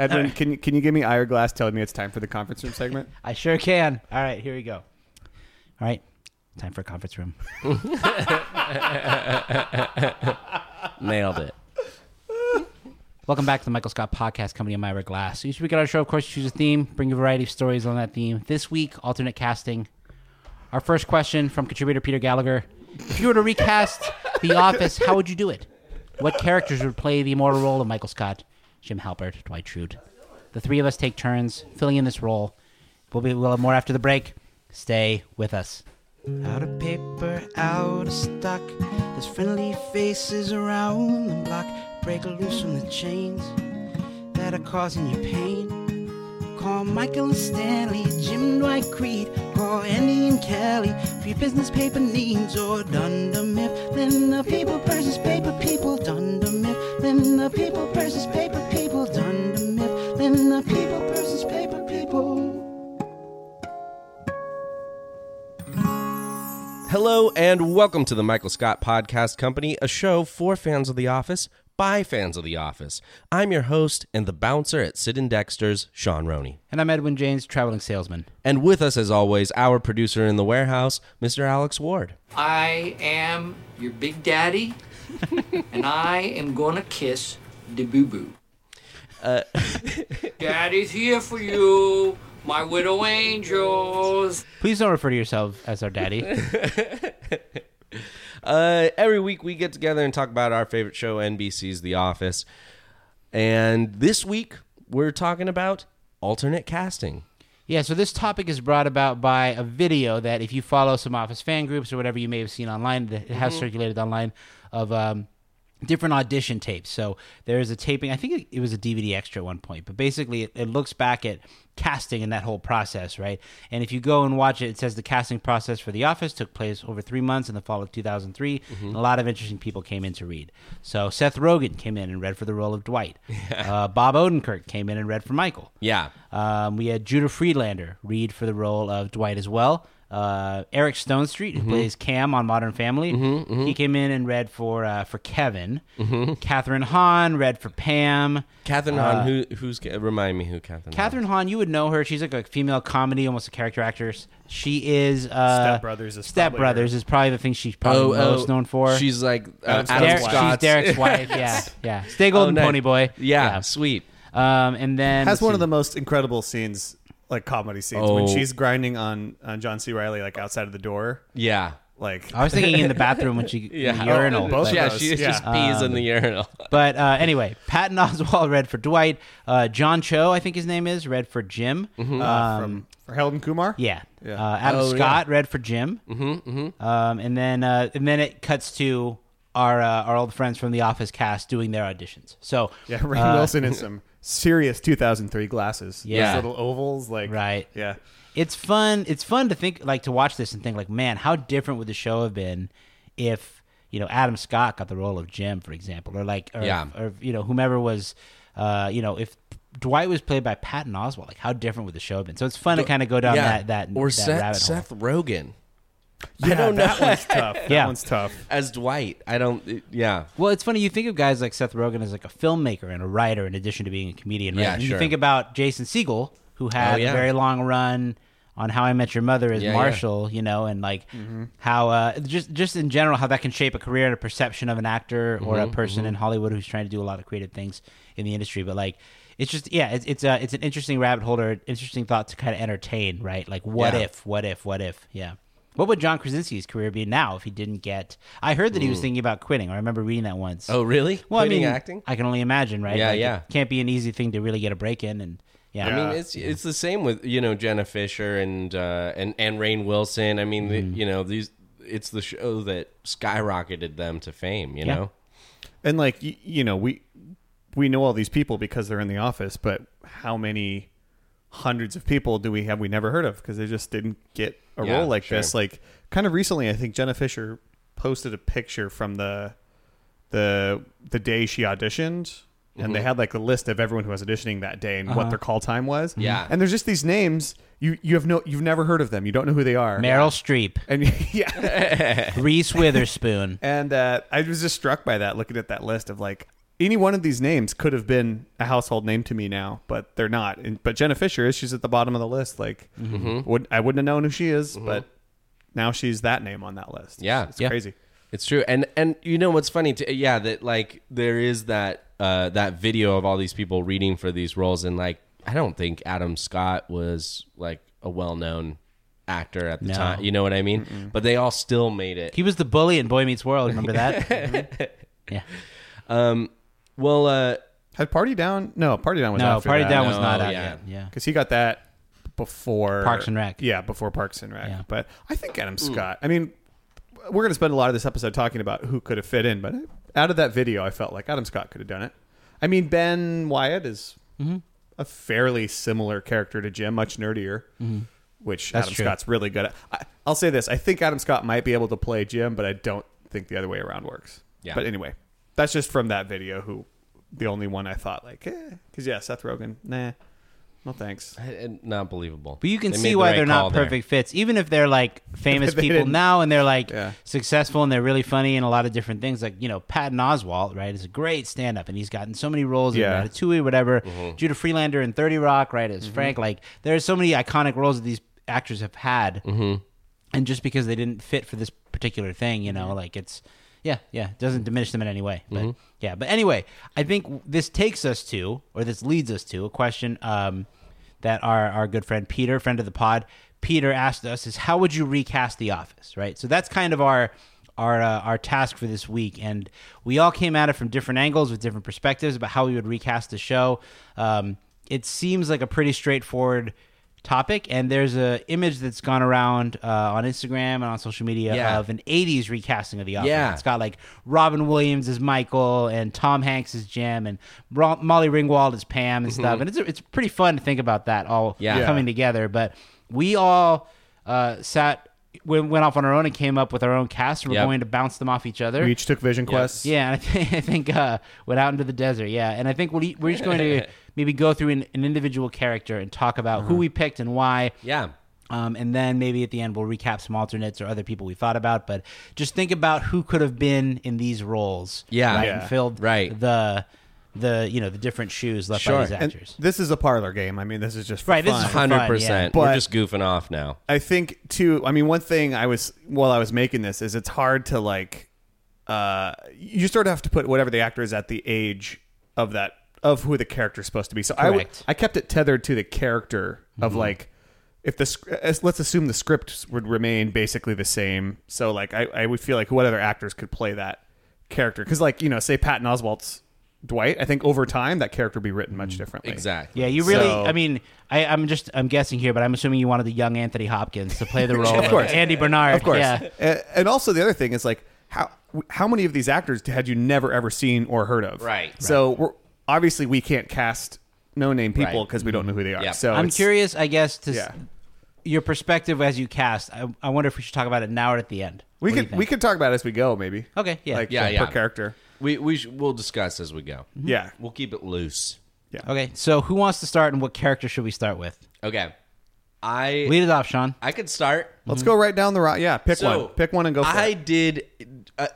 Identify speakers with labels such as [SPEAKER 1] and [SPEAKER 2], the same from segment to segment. [SPEAKER 1] Edwin, can you can you give me Glass telling me it's time for the conference room segment?
[SPEAKER 2] I sure can. All right, here we go. All right, time for a conference room.
[SPEAKER 3] Nailed it.
[SPEAKER 2] Welcome back to the Michael Scott Podcast, Company of Myra Glass. Each week on our show, of course, you choose a theme, bring a variety of stories on that theme. This week, alternate casting. Our first question from contributor Peter Gallagher: If you were to recast The Office, how would you do it? What characters would play the immortal role of Michael Scott, Jim Halpert, Dwight Schrute? The three of us take turns filling in this role. We'll be we'll have more after the break. Stay with us.
[SPEAKER 4] Out of paper, out of stock. There's friendly faces around the block. Break loose from the chains that are causing you pain. Call Michael and Stanley, Jim Dwight Creed. Call Andy and Kelly for your business paper needs or Dunder Mifflin. The people versus paper people. Dunder Mifflin. The people versus paper people. Dunder Mifflin. The people versus paper people.
[SPEAKER 3] Hello and welcome to the Michael Scott Podcast Company, a show for fans of The Office by fans of The Office. I'm your host and the bouncer at Sid and Dexter's, Sean Roney.
[SPEAKER 2] And I'm Edwin James, traveling salesman.
[SPEAKER 3] And with us, as always, our producer in the warehouse, Mr. Alex Ward.
[SPEAKER 5] I am your big daddy, and I am gonna kiss the boo boo.
[SPEAKER 3] Uh,
[SPEAKER 5] Daddy's here for you, my widow angels.
[SPEAKER 2] Please don't refer to yourself as our daddy.
[SPEAKER 3] Uh, every week we get together and talk about our favorite show, NBC's The Office. And this week we're talking about alternate casting.
[SPEAKER 2] Yeah, so this topic is brought about by a video that if you follow some Office fan groups or whatever you may have seen online, that it has circulated online of um, different audition tapes. So there is a taping, I think it, it was a DVD extra at one point, but basically it, it looks back at casting and that whole process, right? And if you go and watch it, it says the casting process for The Office took place over three months in the fall of 2003. And a lot of interesting people came in to read. So Seth Rogen came in and read for the role of Dwight. Uh, Bob Odenkirk came in and read for Michael.
[SPEAKER 3] Yeah.
[SPEAKER 2] Um, we had Judah Friedlander read for the role of Dwight as well. Uh, Eric Stonestreet, who plays Cam on Modern Family, he came in and read for uh, for Kevin. Catherine Hahn read for Pam.
[SPEAKER 3] Catherine Hahn, who, who's remind me who Catherine? Hahn
[SPEAKER 2] Ah. Catherine Hahn, you would know her. She's like a female comedy, almost a character actress. She is uh,
[SPEAKER 1] Step Brothers is
[SPEAKER 2] Step
[SPEAKER 1] probably
[SPEAKER 2] Brothers is probably the thing she's probably most known for.
[SPEAKER 3] Oh, She's like uh,
[SPEAKER 1] Adam Scott's
[SPEAKER 3] Adam
[SPEAKER 2] Derek,
[SPEAKER 1] wife.
[SPEAKER 3] Scott's.
[SPEAKER 2] she's Derek's wife. Yeah, yeah. Stay
[SPEAKER 3] Oh,
[SPEAKER 2] golden,
[SPEAKER 3] nice.
[SPEAKER 2] pony boy.
[SPEAKER 3] Yeah, sweet.
[SPEAKER 2] Yeah. Um, and then
[SPEAKER 1] Has
[SPEAKER 2] let's
[SPEAKER 1] one
[SPEAKER 2] see.
[SPEAKER 1] of the most incredible scenes, like comedy scenes, when
[SPEAKER 3] Oh.
[SPEAKER 1] she's grinding on on John C. Riley, like outside of the door,
[SPEAKER 3] Yeah.
[SPEAKER 1] like
[SPEAKER 2] I was thinking in the bathroom when she yeah.
[SPEAKER 3] Yeah.
[SPEAKER 2] urinal.
[SPEAKER 1] both
[SPEAKER 2] but-
[SPEAKER 1] of
[SPEAKER 3] yeah,
[SPEAKER 1] those,
[SPEAKER 3] she
[SPEAKER 1] yeah.
[SPEAKER 3] just pees
[SPEAKER 2] Um,
[SPEAKER 3] in the urinal.
[SPEAKER 2] But uh, anyway, Patton Oswald read for Dwight. Uh, John Cho, I think his name is, read for Jim.
[SPEAKER 1] Mm-hmm.
[SPEAKER 2] Um,
[SPEAKER 1] Ah, from for Helen Kumar.
[SPEAKER 2] Yeah.
[SPEAKER 1] Yeah.
[SPEAKER 2] Uh, Adam Scott read for Jim. Mm-hmm, Um, and then uh, and then it cuts to our uh, our old friends from the Office cast doing their auditions. So
[SPEAKER 1] yeah, Ray Wilson in some serious 2003 glasses.
[SPEAKER 2] Uh, Yeah.
[SPEAKER 1] Those little ovals, like
[SPEAKER 2] Right.
[SPEAKER 1] Yeah,
[SPEAKER 2] it's fun. It's fun to think like to watch this and think like, man, how different would the show have been if you know Adam Scott got the role of Jim, for example, or like or,
[SPEAKER 3] Yeah.
[SPEAKER 2] or you know whomever was, uh, you know if. Dwight was played by Patton Oswald. Like, how different would the show have been? So it's fun to kind of go down that that
[SPEAKER 3] or
[SPEAKER 2] that
[SPEAKER 3] Seth,
[SPEAKER 2] rabbit hole.
[SPEAKER 3] Seth Rogen
[SPEAKER 1] yeah.
[SPEAKER 3] don't
[SPEAKER 1] that
[SPEAKER 3] know.
[SPEAKER 1] one's tough. That
[SPEAKER 2] Yeah.
[SPEAKER 1] one's tough.
[SPEAKER 3] as Dwight. I don't. it- yeah,
[SPEAKER 2] Well, it's funny. You think of guys like Seth Rogen as like a filmmaker and a writer, in addition to being a comedian. Right?
[SPEAKER 3] Yeah,
[SPEAKER 2] and
[SPEAKER 3] sure.
[SPEAKER 2] You think about Jason Segel, who had
[SPEAKER 3] Oh, yeah.
[SPEAKER 2] a very long run on How I Met Your Mother as
[SPEAKER 3] Yeah, yeah.
[SPEAKER 2] Marshall, you know, and like
[SPEAKER 3] Mm-hmm.
[SPEAKER 2] how uh, just just in general how that can shape a career and a perception of an actor or
[SPEAKER 3] Mm-hmm,
[SPEAKER 2] a person in Hollywood who's trying to do a lot of creative things in the industry. But like, it's just yeah, it's it's, uh, it's an interesting rabbit hole or an interesting thought to kind of entertain, right? Like, what
[SPEAKER 3] Yeah.
[SPEAKER 2] if, what if, what if, yeah. What would John Krasinski's career be now if he didn't get? I heard that he was thinking about quitting. I remember reading that once.
[SPEAKER 3] Oh, really?
[SPEAKER 2] Well,
[SPEAKER 3] Quitting
[SPEAKER 2] I mean,
[SPEAKER 3] acting?
[SPEAKER 2] I can only imagine, right?
[SPEAKER 3] Yeah,
[SPEAKER 2] it
[SPEAKER 3] yeah.
[SPEAKER 2] can't be an easy thing to really get a break in, and yeah,
[SPEAKER 3] I mean, it's it's the same with you know Jenna Fisher and uh, and and Rain Wilson. I mean, the,
[SPEAKER 2] Mm-hmm.
[SPEAKER 3] you know these. It's the show that skyrocketed them to fame. You
[SPEAKER 2] Yeah.
[SPEAKER 3] know,
[SPEAKER 1] And like you, you know, we we know all these people because they're in the office, but how many hundreds of people do we have we never heard of because they just didn't get a
[SPEAKER 3] Yeah,
[SPEAKER 1] role like
[SPEAKER 3] sure.
[SPEAKER 1] this? Like kind of recently, I think Jenna Fisher posted a picture from the the the day she auditioned. And
[SPEAKER 3] Mm-hmm.
[SPEAKER 1] they had like a list of everyone who was auditioning that day and what their call time was.
[SPEAKER 3] Yeah.
[SPEAKER 1] and there's just these names you you have no you've never heard of them. You don't know who they are.
[SPEAKER 2] Meryl Streep,
[SPEAKER 1] and yeah,
[SPEAKER 2] Reese Witherspoon.
[SPEAKER 1] and uh, I was just struck by that, looking at that list of like any one of these names could have been a household name to me now, but they're not. And, but Jenna Fisher is she's at the bottom of the list. Like,
[SPEAKER 3] Mm-hmm.
[SPEAKER 1] would I wouldn't have known who she is, but now she's that name on that list.
[SPEAKER 3] Yeah.
[SPEAKER 1] it's
[SPEAKER 3] Yeah.
[SPEAKER 1] crazy.
[SPEAKER 3] It's true, and and you know what's funny? T- yeah, that like there is that uh, that video of all these people reading for these roles, and like I don't think Adam Scott was like a well known actor at the
[SPEAKER 2] No.
[SPEAKER 3] time. You know what I mean? But they all still made it.
[SPEAKER 2] He was the bully in Boy Meets World. Remember that? Yeah.
[SPEAKER 3] Well, uh,
[SPEAKER 1] Had Party Down? No, Party Down was
[SPEAKER 2] No,
[SPEAKER 1] after
[SPEAKER 2] Party
[SPEAKER 1] that.
[SPEAKER 2] Down was
[SPEAKER 3] No,
[SPEAKER 2] not out
[SPEAKER 3] yeah.
[SPEAKER 2] yet. Yeah.
[SPEAKER 1] because he got that before
[SPEAKER 2] Parks and Rec.
[SPEAKER 1] Yeah, before Parks and Rec.
[SPEAKER 2] Yeah.
[SPEAKER 1] But I think Adam Scott. I mean, we're going to spend a lot of this episode talking about who could have fit in, but out of that video, I felt like Adam Scott could have done it. I mean, Ben Wyatt is
[SPEAKER 2] Mm-hmm.
[SPEAKER 1] a fairly similar character to Jim, much nerdier. Which
[SPEAKER 2] Mm-hmm. That's
[SPEAKER 1] Adam
[SPEAKER 2] true.
[SPEAKER 1] Scott's really good at. I, I'll say this: I think Adam Scott might be able to play Jim, but I don't think the other way around works.
[SPEAKER 3] Yeah.
[SPEAKER 1] But anyway, that's just from that video. Who, the only one I thought like, because yeah, Seth Rogen, nah, no thanks.
[SPEAKER 3] I- I- not believable.
[SPEAKER 2] But you can
[SPEAKER 3] They made
[SPEAKER 2] see
[SPEAKER 3] the
[SPEAKER 2] why
[SPEAKER 3] right
[SPEAKER 2] they're
[SPEAKER 3] call
[SPEAKER 2] not
[SPEAKER 3] there.
[SPEAKER 2] perfect fits, even if they're like famous
[SPEAKER 1] They
[SPEAKER 2] people
[SPEAKER 1] didn't-
[SPEAKER 2] now and they're like
[SPEAKER 1] Yeah.
[SPEAKER 2] successful and they're really funny and a lot of different things. Like you know, Patton Oswalt, right, is a great stand-up and he's gotten so many roles
[SPEAKER 1] Yeah.
[SPEAKER 2] in Ratatouille, whatever. Judah Freelander in Thirty Rock, right, as Frank. Like there are so many iconic roles that these actors have had, and just because they didn't fit for this particular thing, you know, like it's. Yeah, yeah, it doesn't diminish them in any way. But yeah, but anyway, I think this takes us to, or this leads us to, a question um, that our, our good friend Peter, friend of the pod, Peter asked us is how would you recast The Office, right? So that's kind of our our uh, our task for this week, and we all came at it from different angles with different perspectives about how we would recast the show. Um, it seems like a pretty straightforward topic, and there's a image that's gone around uh, on Instagram and on social media
[SPEAKER 3] Yeah.
[SPEAKER 2] of an '80s recasting of The Office.
[SPEAKER 3] Yeah.
[SPEAKER 2] It's got like Robin Williams as Michael and Tom Hanks as Jim and Ro- Molly Ringwald as Pam and stuff, and it's it's pretty fun to think about that all
[SPEAKER 3] Mm-hmm. Yeah. Yeah.
[SPEAKER 2] coming together. But we all uh, sat. We went off on our own and came up with our own cast. We're
[SPEAKER 3] Yep.
[SPEAKER 2] going to bounce them off each other.
[SPEAKER 1] We each took vision quests.
[SPEAKER 2] Yeah, and I think, I think uh, went out into the desert. Yeah, and I think we're, we're just going to maybe go through an, an individual character and talk about who we picked and why.
[SPEAKER 3] Mm-hmm. Yeah.
[SPEAKER 2] Um, and then maybe at the end we'll recap some alternates or other people we thought about. But just think about who could have been in these roles.
[SPEAKER 3] Yeah.
[SPEAKER 2] right?
[SPEAKER 3] Yeah.
[SPEAKER 2] and filled
[SPEAKER 3] Right.
[SPEAKER 2] the the you know the different shoes left
[SPEAKER 3] Sure.
[SPEAKER 2] by these
[SPEAKER 3] And
[SPEAKER 1] And
[SPEAKER 2] actors.
[SPEAKER 1] this is a parlor game. I mean, this is just for
[SPEAKER 2] Right, this is
[SPEAKER 1] fun.
[SPEAKER 2] for fun.
[SPEAKER 3] Hundred percent.
[SPEAKER 2] yeah.
[SPEAKER 3] We're
[SPEAKER 1] But-
[SPEAKER 3] just goofing off now.
[SPEAKER 1] I think too. I mean, one thing I was while I was making this is it's hard to like. Uh, you sort of have to put whatever the actor is at the age of that of who the character is supposed to be. So I w-
[SPEAKER 2] Correct.
[SPEAKER 1] I kept it tethered to the character of like if the sc- as- let's assume the scripts would remain basically the same. So like I, I would feel like what other actors could play that character because like you know say Patton Oswalt's Dwight. I think over time that character would be written much differently.
[SPEAKER 3] Exactly.
[SPEAKER 2] Yeah, you really.
[SPEAKER 1] So-
[SPEAKER 2] I mean, I, I'm just I'm guessing here, but I'm assuming you wanted the young Anthony Hopkins to play the role of,
[SPEAKER 1] course.
[SPEAKER 2] Andy Bernard.
[SPEAKER 1] Of course.
[SPEAKER 2] Yeah.
[SPEAKER 1] A- And also the other thing is like how how many of these actors had you never ever seen or heard of?
[SPEAKER 3] Right.
[SPEAKER 1] So we're, obviously we can't cast no name people
[SPEAKER 3] Right.
[SPEAKER 1] because we don't know who they are.
[SPEAKER 3] Yep.
[SPEAKER 1] So
[SPEAKER 2] I'm
[SPEAKER 1] it's-
[SPEAKER 2] curious, I guess, to s-
[SPEAKER 1] Yeah.
[SPEAKER 2] your perspective as you cast. I, I wonder if we should talk about it now or at the end.
[SPEAKER 1] We
[SPEAKER 2] What do you
[SPEAKER 1] could we
[SPEAKER 2] think?
[SPEAKER 1] could talk about it as we go maybe.
[SPEAKER 2] Okay, yeah.
[SPEAKER 1] Like
[SPEAKER 3] Yeah,
[SPEAKER 1] uh,
[SPEAKER 3] yeah.
[SPEAKER 1] per character.
[SPEAKER 3] We we sh- we'll discuss as we go.
[SPEAKER 2] Mm-hmm.
[SPEAKER 1] Yeah.
[SPEAKER 3] We'll keep it loose.
[SPEAKER 2] Okay, so who wants to start, and what character should we start with?
[SPEAKER 3] Okay. I
[SPEAKER 2] Lead it off, Sean.
[SPEAKER 3] I could start.
[SPEAKER 1] Let's go right down the route. Yeah, pick one. Pick one and go for
[SPEAKER 3] I
[SPEAKER 1] it.
[SPEAKER 3] did. Uh,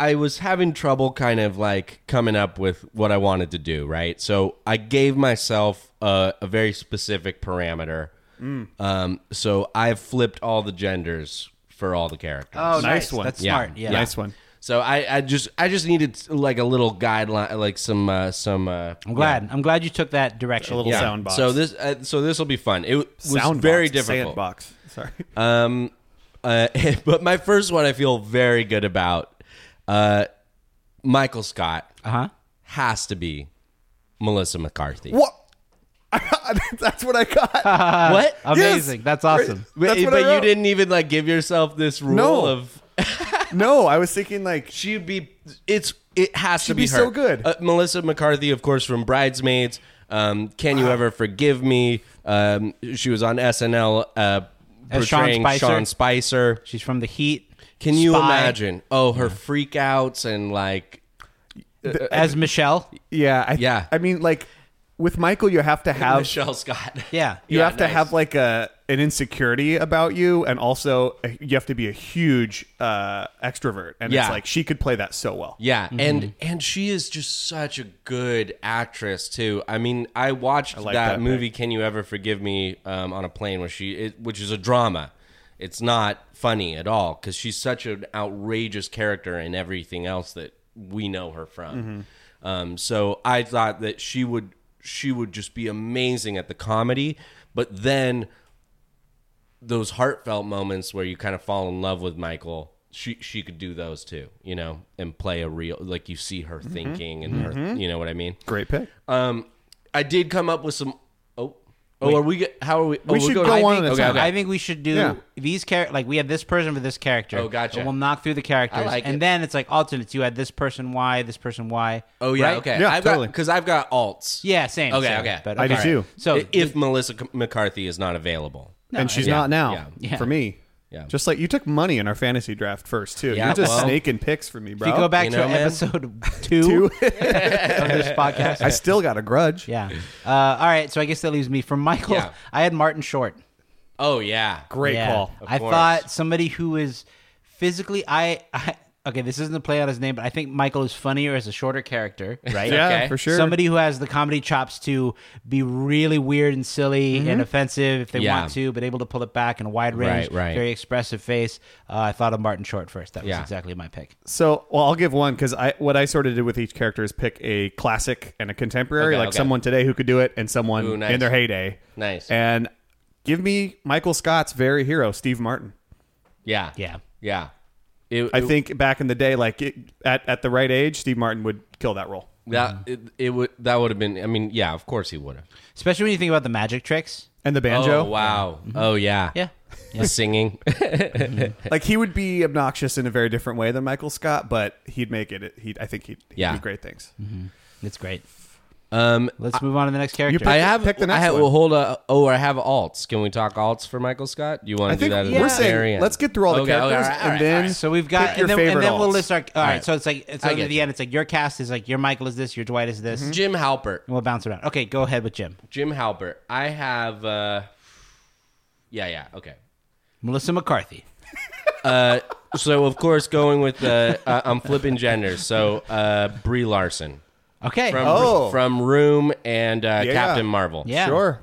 [SPEAKER 3] I was having trouble kind of like coming up with what I wanted to do, right? So I gave myself a, a very specific parameter
[SPEAKER 1] Mm.
[SPEAKER 3] Um, so I've flipped all the genders for all the characters.
[SPEAKER 2] Oh,
[SPEAKER 1] Nice one.
[SPEAKER 2] That's
[SPEAKER 3] Yeah.
[SPEAKER 2] smart. Yeah.
[SPEAKER 1] Nice one.
[SPEAKER 3] So I, I just I just needed like a little guideline, like some uh, some. Uh,
[SPEAKER 2] I'm glad. I'm glad you took that direction.
[SPEAKER 1] A little sound box.
[SPEAKER 3] So this uh, so this will be fun. It w- was
[SPEAKER 1] sound
[SPEAKER 3] very
[SPEAKER 1] box,
[SPEAKER 3] difficult.
[SPEAKER 1] Sandbox. Sorry.
[SPEAKER 3] Um, uh, but my first one I feel very good about. Uh, Michael Scott
[SPEAKER 2] Uh huh.
[SPEAKER 3] has to be Melissa McCarthy.
[SPEAKER 1] Uh-huh. what? That's what I got.
[SPEAKER 3] What?
[SPEAKER 2] Amazing.
[SPEAKER 1] Yes.
[SPEAKER 2] That's awesome.
[SPEAKER 3] But,
[SPEAKER 1] That's what I
[SPEAKER 3] but you
[SPEAKER 1] wrote.
[SPEAKER 3] didn't even like give yourself this rule
[SPEAKER 1] No.
[SPEAKER 3] of
[SPEAKER 1] no, I was thinking like
[SPEAKER 3] she'd be. It's it has to
[SPEAKER 1] She'd
[SPEAKER 3] be,
[SPEAKER 1] be
[SPEAKER 3] her.
[SPEAKER 1] so good.
[SPEAKER 3] Uh, Melissa McCarthy, of course, from Bridesmaids. Um, Can you ever forgive me? Um, she was on SNL uh,
[SPEAKER 2] As Sean
[SPEAKER 3] portraying
[SPEAKER 2] Spicer.
[SPEAKER 3] Sean Spicer.
[SPEAKER 2] She's from the Heat.
[SPEAKER 3] Can you
[SPEAKER 2] Spy.
[SPEAKER 3] imagine? Oh, her freakouts and like
[SPEAKER 2] uh, As Michelle.
[SPEAKER 1] yeah, I,
[SPEAKER 3] Yeah.
[SPEAKER 1] I mean like with Michael, you have to have
[SPEAKER 3] Michelle Scott.
[SPEAKER 2] Yeah.
[SPEAKER 1] you
[SPEAKER 3] Yeah,
[SPEAKER 1] have to
[SPEAKER 3] nice.
[SPEAKER 1] have like a an insecurity about you, and also uh, you have to be a huge uh, extrovert. And
[SPEAKER 3] Yeah.
[SPEAKER 1] it's like she could play that so well.
[SPEAKER 3] Yeah, and and she is just such a good actress too. I mean, I watched
[SPEAKER 1] like
[SPEAKER 3] that,
[SPEAKER 1] that
[SPEAKER 3] movie "Can You Ever Forgive Me" um, on a plane, where she, it, which is a drama. It's not funny at all because she's such an outrageous character in everything else that we know her
[SPEAKER 1] Mm-hmm.
[SPEAKER 3] from. Um, so I thought that she would she would just be amazing at the comedy, but then those heartfelt moments where you kind of fall in love with Michael, she she could do those too, you know, and play a real like you see her
[SPEAKER 1] Mm-hmm.
[SPEAKER 3] thinking and her, you know what I mean.
[SPEAKER 1] Great pick.
[SPEAKER 3] Um, I did come up with some. Oh, oh, are we? get- How are we? Oh,
[SPEAKER 1] We
[SPEAKER 3] we're
[SPEAKER 1] should
[SPEAKER 3] going-
[SPEAKER 1] go
[SPEAKER 3] I
[SPEAKER 1] on
[SPEAKER 3] think-
[SPEAKER 1] at a
[SPEAKER 3] okay,
[SPEAKER 1] time.
[SPEAKER 3] okay.
[SPEAKER 2] I think we should do
[SPEAKER 1] Yeah.
[SPEAKER 2] these characters. Like we have this person for this character.
[SPEAKER 3] Oh, gotcha.
[SPEAKER 2] And we'll knock through the characters,
[SPEAKER 3] I like
[SPEAKER 2] and
[SPEAKER 3] it.
[SPEAKER 2] then it's like alternates. You had this person Y, this person Y.
[SPEAKER 3] Oh yeah,
[SPEAKER 2] right?
[SPEAKER 3] okay.
[SPEAKER 1] Yeah,
[SPEAKER 3] I've
[SPEAKER 1] totally.
[SPEAKER 3] Because I've got alts.
[SPEAKER 2] Yeah, same.
[SPEAKER 3] Okay,
[SPEAKER 2] same,
[SPEAKER 3] okay.
[SPEAKER 2] But
[SPEAKER 1] I do
[SPEAKER 2] okay.
[SPEAKER 1] too.
[SPEAKER 2] So
[SPEAKER 3] I- if Melissa C- McCarthy is not available,
[SPEAKER 1] and she's
[SPEAKER 3] yeah,
[SPEAKER 1] not now
[SPEAKER 3] yeah,
[SPEAKER 2] yeah.
[SPEAKER 1] for me.
[SPEAKER 3] Yeah.
[SPEAKER 1] Just like you took money in our fantasy draft first too.
[SPEAKER 3] Yeah,
[SPEAKER 1] You're just
[SPEAKER 3] well-
[SPEAKER 1] snaking picks for me, bro.
[SPEAKER 2] if you go back
[SPEAKER 3] you
[SPEAKER 2] to
[SPEAKER 3] know, man.
[SPEAKER 2] episode two of this podcast,
[SPEAKER 1] I still got a grudge.
[SPEAKER 2] yeah. Uh, all right. So I guess that leaves me for Michael.
[SPEAKER 3] Yeah.
[SPEAKER 2] I had Martin Short.
[SPEAKER 3] oh yeah,
[SPEAKER 1] Great
[SPEAKER 2] Yeah.
[SPEAKER 1] call.
[SPEAKER 2] I
[SPEAKER 3] course.
[SPEAKER 2] thought somebody who is physically, I, I okay, this isn't a play on his name, but I think Michael is funnier as a shorter character, right?
[SPEAKER 1] Yeah,
[SPEAKER 3] Okay.
[SPEAKER 1] for sure.
[SPEAKER 2] Somebody who has the comedy chops to be really weird and silly and offensive if they
[SPEAKER 3] Mm-hmm. Yeah.
[SPEAKER 2] want to, but able to pull it back in a wide range,
[SPEAKER 3] Right, right.
[SPEAKER 2] very expressive face. Uh, I thought of Martin Short first. That was
[SPEAKER 3] Yeah.
[SPEAKER 2] exactly my pick.
[SPEAKER 1] So, well, I'll give one because I what I sort of did with each character is pick a classic and a contemporary,
[SPEAKER 3] Okay,
[SPEAKER 1] like
[SPEAKER 3] okay.
[SPEAKER 1] someone today who could do it and someone
[SPEAKER 3] Ooh, nice.
[SPEAKER 1] in their heyday.
[SPEAKER 3] Nice.
[SPEAKER 1] And give me Michael Scott's very hero, Steve Martin.
[SPEAKER 3] yeah,
[SPEAKER 2] Yeah.
[SPEAKER 3] yeah. It,
[SPEAKER 1] I
[SPEAKER 3] it-
[SPEAKER 1] think back in the day, like it, at at the right age, Steve Martin would kill that role.
[SPEAKER 3] that it, it would that would have been. I mean, yeah, of course he would have.
[SPEAKER 2] Especially when you think about the magic tricks.
[SPEAKER 1] And the
[SPEAKER 3] Oh
[SPEAKER 1] banjo, Mm-hmm.
[SPEAKER 3] wow. Oh yeah.
[SPEAKER 2] Yeah.
[SPEAKER 3] The singing.
[SPEAKER 1] like he would be obnoxious in a very different way than Michael Scott, but he'd make it. He, would I think he'd, he'd
[SPEAKER 3] Yeah.
[SPEAKER 1] do great things.
[SPEAKER 2] It's great.
[SPEAKER 3] Um,
[SPEAKER 2] Let's move on to the next character.
[SPEAKER 1] pick-
[SPEAKER 3] I have.
[SPEAKER 1] the next
[SPEAKER 3] I have,
[SPEAKER 1] one.
[SPEAKER 3] Well, hold up. Oh, I have alts. Can we talk alts for Michael Scott? Do you want
[SPEAKER 1] I
[SPEAKER 3] to do
[SPEAKER 1] think
[SPEAKER 3] that? at
[SPEAKER 1] we're
[SPEAKER 3] the
[SPEAKER 1] saying
[SPEAKER 3] very end?
[SPEAKER 1] let's get through all the
[SPEAKER 3] Okay, okay,
[SPEAKER 1] characters
[SPEAKER 3] all right, all
[SPEAKER 1] and
[SPEAKER 3] right,
[SPEAKER 1] then
[SPEAKER 3] all right.
[SPEAKER 2] So we've got,
[SPEAKER 1] pick your
[SPEAKER 2] and then, and
[SPEAKER 1] favorite
[SPEAKER 2] then we'll
[SPEAKER 1] alts.
[SPEAKER 2] list our. all right,
[SPEAKER 3] right.
[SPEAKER 2] so it's like it's
[SPEAKER 3] I
[SPEAKER 2] at
[SPEAKER 3] get
[SPEAKER 2] the
[SPEAKER 3] you. Mm-hmm.
[SPEAKER 2] end. It's like your cast is like your Michael is this, your Dwight is this,
[SPEAKER 3] Jim Halpert.
[SPEAKER 2] and we'll bounce around. Okay, go ahead with Jim.
[SPEAKER 3] Jim Halpert. I have. Uh, yeah, yeah. Okay.
[SPEAKER 2] Melissa McCarthy.
[SPEAKER 3] So of course, going with uh, uh, I'm flipping genders. So uh, Brie Larson
[SPEAKER 2] Okay.
[SPEAKER 3] from
[SPEAKER 1] Oh.
[SPEAKER 3] from Room and uh,
[SPEAKER 1] Yeah.
[SPEAKER 3] Captain Marvel.
[SPEAKER 2] yeah.
[SPEAKER 1] Sure,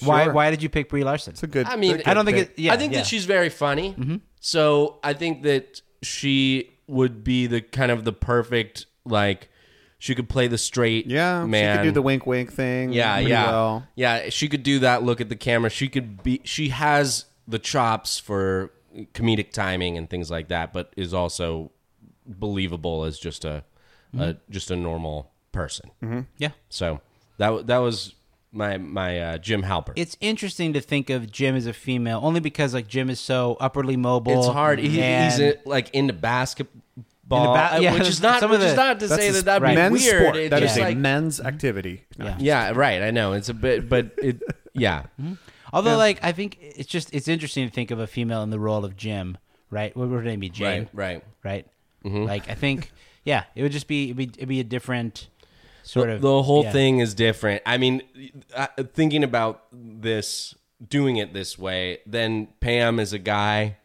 [SPEAKER 2] Why
[SPEAKER 1] sure.
[SPEAKER 2] why did you pick Brie Larson?
[SPEAKER 1] it's a good.
[SPEAKER 3] I mean,
[SPEAKER 1] good
[SPEAKER 2] I don't think
[SPEAKER 1] pick.
[SPEAKER 2] it yeah.
[SPEAKER 3] I think
[SPEAKER 2] yeah. Mm-hmm.
[SPEAKER 3] that she's very funny. So I think that she would be the kind of the perfect like she could play the straight
[SPEAKER 1] Yeah,
[SPEAKER 3] man.
[SPEAKER 1] she could do the wink wink thing.
[SPEAKER 3] yeah
[SPEAKER 1] pretty
[SPEAKER 3] yeah
[SPEAKER 1] well.
[SPEAKER 3] yeah she could do that look at the camera she could be she has the chops for comedic timing and things like that but is also believable as just a, a
[SPEAKER 1] Mm-hmm.
[SPEAKER 3] just a normal person
[SPEAKER 2] Yeah.
[SPEAKER 3] so that w- that was my my uh, Jim Halpert
[SPEAKER 2] It's interesting to think of Jim as a female, only because like Jim is so upwardly mobile.
[SPEAKER 3] It's hard. He, he's
[SPEAKER 2] and-
[SPEAKER 3] uh like into basketball,
[SPEAKER 2] ba-
[SPEAKER 3] uh,
[SPEAKER 2] yeah,
[SPEAKER 3] which is not
[SPEAKER 2] some
[SPEAKER 3] which
[SPEAKER 2] of
[SPEAKER 3] is
[SPEAKER 2] the-
[SPEAKER 3] not to say
[SPEAKER 1] a
[SPEAKER 3] that that'd be
[SPEAKER 1] men's
[SPEAKER 3] weird.
[SPEAKER 1] sport.
[SPEAKER 3] It's
[SPEAKER 1] That is
[SPEAKER 3] just
[SPEAKER 1] a
[SPEAKER 3] like,
[SPEAKER 1] men's activity. No.
[SPEAKER 2] Yeah.
[SPEAKER 3] yeah, right. I know it's a bit, but it yeah,
[SPEAKER 1] Mm-hmm.
[SPEAKER 2] Although, like, I think it's just it's interesting to think of a female in the role of Jim, right? What would her name be? Jane,
[SPEAKER 3] right, right. Mm-hmm.
[SPEAKER 2] right? Like I think, yeah, it would just be it'd be, it'd be a different sort of
[SPEAKER 3] The whole
[SPEAKER 2] yeah.
[SPEAKER 3] thing is different. I mean, I, thinking about this, doing it this way, then Pam is a guy,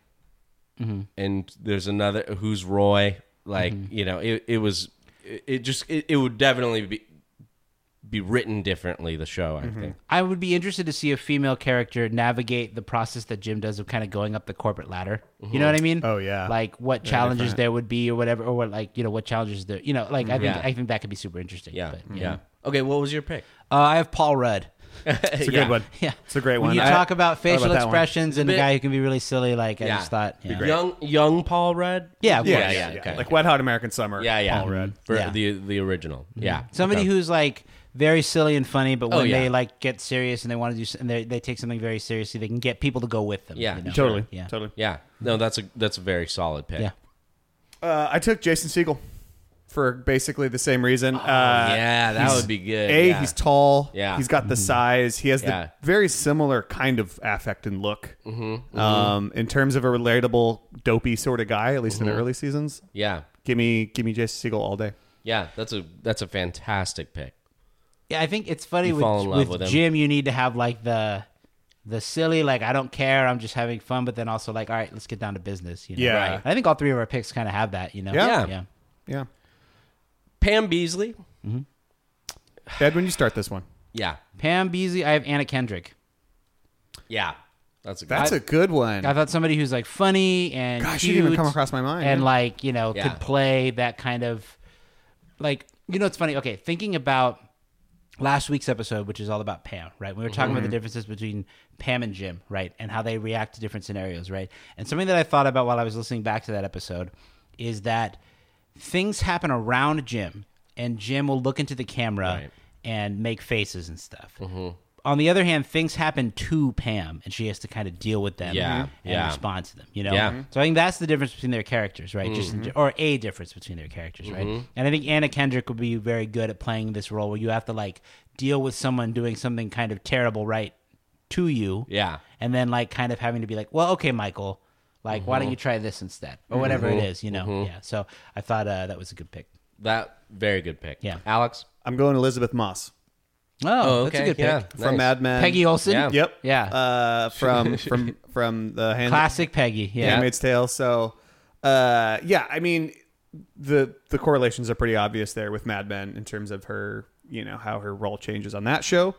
[SPEAKER 3] and there's another who's Roy. Like you know, it it was it it just it, it would definitely be be written differently. The show, I think.
[SPEAKER 2] I would be interested to see a female character navigate the process that Jim does of kind of going up the corporate ladder. You know what I mean?
[SPEAKER 1] Oh, yeah.
[SPEAKER 2] Like what challenges there would be, or whatever, or what like you know what challenges there. You know, like I think
[SPEAKER 3] Yeah.
[SPEAKER 2] I think that could be super interesting.
[SPEAKER 3] Yeah,
[SPEAKER 2] but,
[SPEAKER 3] yeah. Okay, what was your pick?
[SPEAKER 2] Uh, I have Paul Rudd.
[SPEAKER 1] It's a good one.
[SPEAKER 2] Yeah,
[SPEAKER 1] It's a great
[SPEAKER 2] When
[SPEAKER 1] one.
[SPEAKER 2] you
[SPEAKER 1] I-
[SPEAKER 2] talk about
[SPEAKER 1] thought
[SPEAKER 2] facial
[SPEAKER 1] that one.
[SPEAKER 2] expressions and a
[SPEAKER 3] bit-
[SPEAKER 2] guy who can be really silly, like I
[SPEAKER 3] Yeah.
[SPEAKER 2] just thought, yeah.
[SPEAKER 3] Young, young Paul Rudd.
[SPEAKER 2] Yeah, of
[SPEAKER 1] Yeah,
[SPEAKER 2] course.
[SPEAKER 1] yeah,
[SPEAKER 3] yeah,
[SPEAKER 1] yeah.
[SPEAKER 3] okay.
[SPEAKER 1] Like Wet Hot American Summer.
[SPEAKER 3] Yeah, yeah.
[SPEAKER 1] Paul Rudd.
[SPEAKER 3] for
[SPEAKER 2] Yeah.
[SPEAKER 3] the the original. Yeah,
[SPEAKER 2] somebody
[SPEAKER 3] Okay. Oh,
[SPEAKER 2] who's like very silly and funny, but when
[SPEAKER 3] yeah.
[SPEAKER 2] they like get serious and they want to do s- and they they take something very seriously, they can get people to go with them.
[SPEAKER 3] Yeah,
[SPEAKER 2] you know?
[SPEAKER 1] Totally.
[SPEAKER 2] Yeah.
[SPEAKER 1] Totally.
[SPEAKER 3] Yeah, no, that's a that's a very solid pick.
[SPEAKER 2] Yeah.
[SPEAKER 1] Uh, I took Jason Siegel for basically the same reason. uh,
[SPEAKER 3] Oh, yeah, that
[SPEAKER 1] he's-
[SPEAKER 3] would be good.
[SPEAKER 1] A,
[SPEAKER 3] yeah.
[SPEAKER 1] he's tall.
[SPEAKER 3] Yeah.
[SPEAKER 1] He's got the size. He has
[SPEAKER 3] Yeah.
[SPEAKER 1] the very similar kind of affect and look. Mm-hmm. Um, in terms of a relatable, dopey sort of guy, at least
[SPEAKER 3] Mm-hmm.
[SPEAKER 1] in the early seasons.
[SPEAKER 3] yeah,
[SPEAKER 1] Give me, give me Jason Siegel all day.
[SPEAKER 3] yeah. That's a that's a fantastic pick.
[SPEAKER 2] Yeah, I think it's funny
[SPEAKER 3] You
[SPEAKER 2] with,
[SPEAKER 3] fall in love
[SPEAKER 2] with,
[SPEAKER 3] with him.
[SPEAKER 2] Jim. You need to have like the the silly, like I don't care, I'm just having fun, but then also like, all right, let's get down to business. You know?
[SPEAKER 1] Yeah. Right.
[SPEAKER 2] I think all three of our picks kind of have that. You know.
[SPEAKER 1] Yeah.
[SPEAKER 2] Yeah.
[SPEAKER 1] Yeah.
[SPEAKER 3] Pam Beasley.
[SPEAKER 1] Ed, when you start this one,
[SPEAKER 3] Yeah,
[SPEAKER 2] Pam Beasley. I have Anna Kendrick.
[SPEAKER 3] yeah. That's a good.
[SPEAKER 1] that's a good one.
[SPEAKER 2] I thought somebody who's like funny and
[SPEAKER 1] Gosh, she
[SPEAKER 2] cute
[SPEAKER 1] didn't even come across my mind.
[SPEAKER 2] and like you know
[SPEAKER 3] Yeah.
[SPEAKER 2] could play that kind of like you know it's funny. Okay, thinking about last week's episode, which is all about Pam, right? We were talking
[SPEAKER 3] Mm-hmm.
[SPEAKER 2] about the differences between Pam and Jim, right? And how they react to different scenarios, right? And something that I thought about while I was listening back to that episode is that things happen around Jim, and Jim will look into the camera and make faces and stuff.
[SPEAKER 3] Mm-hmm.
[SPEAKER 2] On the other hand, things happen to Pam, and she has to kind of deal with them
[SPEAKER 3] Yeah,
[SPEAKER 2] and
[SPEAKER 3] yeah.
[SPEAKER 2] respond to them. You know,
[SPEAKER 1] Mm-hmm.
[SPEAKER 3] Yeah. Mm-hmm. Mhm.
[SPEAKER 2] so I think that's the difference between their characters, right? Just in, ge- or a difference between their characters,
[SPEAKER 3] Mm-hmm.
[SPEAKER 2] right? And I think Anna Kendrick would be very good at playing this role where you have to like deal with someone doing something kind of terrible, right, to you,
[SPEAKER 3] Yeah.
[SPEAKER 2] and then like kind of having to be like, well, okay, Michael, like why
[SPEAKER 3] Mm-hmm.
[SPEAKER 2] don't you try this instead or whatever it is, you know? Yeah. So I thought uh, that was a good pick.
[SPEAKER 3] That very good pick.
[SPEAKER 2] Yeah.
[SPEAKER 3] Alex.
[SPEAKER 1] I'm going Elizabeth Moss
[SPEAKER 2] Oh, that's a good pick.
[SPEAKER 3] yeah,
[SPEAKER 1] from
[SPEAKER 3] nice.
[SPEAKER 1] Mad Men.
[SPEAKER 2] Peggy Olson.
[SPEAKER 3] Yeah.
[SPEAKER 1] Yep.
[SPEAKER 2] Yeah.
[SPEAKER 1] Uh, from from from the hand,
[SPEAKER 2] Classic Peggy. Yeah.
[SPEAKER 1] Handmaid's Tale. So, uh, yeah, I mean, the the correlations are pretty obvious there with Mad Men in terms of her, you know, how her role changes on that show.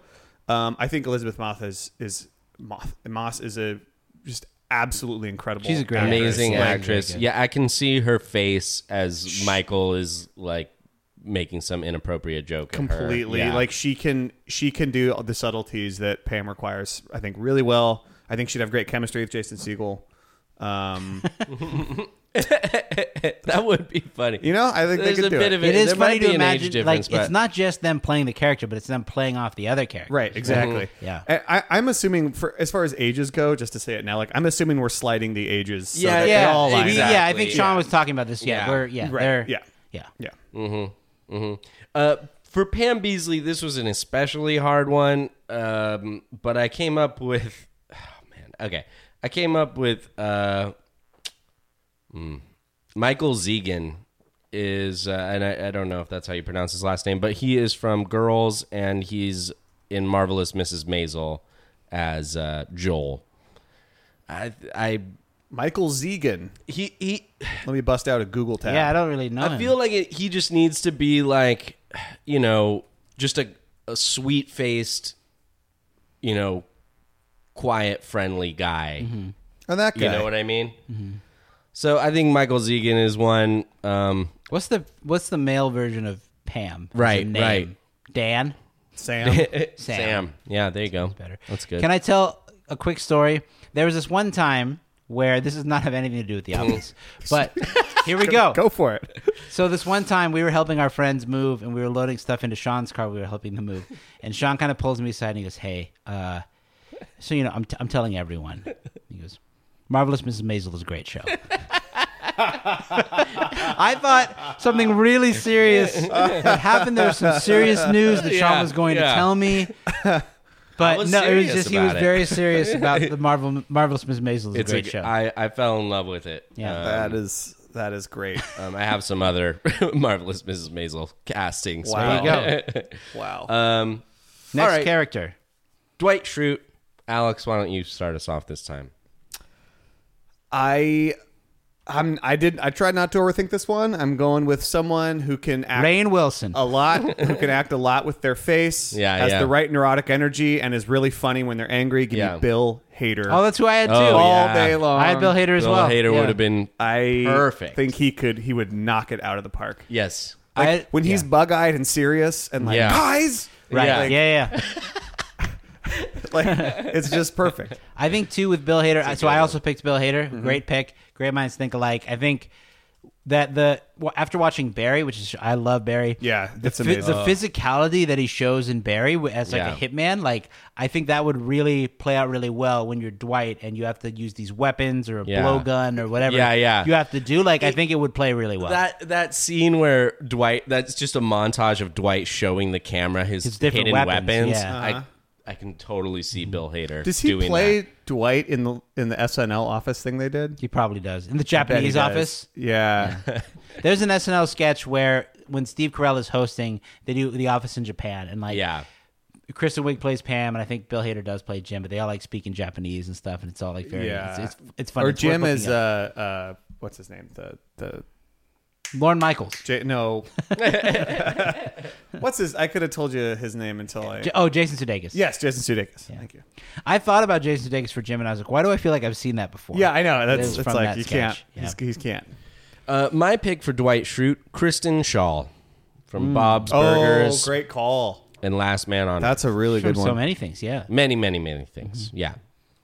[SPEAKER 1] Um, I think Elizabeth Moss is is Moth, Moss is a just absolutely incredible.
[SPEAKER 2] She's a great
[SPEAKER 1] actress.
[SPEAKER 3] amazing
[SPEAKER 1] Like,
[SPEAKER 3] actress. Yeah, I can see her face as Michael is like making some inappropriate joke. at her.
[SPEAKER 1] completely.
[SPEAKER 3] Yeah.
[SPEAKER 1] Like she can she can do all the subtleties that Pam requires. I think really well. I think she'd have great chemistry with Jason Siegel. Um,
[SPEAKER 3] that would be funny.
[SPEAKER 1] you know, I think
[SPEAKER 3] There's
[SPEAKER 1] they could
[SPEAKER 3] a
[SPEAKER 1] do
[SPEAKER 3] bit
[SPEAKER 1] it.
[SPEAKER 3] of
[SPEAKER 2] It is
[SPEAKER 3] there
[SPEAKER 2] funny
[SPEAKER 3] might be
[SPEAKER 2] to
[SPEAKER 3] an
[SPEAKER 2] imagine.
[SPEAKER 3] age difference,
[SPEAKER 2] Like
[SPEAKER 3] but
[SPEAKER 2] it's not just them playing the character, but it's them playing off the other character.
[SPEAKER 3] Mm-hmm.
[SPEAKER 1] Right, exactly.
[SPEAKER 2] Yeah.
[SPEAKER 1] I, I, I'm assuming for as far as ages go, just to say it now, like I'm assuming we're sliding the ages. So
[SPEAKER 3] Yeah,
[SPEAKER 1] that
[SPEAKER 2] yeah,
[SPEAKER 1] They all line
[SPEAKER 2] we-
[SPEAKER 1] up.
[SPEAKER 2] yeah. I think
[SPEAKER 3] Exactly,
[SPEAKER 2] Sean
[SPEAKER 3] yeah.
[SPEAKER 2] was talking about this. Yeah,
[SPEAKER 3] Yeah.
[SPEAKER 2] we're yeah,
[SPEAKER 1] Right,
[SPEAKER 2] they're,
[SPEAKER 1] yeah.
[SPEAKER 2] yeah.
[SPEAKER 1] Yeah.
[SPEAKER 3] Uh, for Pam Beasley, this was an especially hard one, um, but I came up with, oh man, okay, I came up with uh, mm, Michael Zegan is, uh, and I, I don't know if that's how you pronounce his last name, but he is from Girls, and he's in Marvelous Mrs. Maisel as uh, Joel. I, I,
[SPEAKER 1] Michael Zegan.
[SPEAKER 3] he, he.
[SPEAKER 1] Let me bust out a Google tab.
[SPEAKER 2] Yeah, I don't really know.
[SPEAKER 3] I
[SPEAKER 2] him.
[SPEAKER 3] feel like it, he just needs to be like, you know, just a, a sweet faced, you know, quiet, friendly guy.
[SPEAKER 2] Mm-hmm.
[SPEAKER 1] and Oh, that guy.
[SPEAKER 3] You know what I mean? So I think Michael Zegan is one. Um,
[SPEAKER 2] what's the what's the male version of Pam? What's
[SPEAKER 3] Right,
[SPEAKER 2] her name?
[SPEAKER 3] right.
[SPEAKER 2] Dan
[SPEAKER 1] Sam.
[SPEAKER 3] Sam. Yeah, there you go. Better. That's good.
[SPEAKER 2] Can I tell a quick story? There was this one time where this does not have anything to do with the obvious, but here we go.
[SPEAKER 1] go for it.
[SPEAKER 2] So this one time we were helping our friends move and we were loading stuff into Sean's car. We were helping them move. And Sean kind of pulls me aside and he goes, Hey, uh, so, you know, I'm, t- I'm telling everyone. He goes, Marvelous Mrs. Maisel is a great show. I thought something really serious had happened. There was some serious news that Sean
[SPEAKER 3] Yeah,
[SPEAKER 2] was going to
[SPEAKER 3] yeah.
[SPEAKER 2] tell me. But
[SPEAKER 3] was
[SPEAKER 2] no, it was
[SPEAKER 3] serious
[SPEAKER 2] just he was
[SPEAKER 3] about it.
[SPEAKER 2] very serious about the Marvel Marvelous Mrs. Maisel is
[SPEAKER 3] It's
[SPEAKER 2] a great
[SPEAKER 3] a,
[SPEAKER 2] show.
[SPEAKER 3] I, I fell in love with it.
[SPEAKER 2] Yeah.
[SPEAKER 3] Uh,
[SPEAKER 1] that is that is great.
[SPEAKER 3] um, I have some other marvelous Mrs. Maisel castings.
[SPEAKER 1] Wow.
[SPEAKER 2] There
[SPEAKER 3] you go.
[SPEAKER 1] Wow.
[SPEAKER 3] um,
[SPEAKER 2] Next
[SPEAKER 3] right.
[SPEAKER 2] character.
[SPEAKER 3] Dwight Schrute, Alex, why don't you start us off this time?
[SPEAKER 1] I I'm I did I tried not to overthink this one. I'm going with someone who can
[SPEAKER 3] Uh,
[SPEAKER 1] act
[SPEAKER 2] Rain Wilson.
[SPEAKER 3] oh,
[SPEAKER 1] a lot, who can act a lot with their face,
[SPEAKER 3] Yeah,
[SPEAKER 1] has
[SPEAKER 3] yeah.
[SPEAKER 1] the right neurotic energy, and is really funny when they're angry. Give
[SPEAKER 3] Yeah.
[SPEAKER 1] me Bill Hader.
[SPEAKER 2] Oh, that's who I had too.
[SPEAKER 3] Oh,
[SPEAKER 1] all
[SPEAKER 3] yeah.
[SPEAKER 1] day long.
[SPEAKER 2] I had Bill Hader as
[SPEAKER 3] Bill
[SPEAKER 2] well.
[SPEAKER 3] Hader
[SPEAKER 2] Yeah.
[SPEAKER 3] would have been
[SPEAKER 1] I
[SPEAKER 3] Perfect.
[SPEAKER 1] think he could he would knock it out of the park.
[SPEAKER 3] yes.
[SPEAKER 1] Like,
[SPEAKER 2] I-
[SPEAKER 1] when he's bug eyed and serious and like
[SPEAKER 3] Yeah.
[SPEAKER 1] guys
[SPEAKER 2] Right.
[SPEAKER 3] Yeah.
[SPEAKER 2] Yeah.
[SPEAKER 1] Like,
[SPEAKER 2] yeah,
[SPEAKER 1] like it's just perfect.
[SPEAKER 2] I think too with Bill Hader. So I also picked Bill Hader.
[SPEAKER 3] Mm-hmm.
[SPEAKER 2] Great pick. Great minds think alike. I think that the well, after watching Barry, which is I love Barry.
[SPEAKER 1] Yeah,
[SPEAKER 2] the,
[SPEAKER 1] it's amazing.
[SPEAKER 2] the physicality that he shows in Barry wi- as like a
[SPEAKER 3] Yeah.
[SPEAKER 2] hitman, like I think that would really play out really well when you're Dwight and you have to use these weapons or a
[SPEAKER 3] Yeah.
[SPEAKER 2] blowgun or whatever.
[SPEAKER 3] Yeah, yeah.
[SPEAKER 2] You have to do like I think it would play really well.
[SPEAKER 3] That that scene where Dwight that's just a montage of Dwight showing the camera his,
[SPEAKER 2] His different
[SPEAKER 3] hidden
[SPEAKER 2] weapons,
[SPEAKER 3] weapons.
[SPEAKER 2] yeah.
[SPEAKER 3] I I can totally see Bill Hader.
[SPEAKER 1] Uh-huh. Does he
[SPEAKER 3] doing
[SPEAKER 1] play
[SPEAKER 3] that.
[SPEAKER 1] Dwight in the in the SNL office thing they did?
[SPEAKER 2] he probably does in the
[SPEAKER 1] Bet he
[SPEAKER 2] Japanese
[SPEAKER 1] does.
[SPEAKER 2] office.
[SPEAKER 1] Yeah.
[SPEAKER 2] There's an SNL sketch where when Steve Carell is hosting, they do The Office in Japan, and like
[SPEAKER 3] Yeah.
[SPEAKER 2] Kristen Wiig plays Pam, and I think Bill Hader does play Jim, but they all like speak in Japanese and stuff, and it's all like very
[SPEAKER 1] Yeah.
[SPEAKER 2] it's, it's it's funny.
[SPEAKER 1] Or
[SPEAKER 2] It's worth
[SPEAKER 1] Jim
[SPEAKER 2] looking
[SPEAKER 1] is uh
[SPEAKER 2] up.
[SPEAKER 1] uh what's his name? The the
[SPEAKER 2] Lorne Michaels.
[SPEAKER 1] J- no. what's his I could have told you his name until I
[SPEAKER 2] J- oh, Jason Sudeikis.
[SPEAKER 1] Yes, Jason Sudeikis. Thank you.
[SPEAKER 2] I thought about Jason Sudeikis for Jim, and I was like, why do I feel like I've seen that before?
[SPEAKER 1] Yeah, I know.
[SPEAKER 2] It
[SPEAKER 1] That's
[SPEAKER 2] was
[SPEAKER 1] it's
[SPEAKER 2] from
[SPEAKER 1] like
[SPEAKER 2] that
[SPEAKER 1] you
[SPEAKER 2] sketch.
[SPEAKER 1] can't. He's, he can't.
[SPEAKER 3] Uh, my pick for Dwight Schrute, Kristen Shaw from Bob's
[SPEAKER 1] Oh,
[SPEAKER 3] Burgers
[SPEAKER 1] great call.
[SPEAKER 3] and Last Man on
[SPEAKER 1] That's a really
[SPEAKER 2] From
[SPEAKER 1] good one.
[SPEAKER 2] so many things. Yeah,
[SPEAKER 3] many many many things. Yeah,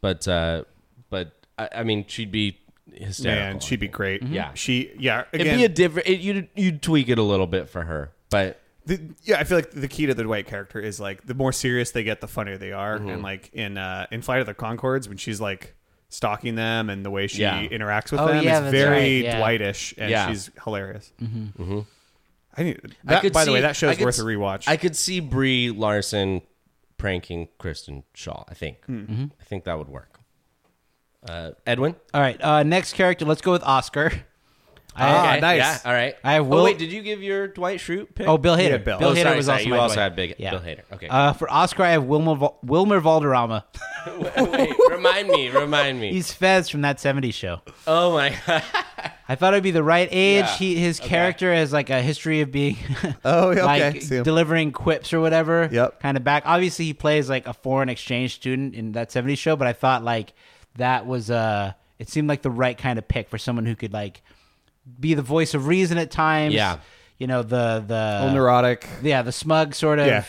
[SPEAKER 3] but uh, but I, I mean she'd be hysterical. Mm-hmm.
[SPEAKER 1] and she'd be great.
[SPEAKER 3] Yeah.
[SPEAKER 1] she yeah.
[SPEAKER 3] It'd
[SPEAKER 1] Again,
[SPEAKER 3] be a different. It, you'd you'd tweak it a little bit for her, but
[SPEAKER 1] the, yeah, I feel like the key to the Dwight character is like the more serious they get, the funnier they are. And like in uh, in Flight of the Concords, when she's like stalking them and the way she
[SPEAKER 3] Yeah.
[SPEAKER 1] interacts with
[SPEAKER 2] Oh,
[SPEAKER 1] them
[SPEAKER 2] yeah,
[SPEAKER 1] is
[SPEAKER 2] that's
[SPEAKER 1] very
[SPEAKER 2] right, yeah.
[SPEAKER 1] Dwightish, and
[SPEAKER 3] Yeah.
[SPEAKER 1] she's hilarious. Mm-hmm. I need
[SPEAKER 3] I
[SPEAKER 1] that.
[SPEAKER 3] could
[SPEAKER 1] by the
[SPEAKER 3] see-
[SPEAKER 1] way, that
[SPEAKER 3] I
[SPEAKER 1] show's
[SPEAKER 3] could
[SPEAKER 1] worth a
[SPEAKER 3] s-
[SPEAKER 1] rewatch.
[SPEAKER 3] I could see Brie Larson pranking Kristen Shaw. I think.
[SPEAKER 1] Mm-hmm.
[SPEAKER 3] I think that would work. Uh, Edwin.
[SPEAKER 2] All right. Uh, next character. Let's go with Oscar.
[SPEAKER 1] Ah,
[SPEAKER 3] Okay,
[SPEAKER 1] nice.
[SPEAKER 3] Yeah. All right.
[SPEAKER 2] I have
[SPEAKER 3] Oh
[SPEAKER 2] Will-
[SPEAKER 3] wait, did you give your Dwight Schrute pick?
[SPEAKER 2] Oh, Bill Hader.
[SPEAKER 1] Yeah, Bill.
[SPEAKER 3] Oh,
[SPEAKER 2] Hader
[SPEAKER 3] sorry,
[SPEAKER 2] was
[SPEAKER 3] sorry,
[SPEAKER 2] also
[SPEAKER 3] you
[SPEAKER 2] my
[SPEAKER 3] also
[SPEAKER 2] Dwight.
[SPEAKER 3] had Big- Bill Hader. Okay.
[SPEAKER 2] Uh, for Oscar, I have Wilmer Val- Wilmer Valderrama.
[SPEAKER 3] wait, remind me. Remind me.
[SPEAKER 2] He's Fez from that '70s show.
[SPEAKER 3] oh my god.
[SPEAKER 2] I thought it'd be the right age.
[SPEAKER 3] Yeah.
[SPEAKER 2] He his character has like a history of being
[SPEAKER 1] Oh, yeah, okay.
[SPEAKER 2] like
[SPEAKER 1] See him.
[SPEAKER 2] delivering quips or whatever.
[SPEAKER 1] Yep.
[SPEAKER 2] Kind of back. Obviously he plays like a foreign exchange student in that 70s show, but I thought like that was uh it seemed like the right kind of pick for someone who could like be the voice of reason at times.
[SPEAKER 3] Yeah.
[SPEAKER 2] You know, the the
[SPEAKER 1] Old neurotic.
[SPEAKER 2] Yeah, the smug sort of
[SPEAKER 1] Yeah.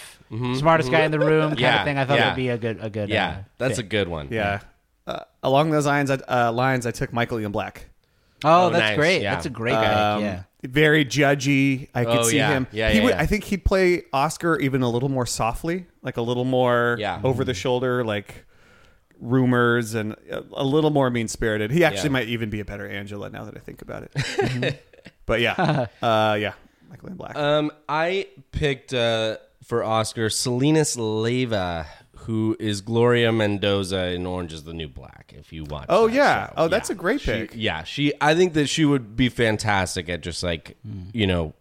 [SPEAKER 2] smartest guy in the room kind
[SPEAKER 3] Mm-hmm. Yeah,
[SPEAKER 2] of thing. I thought
[SPEAKER 3] yeah.
[SPEAKER 2] it'd be a good a good uh,
[SPEAKER 3] Yeah, that's a good one.
[SPEAKER 1] Yeah. Uh, along those lines, I, uh, lines, I took Michael Ian Black.
[SPEAKER 2] a Oh,
[SPEAKER 3] Oh,
[SPEAKER 2] that's
[SPEAKER 3] nice.
[SPEAKER 2] great.
[SPEAKER 3] Yeah.
[SPEAKER 2] That's a great guy.
[SPEAKER 1] Um,
[SPEAKER 2] yeah.
[SPEAKER 1] Very judgy. I could
[SPEAKER 3] Oh,
[SPEAKER 1] see
[SPEAKER 3] yeah.
[SPEAKER 1] him.
[SPEAKER 3] Yeah,
[SPEAKER 1] he
[SPEAKER 3] yeah,
[SPEAKER 1] would,
[SPEAKER 3] yeah.
[SPEAKER 1] I think he'd play Oscar even a little more softly, like a little more
[SPEAKER 3] Yeah.
[SPEAKER 1] over the shoulder, like rumors and a, a little more mean spirited. He actually
[SPEAKER 3] Yeah.
[SPEAKER 1] might even be a better Angela now that I think about it. but yeah, uh, yeah, Michael Ian Black.
[SPEAKER 3] Um, I picked uh, for Oscar Salinas Leva, who is Gloria Mendoza in Orange Is the New Black. If you watch,
[SPEAKER 1] oh
[SPEAKER 3] that
[SPEAKER 1] yeah.
[SPEAKER 3] show.
[SPEAKER 1] Oh, that's a great
[SPEAKER 3] She-
[SPEAKER 1] pick.
[SPEAKER 3] yeah, she. I think that she would be fantastic at just like
[SPEAKER 1] Hmm.
[SPEAKER 3] you know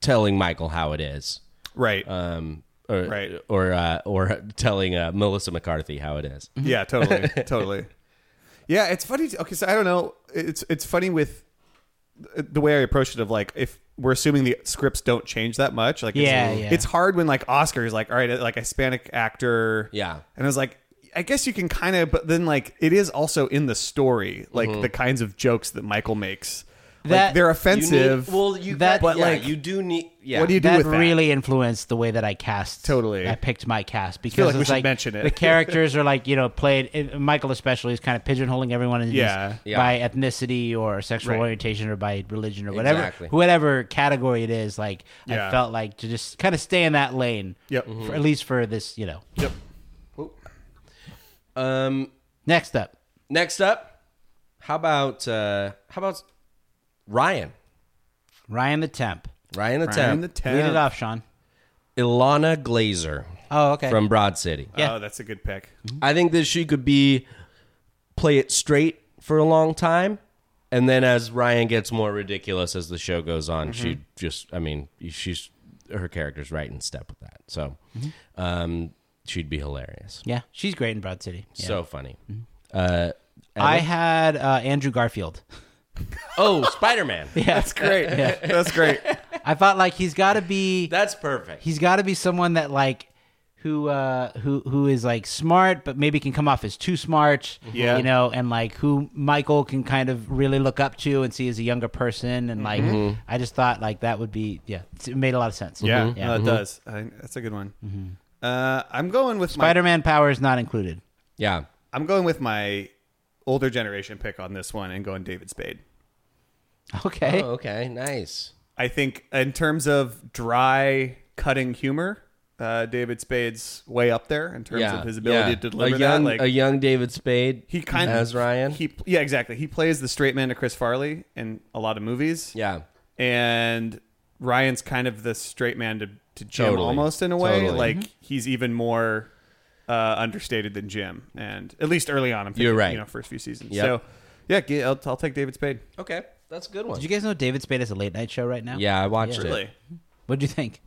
[SPEAKER 3] telling Michael how it is,
[SPEAKER 1] right.
[SPEAKER 3] um, or
[SPEAKER 1] Right.
[SPEAKER 3] or uh, or telling uh, Melissa McCarthy how it is.
[SPEAKER 1] Yeah, totally, totally. Yeah, it's funny. t- Okay, so I don't know. It's it's funny with the way I approach it of like if we're assuming the scripts don't change that much. Like,
[SPEAKER 2] Yeah,
[SPEAKER 1] it's,
[SPEAKER 2] yeah.
[SPEAKER 1] it's hard when like Oscar is like, all right, uh, like a Hispanic actor.
[SPEAKER 3] Yeah.
[SPEAKER 1] and I was like. I guess you can kind of, but then like it is also in the story, like the kinds of jokes that Michael makes.
[SPEAKER 2] That-
[SPEAKER 1] like they're
[SPEAKER 2] you
[SPEAKER 1] offensive.
[SPEAKER 3] well, you
[SPEAKER 2] That-
[SPEAKER 3] but
[SPEAKER 2] but,
[SPEAKER 3] like
[SPEAKER 1] like,
[SPEAKER 3] you do need. Yeah,
[SPEAKER 1] what do you do
[SPEAKER 2] that
[SPEAKER 1] with that?
[SPEAKER 2] really influenced the way that I cast.
[SPEAKER 1] Totally.
[SPEAKER 2] I picked my cast because
[SPEAKER 1] like we
[SPEAKER 2] it's
[SPEAKER 1] should mention it.
[SPEAKER 2] the characters are like you know played. and Michael especially is kind of pigeonholing everyone in these
[SPEAKER 1] Yeah.
[SPEAKER 3] Yeah.
[SPEAKER 2] by ethnicity or sexual
[SPEAKER 1] Right.
[SPEAKER 2] orientation or by religion or whatever,
[SPEAKER 3] Exactly.
[SPEAKER 2] whatever category it is. Like I
[SPEAKER 1] Yeah.
[SPEAKER 2] felt like to just kind of stay in that lane.
[SPEAKER 1] Yep.
[SPEAKER 3] Mm-hmm.
[SPEAKER 2] for- at least for this, you know.
[SPEAKER 1] Yep.
[SPEAKER 3] Um,
[SPEAKER 2] Next up,
[SPEAKER 3] next up, how about uh, how about Ryan?
[SPEAKER 2] Ryan the Temp.
[SPEAKER 3] Ryan the
[SPEAKER 1] Ryan the
[SPEAKER 3] Temp.
[SPEAKER 2] Lead it
[SPEAKER 1] Temp.
[SPEAKER 2] off, Sean.
[SPEAKER 3] Ilana Glazer
[SPEAKER 2] Oh, okay.
[SPEAKER 3] from Broad City.
[SPEAKER 2] Yeah.
[SPEAKER 1] Oh, that's a good pick.
[SPEAKER 3] I think that she could be play it straight for a long time, and then as Ryan gets more ridiculous as the show goes on,
[SPEAKER 1] Mm-hmm.
[SPEAKER 3] she just I mean she's her character's right in step with that. So,
[SPEAKER 1] Mm-hmm.
[SPEAKER 3] um, she'd be hilarious.
[SPEAKER 2] yeah, she's
[SPEAKER 1] Mm-hmm.
[SPEAKER 2] great in Broad City. Yeah.
[SPEAKER 3] So funny.
[SPEAKER 2] I had uh, Andrew Garfield.
[SPEAKER 3] Oh, Spider Man.
[SPEAKER 1] That's great. That's great.
[SPEAKER 2] I thought like he's got to be
[SPEAKER 3] That's perfect.
[SPEAKER 2] he's got to be someone that like who uh who who is like smart but maybe can come off as too smart
[SPEAKER 1] Yeah.
[SPEAKER 2] you know and like who michael can kind of really look up to and see as a younger person and like i just thought like that would be yeah it made a lot of sense
[SPEAKER 1] Mm-hmm. Yeah, Uh, no,
[SPEAKER 2] Mhm.
[SPEAKER 1] that does. I, that's a good one. Uh, I'm going with my
[SPEAKER 2] spider-man power is not included
[SPEAKER 3] yeah.
[SPEAKER 1] I'm going with my older generation pick on this one and going David Spade.
[SPEAKER 2] okay
[SPEAKER 3] Oh, okay. Nice.
[SPEAKER 1] I think in terms of dry, cutting humor, uh, David Spade's way up there in terms
[SPEAKER 3] yeah.
[SPEAKER 1] of his ability
[SPEAKER 3] yeah.
[SPEAKER 1] to deliver
[SPEAKER 3] a young,
[SPEAKER 1] that. Like
[SPEAKER 3] a young David Spade.
[SPEAKER 1] he kind
[SPEAKER 3] as
[SPEAKER 1] of
[SPEAKER 3] Ryan.
[SPEAKER 1] He yeah, exactly. He plays the straight man to Chris Farley in a lot of movies.
[SPEAKER 3] yeah.
[SPEAKER 1] and Ryan's kind of the straight man to, to Jim
[SPEAKER 3] Totally.
[SPEAKER 1] almost in a way.
[SPEAKER 3] Totally.
[SPEAKER 1] Like he's even more uh, understated than Jim, and at least early on, I'm thinking,
[SPEAKER 3] You're right.
[SPEAKER 1] You know, first few seasons.
[SPEAKER 3] Yep.
[SPEAKER 1] So yeah, g- I'll, I'll take David Spade.
[SPEAKER 3] Okay. That's a good one.
[SPEAKER 2] did you guys know david spade has a late night show right now
[SPEAKER 3] yeah, I watched it.
[SPEAKER 1] Oh, Really,
[SPEAKER 2] what'd you think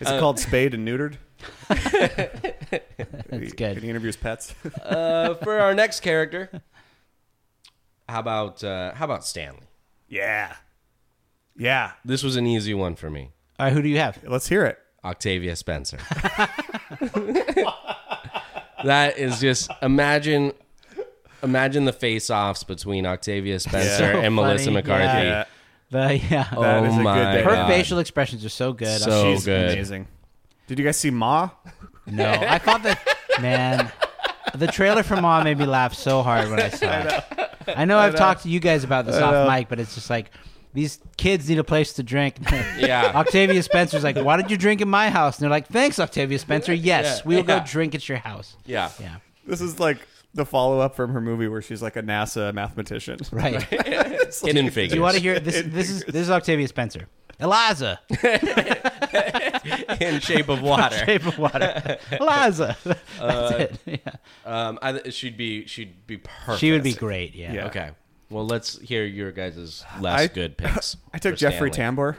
[SPEAKER 1] is it called Spade and Neutered? That's
[SPEAKER 2] good.
[SPEAKER 1] He interviews pets.
[SPEAKER 3] Uh, for our next character, how about uh, how about Stanley?
[SPEAKER 1] yeah, yeah.
[SPEAKER 3] This was an easy one for me.
[SPEAKER 2] all right who do you have
[SPEAKER 1] Let's hear it.
[SPEAKER 3] Octavia Spencer. that is just imagine imagine the face-offs between Octavia Spencer
[SPEAKER 1] Yeah.
[SPEAKER 3] and
[SPEAKER 2] So
[SPEAKER 3] Melissa
[SPEAKER 2] funny.
[SPEAKER 3] McCarthy.
[SPEAKER 2] Yeah. the yeah
[SPEAKER 1] Uh, That
[SPEAKER 3] Oh
[SPEAKER 1] is a good
[SPEAKER 3] my
[SPEAKER 1] day.
[SPEAKER 2] her
[SPEAKER 3] God.
[SPEAKER 2] facial expressions are so good
[SPEAKER 3] So
[SPEAKER 1] She's
[SPEAKER 3] good.
[SPEAKER 1] amazing. Did you guys see Ma?
[SPEAKER 2] No, I thought that man. The trailer for Mom made me laugh so hard when I saw it. I know I've talked to you guys about this off mic, but it's just like these kids need a place to drink.
[SPEAKER 3] Yeah.
[SPEAKER 2] Octavia Spencer's like, "Why did you drink in my house?" And they're like, "Thanks, Octavia Spencer. Yes,
[SPEAKER 3] Yeah,
[SPEAKER 2] we will
[SPEAKER 3] yeah.
[SPEAKER 2] go drink at your house."
[SPEAKER 3] Yeah.
[SPEAKER 2] Yeah.
[SPEAKER 1] This is like the follow up from her movie where she's like a NASA mathematician.
[SPEAKER 2] Right. Do
[SPEAKER 3] Hidden figures.
[SPEAKER 2] you want to hear this? This is this is Octavia Spencer. Eliza,
[SPEAKER 3] in shape of water?
[SPEAKER 2] shape of water. Eliza. That's it. Yeah.
[SPEAKER 3] um, I, th- she'd be she'd be perfect.
[SPEAKER 2] She would be great. Yeah.
[SPEAKER 1] Yeah.
[SPEAKER 3] Okay. Well, let's hear your guys' less
[SPEAKER 1] I-
[SPEAKER 3] good picks.
[SPEAKER 1] I took
[SPEAKER 3] for
[SPEAKER 1] Jeffrey
[SPEAKER 3] Stanley.
[SPEAKER 1] Tambor.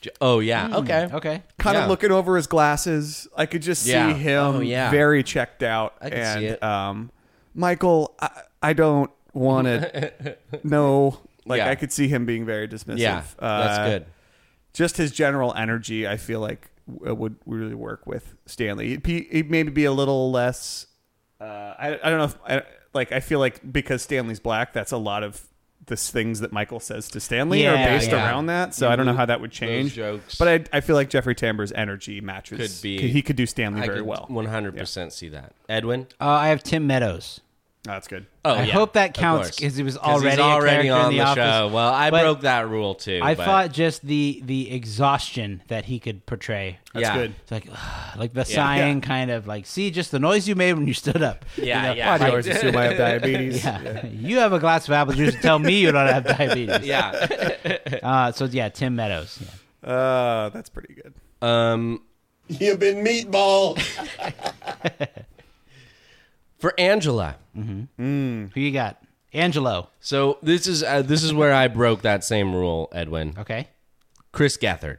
[SPEAKER 3] Je- Oh yeah. Okay.
[SPEAKER 2] Hmm. Okay.
[SPEAKER 1] kind
[SPEAKER 3] Yeah.
[SPEAKER 1] of looking over his glasses. I could just
[SPEAKER 3] Yeah.
[SPEAKER 1] see him
[SPEAKER 3] Oh, yeah.
[SPEAKER 1] very checked out.
[SPEAKER 3] I can
[SPEAKER 1] and
[SPEAKER 3] see it.
[SPEAKER 1] um Michael, I, I don't want to know like
[SPEAKER 3] Yeah.
[SPEAKER 1] I could see him being very dismissive.
[SPEAKER 3] Yeah. that's
[SPEAKER 1] Uh,
[SPEAKER 3] good.
[SPEAKER 1] Just his general energy, I feel like w- would really work with Stanley. He'd, be, he'd maybe be a little less uh, I, I don't know if I, like I feel like because Stanley's black, that's a lot of the s- things that Michael says to Stanley are
[SPEAKER 2] Yeah,
[SPEAKER 1] based
[SPEAKER 3] yeah.
[SPEAKER 1] around that. So I don't know how that would change.
[SPEAKER 3] Mm-hmm. jokes.
[SPEAKER 1] But I, I feel like Jeffrey Tambor's energy matches.
[SPEAKER 3] Could be-
[SPEAKER 1] he could do Stanley
[SPEAKER 3] I
[SPEAKER 1] very
[SPEAKER 3] could
[SPEAKER 1] well.
[SPEAKER 3] 100% see that. Edwin?
[SPEAKER 2] Uh, I have Tim Meadows.
[SPEAKER 1] Oh, that's good.
[SPEAKER 3] Oh,
[SPEAKER 2] I hope that counts because it was already,
[SPEAKER 3] he's
[SPEAKER 2] a
[SPEAKER 3] already
[SPEAKER 2] character
[SPEAKER 3] on
[SPEAKER 2] in
[SPEAKER 3] the,
[SPEAKER 2] the, office.
[SPEAKER 3] show. Well, I
[SPEAKER 2] But
[SPEAKER 3] broke that rule too.
[SPEAKER 2] I
[SPEAKER 3] but-
[SPEAKER 2] thought just the the exhaustion that he could portray.
[SPEAKER 1] That's
[SPEAKER 3] Yeah.
[SPEAKER 1] good.
[SPEAKER 2] It's like, like the sighing kind of like, see, just the noise you made when you stood up.
[SPEAKER 3] Yeah,
[SPEAKER 2] You know,
[SPEAKER 3] yeah.
[SPEAKER 1] I always assume I have diabetes.
[SPEAKER 2] yeah. You have a glass of apple juice and tell me you don't have diabetes.
[SPEAKER 3] yeah.
[SPEAKER 2] Uh, so yeah, Tim Meadows. Yeah.
[SPEAKER 1] Uh, that's pretty good.
[SPEAKER 3] Um,
[SPEAKER 6] You've been meatball.
[SPEAKER 3] for Angela.
[SPEAKER 2] Who you got? Angelo.
[SPEAKER 3] So this is uh, this is where I broke that same rule, Edwin.
[SPEAKER 2] Okay.
[SPEAKER 3] Chris Gethard,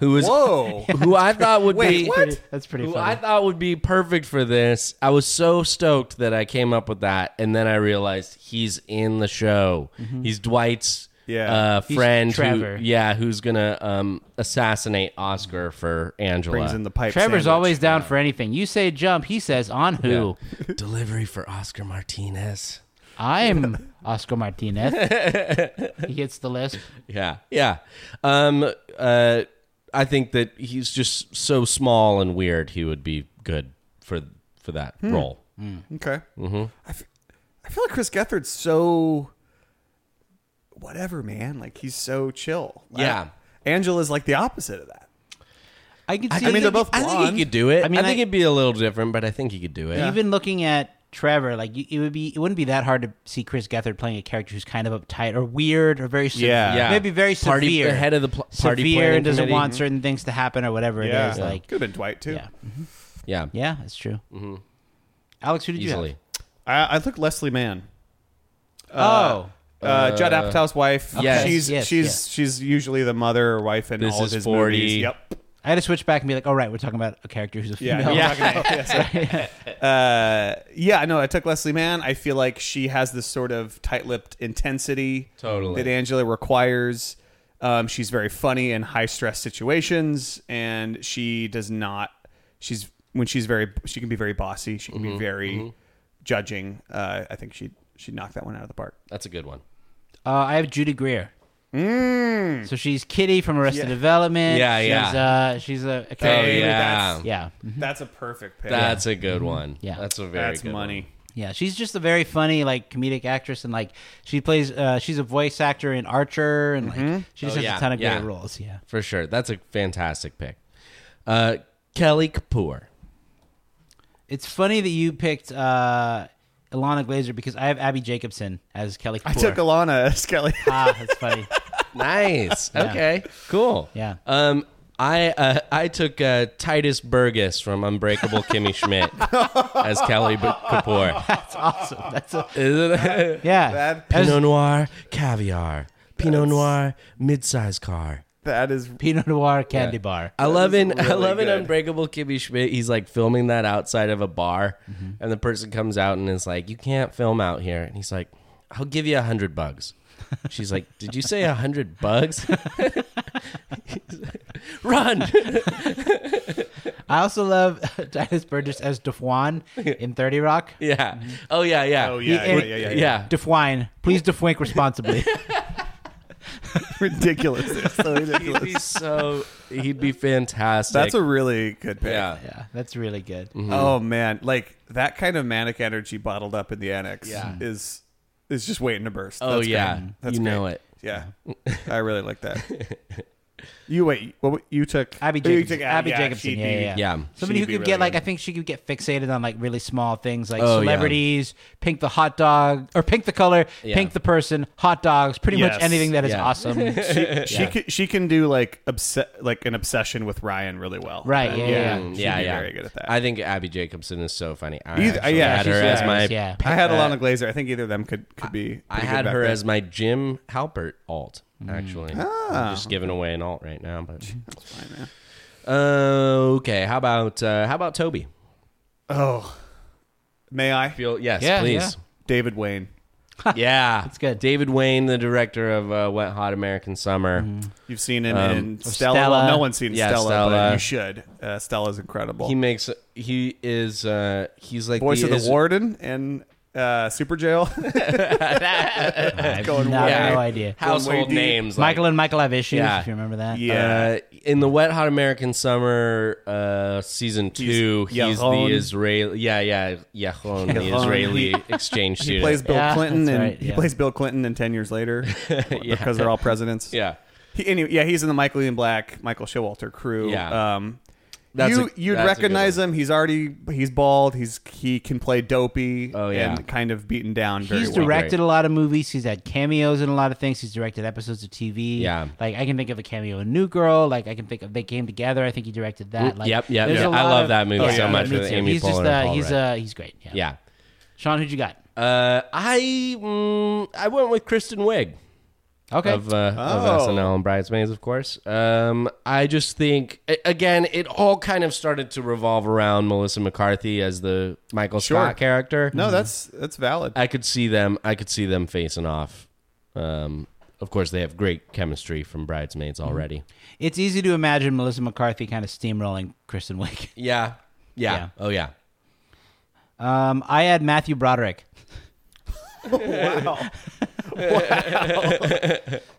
[SPEAKER 3] who was
[SPEAKER 1] Whoa.
[SPEAKER 3] who I thought would be
[SPEAKER 2] Pretty- That's pretty
[SPEAKER 3] who
[SPEAKER 2] funny.
[SPEAKER 3] I thought would be perfect for this. I was so stoked that I came up with that, and then I realized he's in the show. He's Dwight's
[SPEAKER 1] Yeah.
[SPEAKER 3] uh,
[SPEAKER 2] Mm-hmm. He's
[SPEAKER 3] friend, who-
[SPEAKER 2] Trevor.
[SPEAKER 3] yeah, who's gonna um, assassinate Oscar for Angela.
[SPEAKER 1] Brings in the pipe.
[SPEAKER 2] Trevor's
[SPEAKER 1] sandwich.
[SPEAKER 2] always down for anything. You say jump, he says on who.
[SPEAKER 3] delivery for Oscar Martinez.
[SPEAKER 2] I'm Oscar Martinez. he hits the list.
[SPEAKER 3] Yeah, yeah. Um, uh, I think that he's just so small and weird. He would be good for for that
[SPEAKER 2] Hmm.
[SPEAKER 3] role.
[SPEAKER 1] Okay. Mm-hmm. I, f- I feel like Chris Gethard's so whatever, man. Like he's so chill.
[SPEAKER 3] Yeah.
[SPEAKER 1] I, Angela's like the opposite of that.
[SPEAKER 2] I can see.
[SPEAKER 1] I mean, they're both
[SPEAKER 3] I think
[SPEAKER 1] blonde.
[SPEAKER 3] he could do it.
[SPEAKER 2] I
[SPEAKER 3] I
[SPEAKER 2] mean,
[SPEAKER 3] mean, I think
[SPEAKER 2] I-
[SPEAKER 3] it'd be a little different, but I think he could do it.
[SPEAKER 2] even looking at Trevor, like you, it would be, it wouldn't be that hard to see Chris Gethard playing a character who's kind of uptight or weird or very, se-
[SPEAKER 1] Yeah. Yeah.
[SPEAKER 2] maybe very
[SPEAKER 3] Party-
[SPEAKER 2] severe,
[SPEAKER 3] the head of the pl- party
[SPEAKER 2] severe
[SPEAKER 3] planning
[SPEAKER 2] and doesn't
[SPEAKER 3] committee. Mm-hmm.
[SPEAKER 2] want certain things to happen or whatever it is. Like,
[SPEAKER 1] could have been Dwight too.
[SPEAKER 2] yeah,
[SPEAKER 3] Yeah,
[SPEAKER 2] yeah, that's true. Alex, who did you
[SPEAKER 3] Mm-hmm. easily.
[SPEAKER 1] I, I took Leslie Mann.
[SPEAKER 2] have? oh,
[SPEAKER 1] Uh, Judd Apatow's wife.
[SPEAKER 3] Yes.
[SPEAKER 1] she's
[SPEAKER 2] Yes,
[SPEAKER 1] she's
[SPEAKER 2] yes.
[SPEAKER 1] she's usually the mother or wife in
[SPEAKER 3] This
[SPEAKER 1] all
[SPEAKER 3] is
[SPEAKER 1] of his
[SPEAKER 3] 40.
[SPEAKER 1] movies. Yep.
[SPEAKER 2] I had to switch back and be like, "All right, we're talking about a character who's a
[SPEAKER 1] Yeah,
[SPEAKER 2] female."
[SPEAKER 1] yeah. uh, yeah, no, I took Leslie Mann. I feel like she has this sort of tight-lipped intensity
[SPEAKER 3] Totally.
[SPEAKER 1] that Angela requires. Um, she's very funny in high-stress situations, and she does not. She's when she's very, she can be very bossy. She can
[SPEAKER 3] Mm-hmm,
[SPEAKER 1] be very judging. Uh, I think she she knocked that one out of the park.
[SPEAKER 3] That's a good one.
[SPEAKER 2] Uh, I have Judy Greer. Mm. So she's Kitty from Arrested Development.
[SPEAKER 3] Yeah,
[SPEAKER 2] she's,
[SPEAKER 3] yeah.
[SPEAKER 2] Uh, she's a, a
[SPEAKER 3] Oh
[SPEAKER 2] character.
[SPEAKER 3] yeah,
[SPEAKER 2] yeah,
[SPEAKER 1] That's a perfect pick.
[SPEAKER 3] that's a good one.
[SPEAKER 2] Yeah.
[SPEAKER 3] that's a very
[SPEAKER 1] That's
[SPEAKER 3] good
[SPEAKER 1] money.
[SPEAKER 2] yeah. She's just a very funny, like comedic actress, and like she plays. Uh, she's a voice actor in Archer, and like she just
[SPEAKER 3] Oh,
[SPEAKER 2] has
[SPEAKER 3] yeah,
[SPEAKER 2] a ton of
[SPEAKER 3] yeah.
[SPEAKER 2] great roles. Yeah.
[SPEAKER 3] for sure. That's a fantastic pick. Uh, Kelly Kapoor.
[SPEAKER 2] It's funny that you picked uh, Ilana Glazer because I have Abby Jacobson as Kelly. Kapoor.
[SPEAKER 1] I took Alana Skelly.
[SPEAKER 2] ah, that's funny.
[SPEAKER 3] Nice. Okay. Cool.
[SPEAKER 2] Yeah.
[SPEAKER 3] Um, I uh, I took uh, Titus Burgess from Unbreakable Kimmy Schmidt as Kelly B- Kapoor.
[SPEAKER 2] That's awesome. That's a
[SPEAKER 3] Isn't it?
[SPEAKER 2] yeah.
[SPEAKER 1] That
[SPEAKER 2] That was
[SPEAKER 3] Pinot Noir caviar. Pinot Noir midsize car.
[SPEAKER 1] that is
[SPEAKER 2] Pinot Noir candy bar.
[SPEAKER 3] I love in I
[SPEAKER 1] really
[SPEAKER 3] love in
[SPEAKER 1] good.
[SPEAKER 3] Unbreakable Kimmy Schmidt. He's like filming that outside of a bar,
[SPEAKER 1] Mm-hmm.
[SPEAKER 3] and the person comes out and is like, "You can't film out here." And he's like, "I'll give you a hundred bugs." She's like, "Did you say a hundred bugs?" Run!
[SPEAKER 2] I also love Titus Burgess as DeFuan in Thirty Rock.
[SPEAKER 3] Yeah. Oh yeah. Yeah.
[SPEAKER 1] Mm-hmm. Oh, yeah,
[SPEAKER 3] He-
[SPEAKER 1] yeah, yeah, yeah,
[SPEAKER 3] yeah.
[SPEAKER 2] DeFwine, please defwink responsibly.
[SPEAKER 1] ridiculous. It's so
[SPEAKER 3] He'd
[SPEAKER 1] ridiculous.
[SPEAKER 3] be so. He'd be fantastic.
[SPEAKER 1] That's a really good pick.
[SPEAKER 3] Yeah.
[SPEAKER 2] yeah, that's really good.
[SPEAKER 3] Mm.
[SPEAKER 1] Oh man, like that kind of manic energy bottled up in the annex is is just waiting to burst.
[SPEAKER 3] Oh
[SPEAKER 1] That's
[SPEAKER 3] yeah.
[SPEAKER 1] great. That's
[SPEAKER 3] Mm. you know
[SPEAKER 1] great.
[SPEAKER 3] it.
[SPEAKER 1] Yeah, I really like that. You wait. What w- you took?
[SPEAKER 2] Abby
[SPEAKER 1] oh, you
[SPEAKER 2] Jacobson.
[SPEAKER 1] took
[SPEAKER 2] Abby
[SPEAKER 1] yeah,
[SPEAKER 2] Jacobson.
[SPEAKER 1] she'd
[SPEAKER 2] Yeah, yeah,
[SPEAKER 1] be-
[SPEAKER 2] yeah.
[SPEAKER 3] Yeah.
[SPEAKER 2] Somebody
[SPEAKER 1] She'd
[SPEAKER 2] who
[SPEAKER 1] be
[SPEAKER 2] could
[SPEAKER 1] really
[SPEAKER 2] get like
[SPEAKER 1] good.
[SPEAKER 2] I think she could get fixated on like really small things like
[SPEAKER 3] Oh, yeah.
[SPEAKER 2] celebrities, pink the hot dog or pink the color,
[SPEAKER 3] Yeah.
[SPEAKER 2] pink the person, hot dogs, pretty
[SPEAKER 1] Yes.
[SPEAKER 2] much anything that is
[SPEAKER 3] Yeah.
[SPEAKER 2] awesome.
[SPEAKER 1] She can, she can do like obse- like an obsession with Ryan really well.
[SPEAKER 2] Right,
[SPEAKER 1] Uh,
[SPEAKER 2] yeah, yeah.
[SPEAKER 3] Mm,
[SPEAKER 1] she'd
[SPEAKER 3] yeah.
[SPEAKER 1] be
[SPEAKER 3] yeah.
[SPEAKER 1] very good at that.
[SPEAKER 3] I think Abby Jacobson is so funny. I
[SPEAKER 1] Either-
[SPEAKER 3] actually
[SPEAKER 1] yeah,
[SPEAKER 3] had
[SPEAKER 1] she's
[SPEAKER 3] her as my.
[SPEAKER 1] hilarious.
[SPEAKER 2] yeah.
[SPEAKER 1] I had Alana Glazer. I think either of them could could be.
[SPEAKER 3] uh, I
[SPEAKER 1] pretty good
[SPEAKER 3] had
[SPEAKER 1] back
[SPEAKER 3] her
[SPEAKER 1] there.
[SPEAKER 3] as my Jim Halpert alt. Actually,
[SPEAKER 2] Mm-hmm. Ah.
[SPEAKER 3] I'm just giving away an alt right now. But Uh, okay, how about uh, how about Toby?
[SPEAKER 1] Oh, may I?
[SPEAKER 3] Feel yes,
[SPEAKER 2] Yeah,
[SPEAKER 3] please.
[SPEAKER 1] David Wayne.
[SPEAKER 3] Yeah,
[SPEAKER 2] That's good.
[SPEAKER 3] David Wayne, the director of uh, Wet Hot American Summer.
[SPEAKER 2] Mm-hmm.
[SPEAKER 1] You've seen him in Stella.
[SPEAKER 2] Stella.
[SPEAKER 1] Well, no one's seen
[SPEAKER 3] Um, Yeah,
[SPEAKER 1] Stella,
[SPEAKER 3] Stella.
[SPEAKER 1] but you should. Uh, Stella's incredible.
[SPEAKER 3] He makes he is uh he's like
[SPEAKER 1] Voice
[SPEAKER 3] the,
[SPEAKER 1] of
[SPEAKER 3] is-
[SPEAKER 1] the warden and uh, Super Jail. going
[SPEAKER 2] not- I
[SPEAKER 1] way-
[SPEAKER 2] have no idea.
[SPEAKER 3] Household
[SPEAKER 1] Going way
[SPEAKER 3] names.
[SPEAKER 2] Michael
[SPEAKER 3] like,
[SPEAKER 2] and Michael have issues.
[SPEAKER 3] Yeah.
[SPEAKER 2] If you remember that,
[SPEAKER 1] Yeah.
[SPEAKER 3] Uh, in the Wet Hot American Summer uh, season two, he's,
[SPEAKER 1] Yaron.
[SPEAKER 3] the Israeli. Yeah, yeah, Yahon, the
[SPEAKER 1] Yaron.
[SPEAKER 3] Israeli exchange
[SPEAKER 1] he
[SPEAKER 3] student.
[SPEAKER 1] plays Bill
[SPEAKER 2] Yeah,
[SPEAKER 1] Clinton,
[SPEAKER 2] that's
[SPEAKER 1] and
[SPEAKER 2] right,
[SPEAKER 1] he
[SPEAKER 2] yeah.
[SPEAKER 1] plays Bill Clinton, and ten years later, because they're all presidents.
[SPEAKER 3] yeah,
[SPEAKER 1] He, anyway, yeah, he's in the Michael Ian Black, Michael Showalter crew.
[SPEAKER 3] Yeah.
[SPEAKER 1] Um,
[SPEAKER 3] That's
[SPEAKER 1] you
[SPEAKER 3] a-
[SPEAKER 1] you'd
[SPEAKER 3] that's a good
[SPEAKER 1] recognize him. He's already he's bald. He's he can play dopey.
[SPEAKER 3] Oh, yeah.
[SPEAKER 1] and kind of beaten down. Very
[SPEAKER 2] He's
[SPEAKER 1] well.
[SPEAKER 2] directed a lot of movies. He's had cameos in a lot of things. He's directed episodes of TV.
[SPEAKER 3] Yeah.
[SPEAKER 2] like I can think of a cameo in New Girl. Like I can think of They Came Together. I think he directed that. Like,
[SPEAKER 3] yep, yep,
[SPEAKER 2] there's
[SPEAKER 3] yeah.
[SPEAKER 2] a
[SPEAKER 3] I
[SPEAKER 2] lot
[SPEAKER 3] love that movie
[SPEAKER 1] Oh, so yeah. much
[SPEAKER 2] me
[SPEAKER 3] with
[SPEAKER 2] too.
[SPEAKER 3] Amy
[SPEAKER 2] he's
[SPEAKER 3] Poehler
[SPEAKER 2] Just,
[SPEAKER 3] and
[SPEAKER 2] uh,
[SPEAKER 3] Paul
[SPEAKER 2] he's
[SPEAKER 3] Rudd.
[SPEAKER 2] uh, he's great. Yeah.
[SPEAKER 3] yeah.
[SPEAKER 2] Sean, who'd you got?
[SPEAKER 3] Uh, I mm, I went with Kristen Wiig.
[SPEAKER 2] Okay,
[SPEAKER 3] of, uh,
[SPEAKER 2] Oh.
[SPEAKER 3] of SNL and Bridesmaids, of course. Um, I just think, a- again, it all kind of started to revolve around Melissa McCarthy as the Michael
[SPEAKER 1] Sure.
[SPEAKER 3] Scott character.
[SPEAKER 1] No, that's that's valid.
[SPEAKER 3] I could see them. I could see them facing off. Um, of course, they have great chemistry from Bridesmaids already.
[SPEAKER 2] it's easy to imagine Melissa McCarthy kind of steamrolling Kristen Wiig.
[SPEAKER 3] Yeah. yeah,
[SPEAKER 2] Yeah.
[SPEAKER 3] Oh yeah.
[SPEAKER 2] Um, I had Matthew Broderick.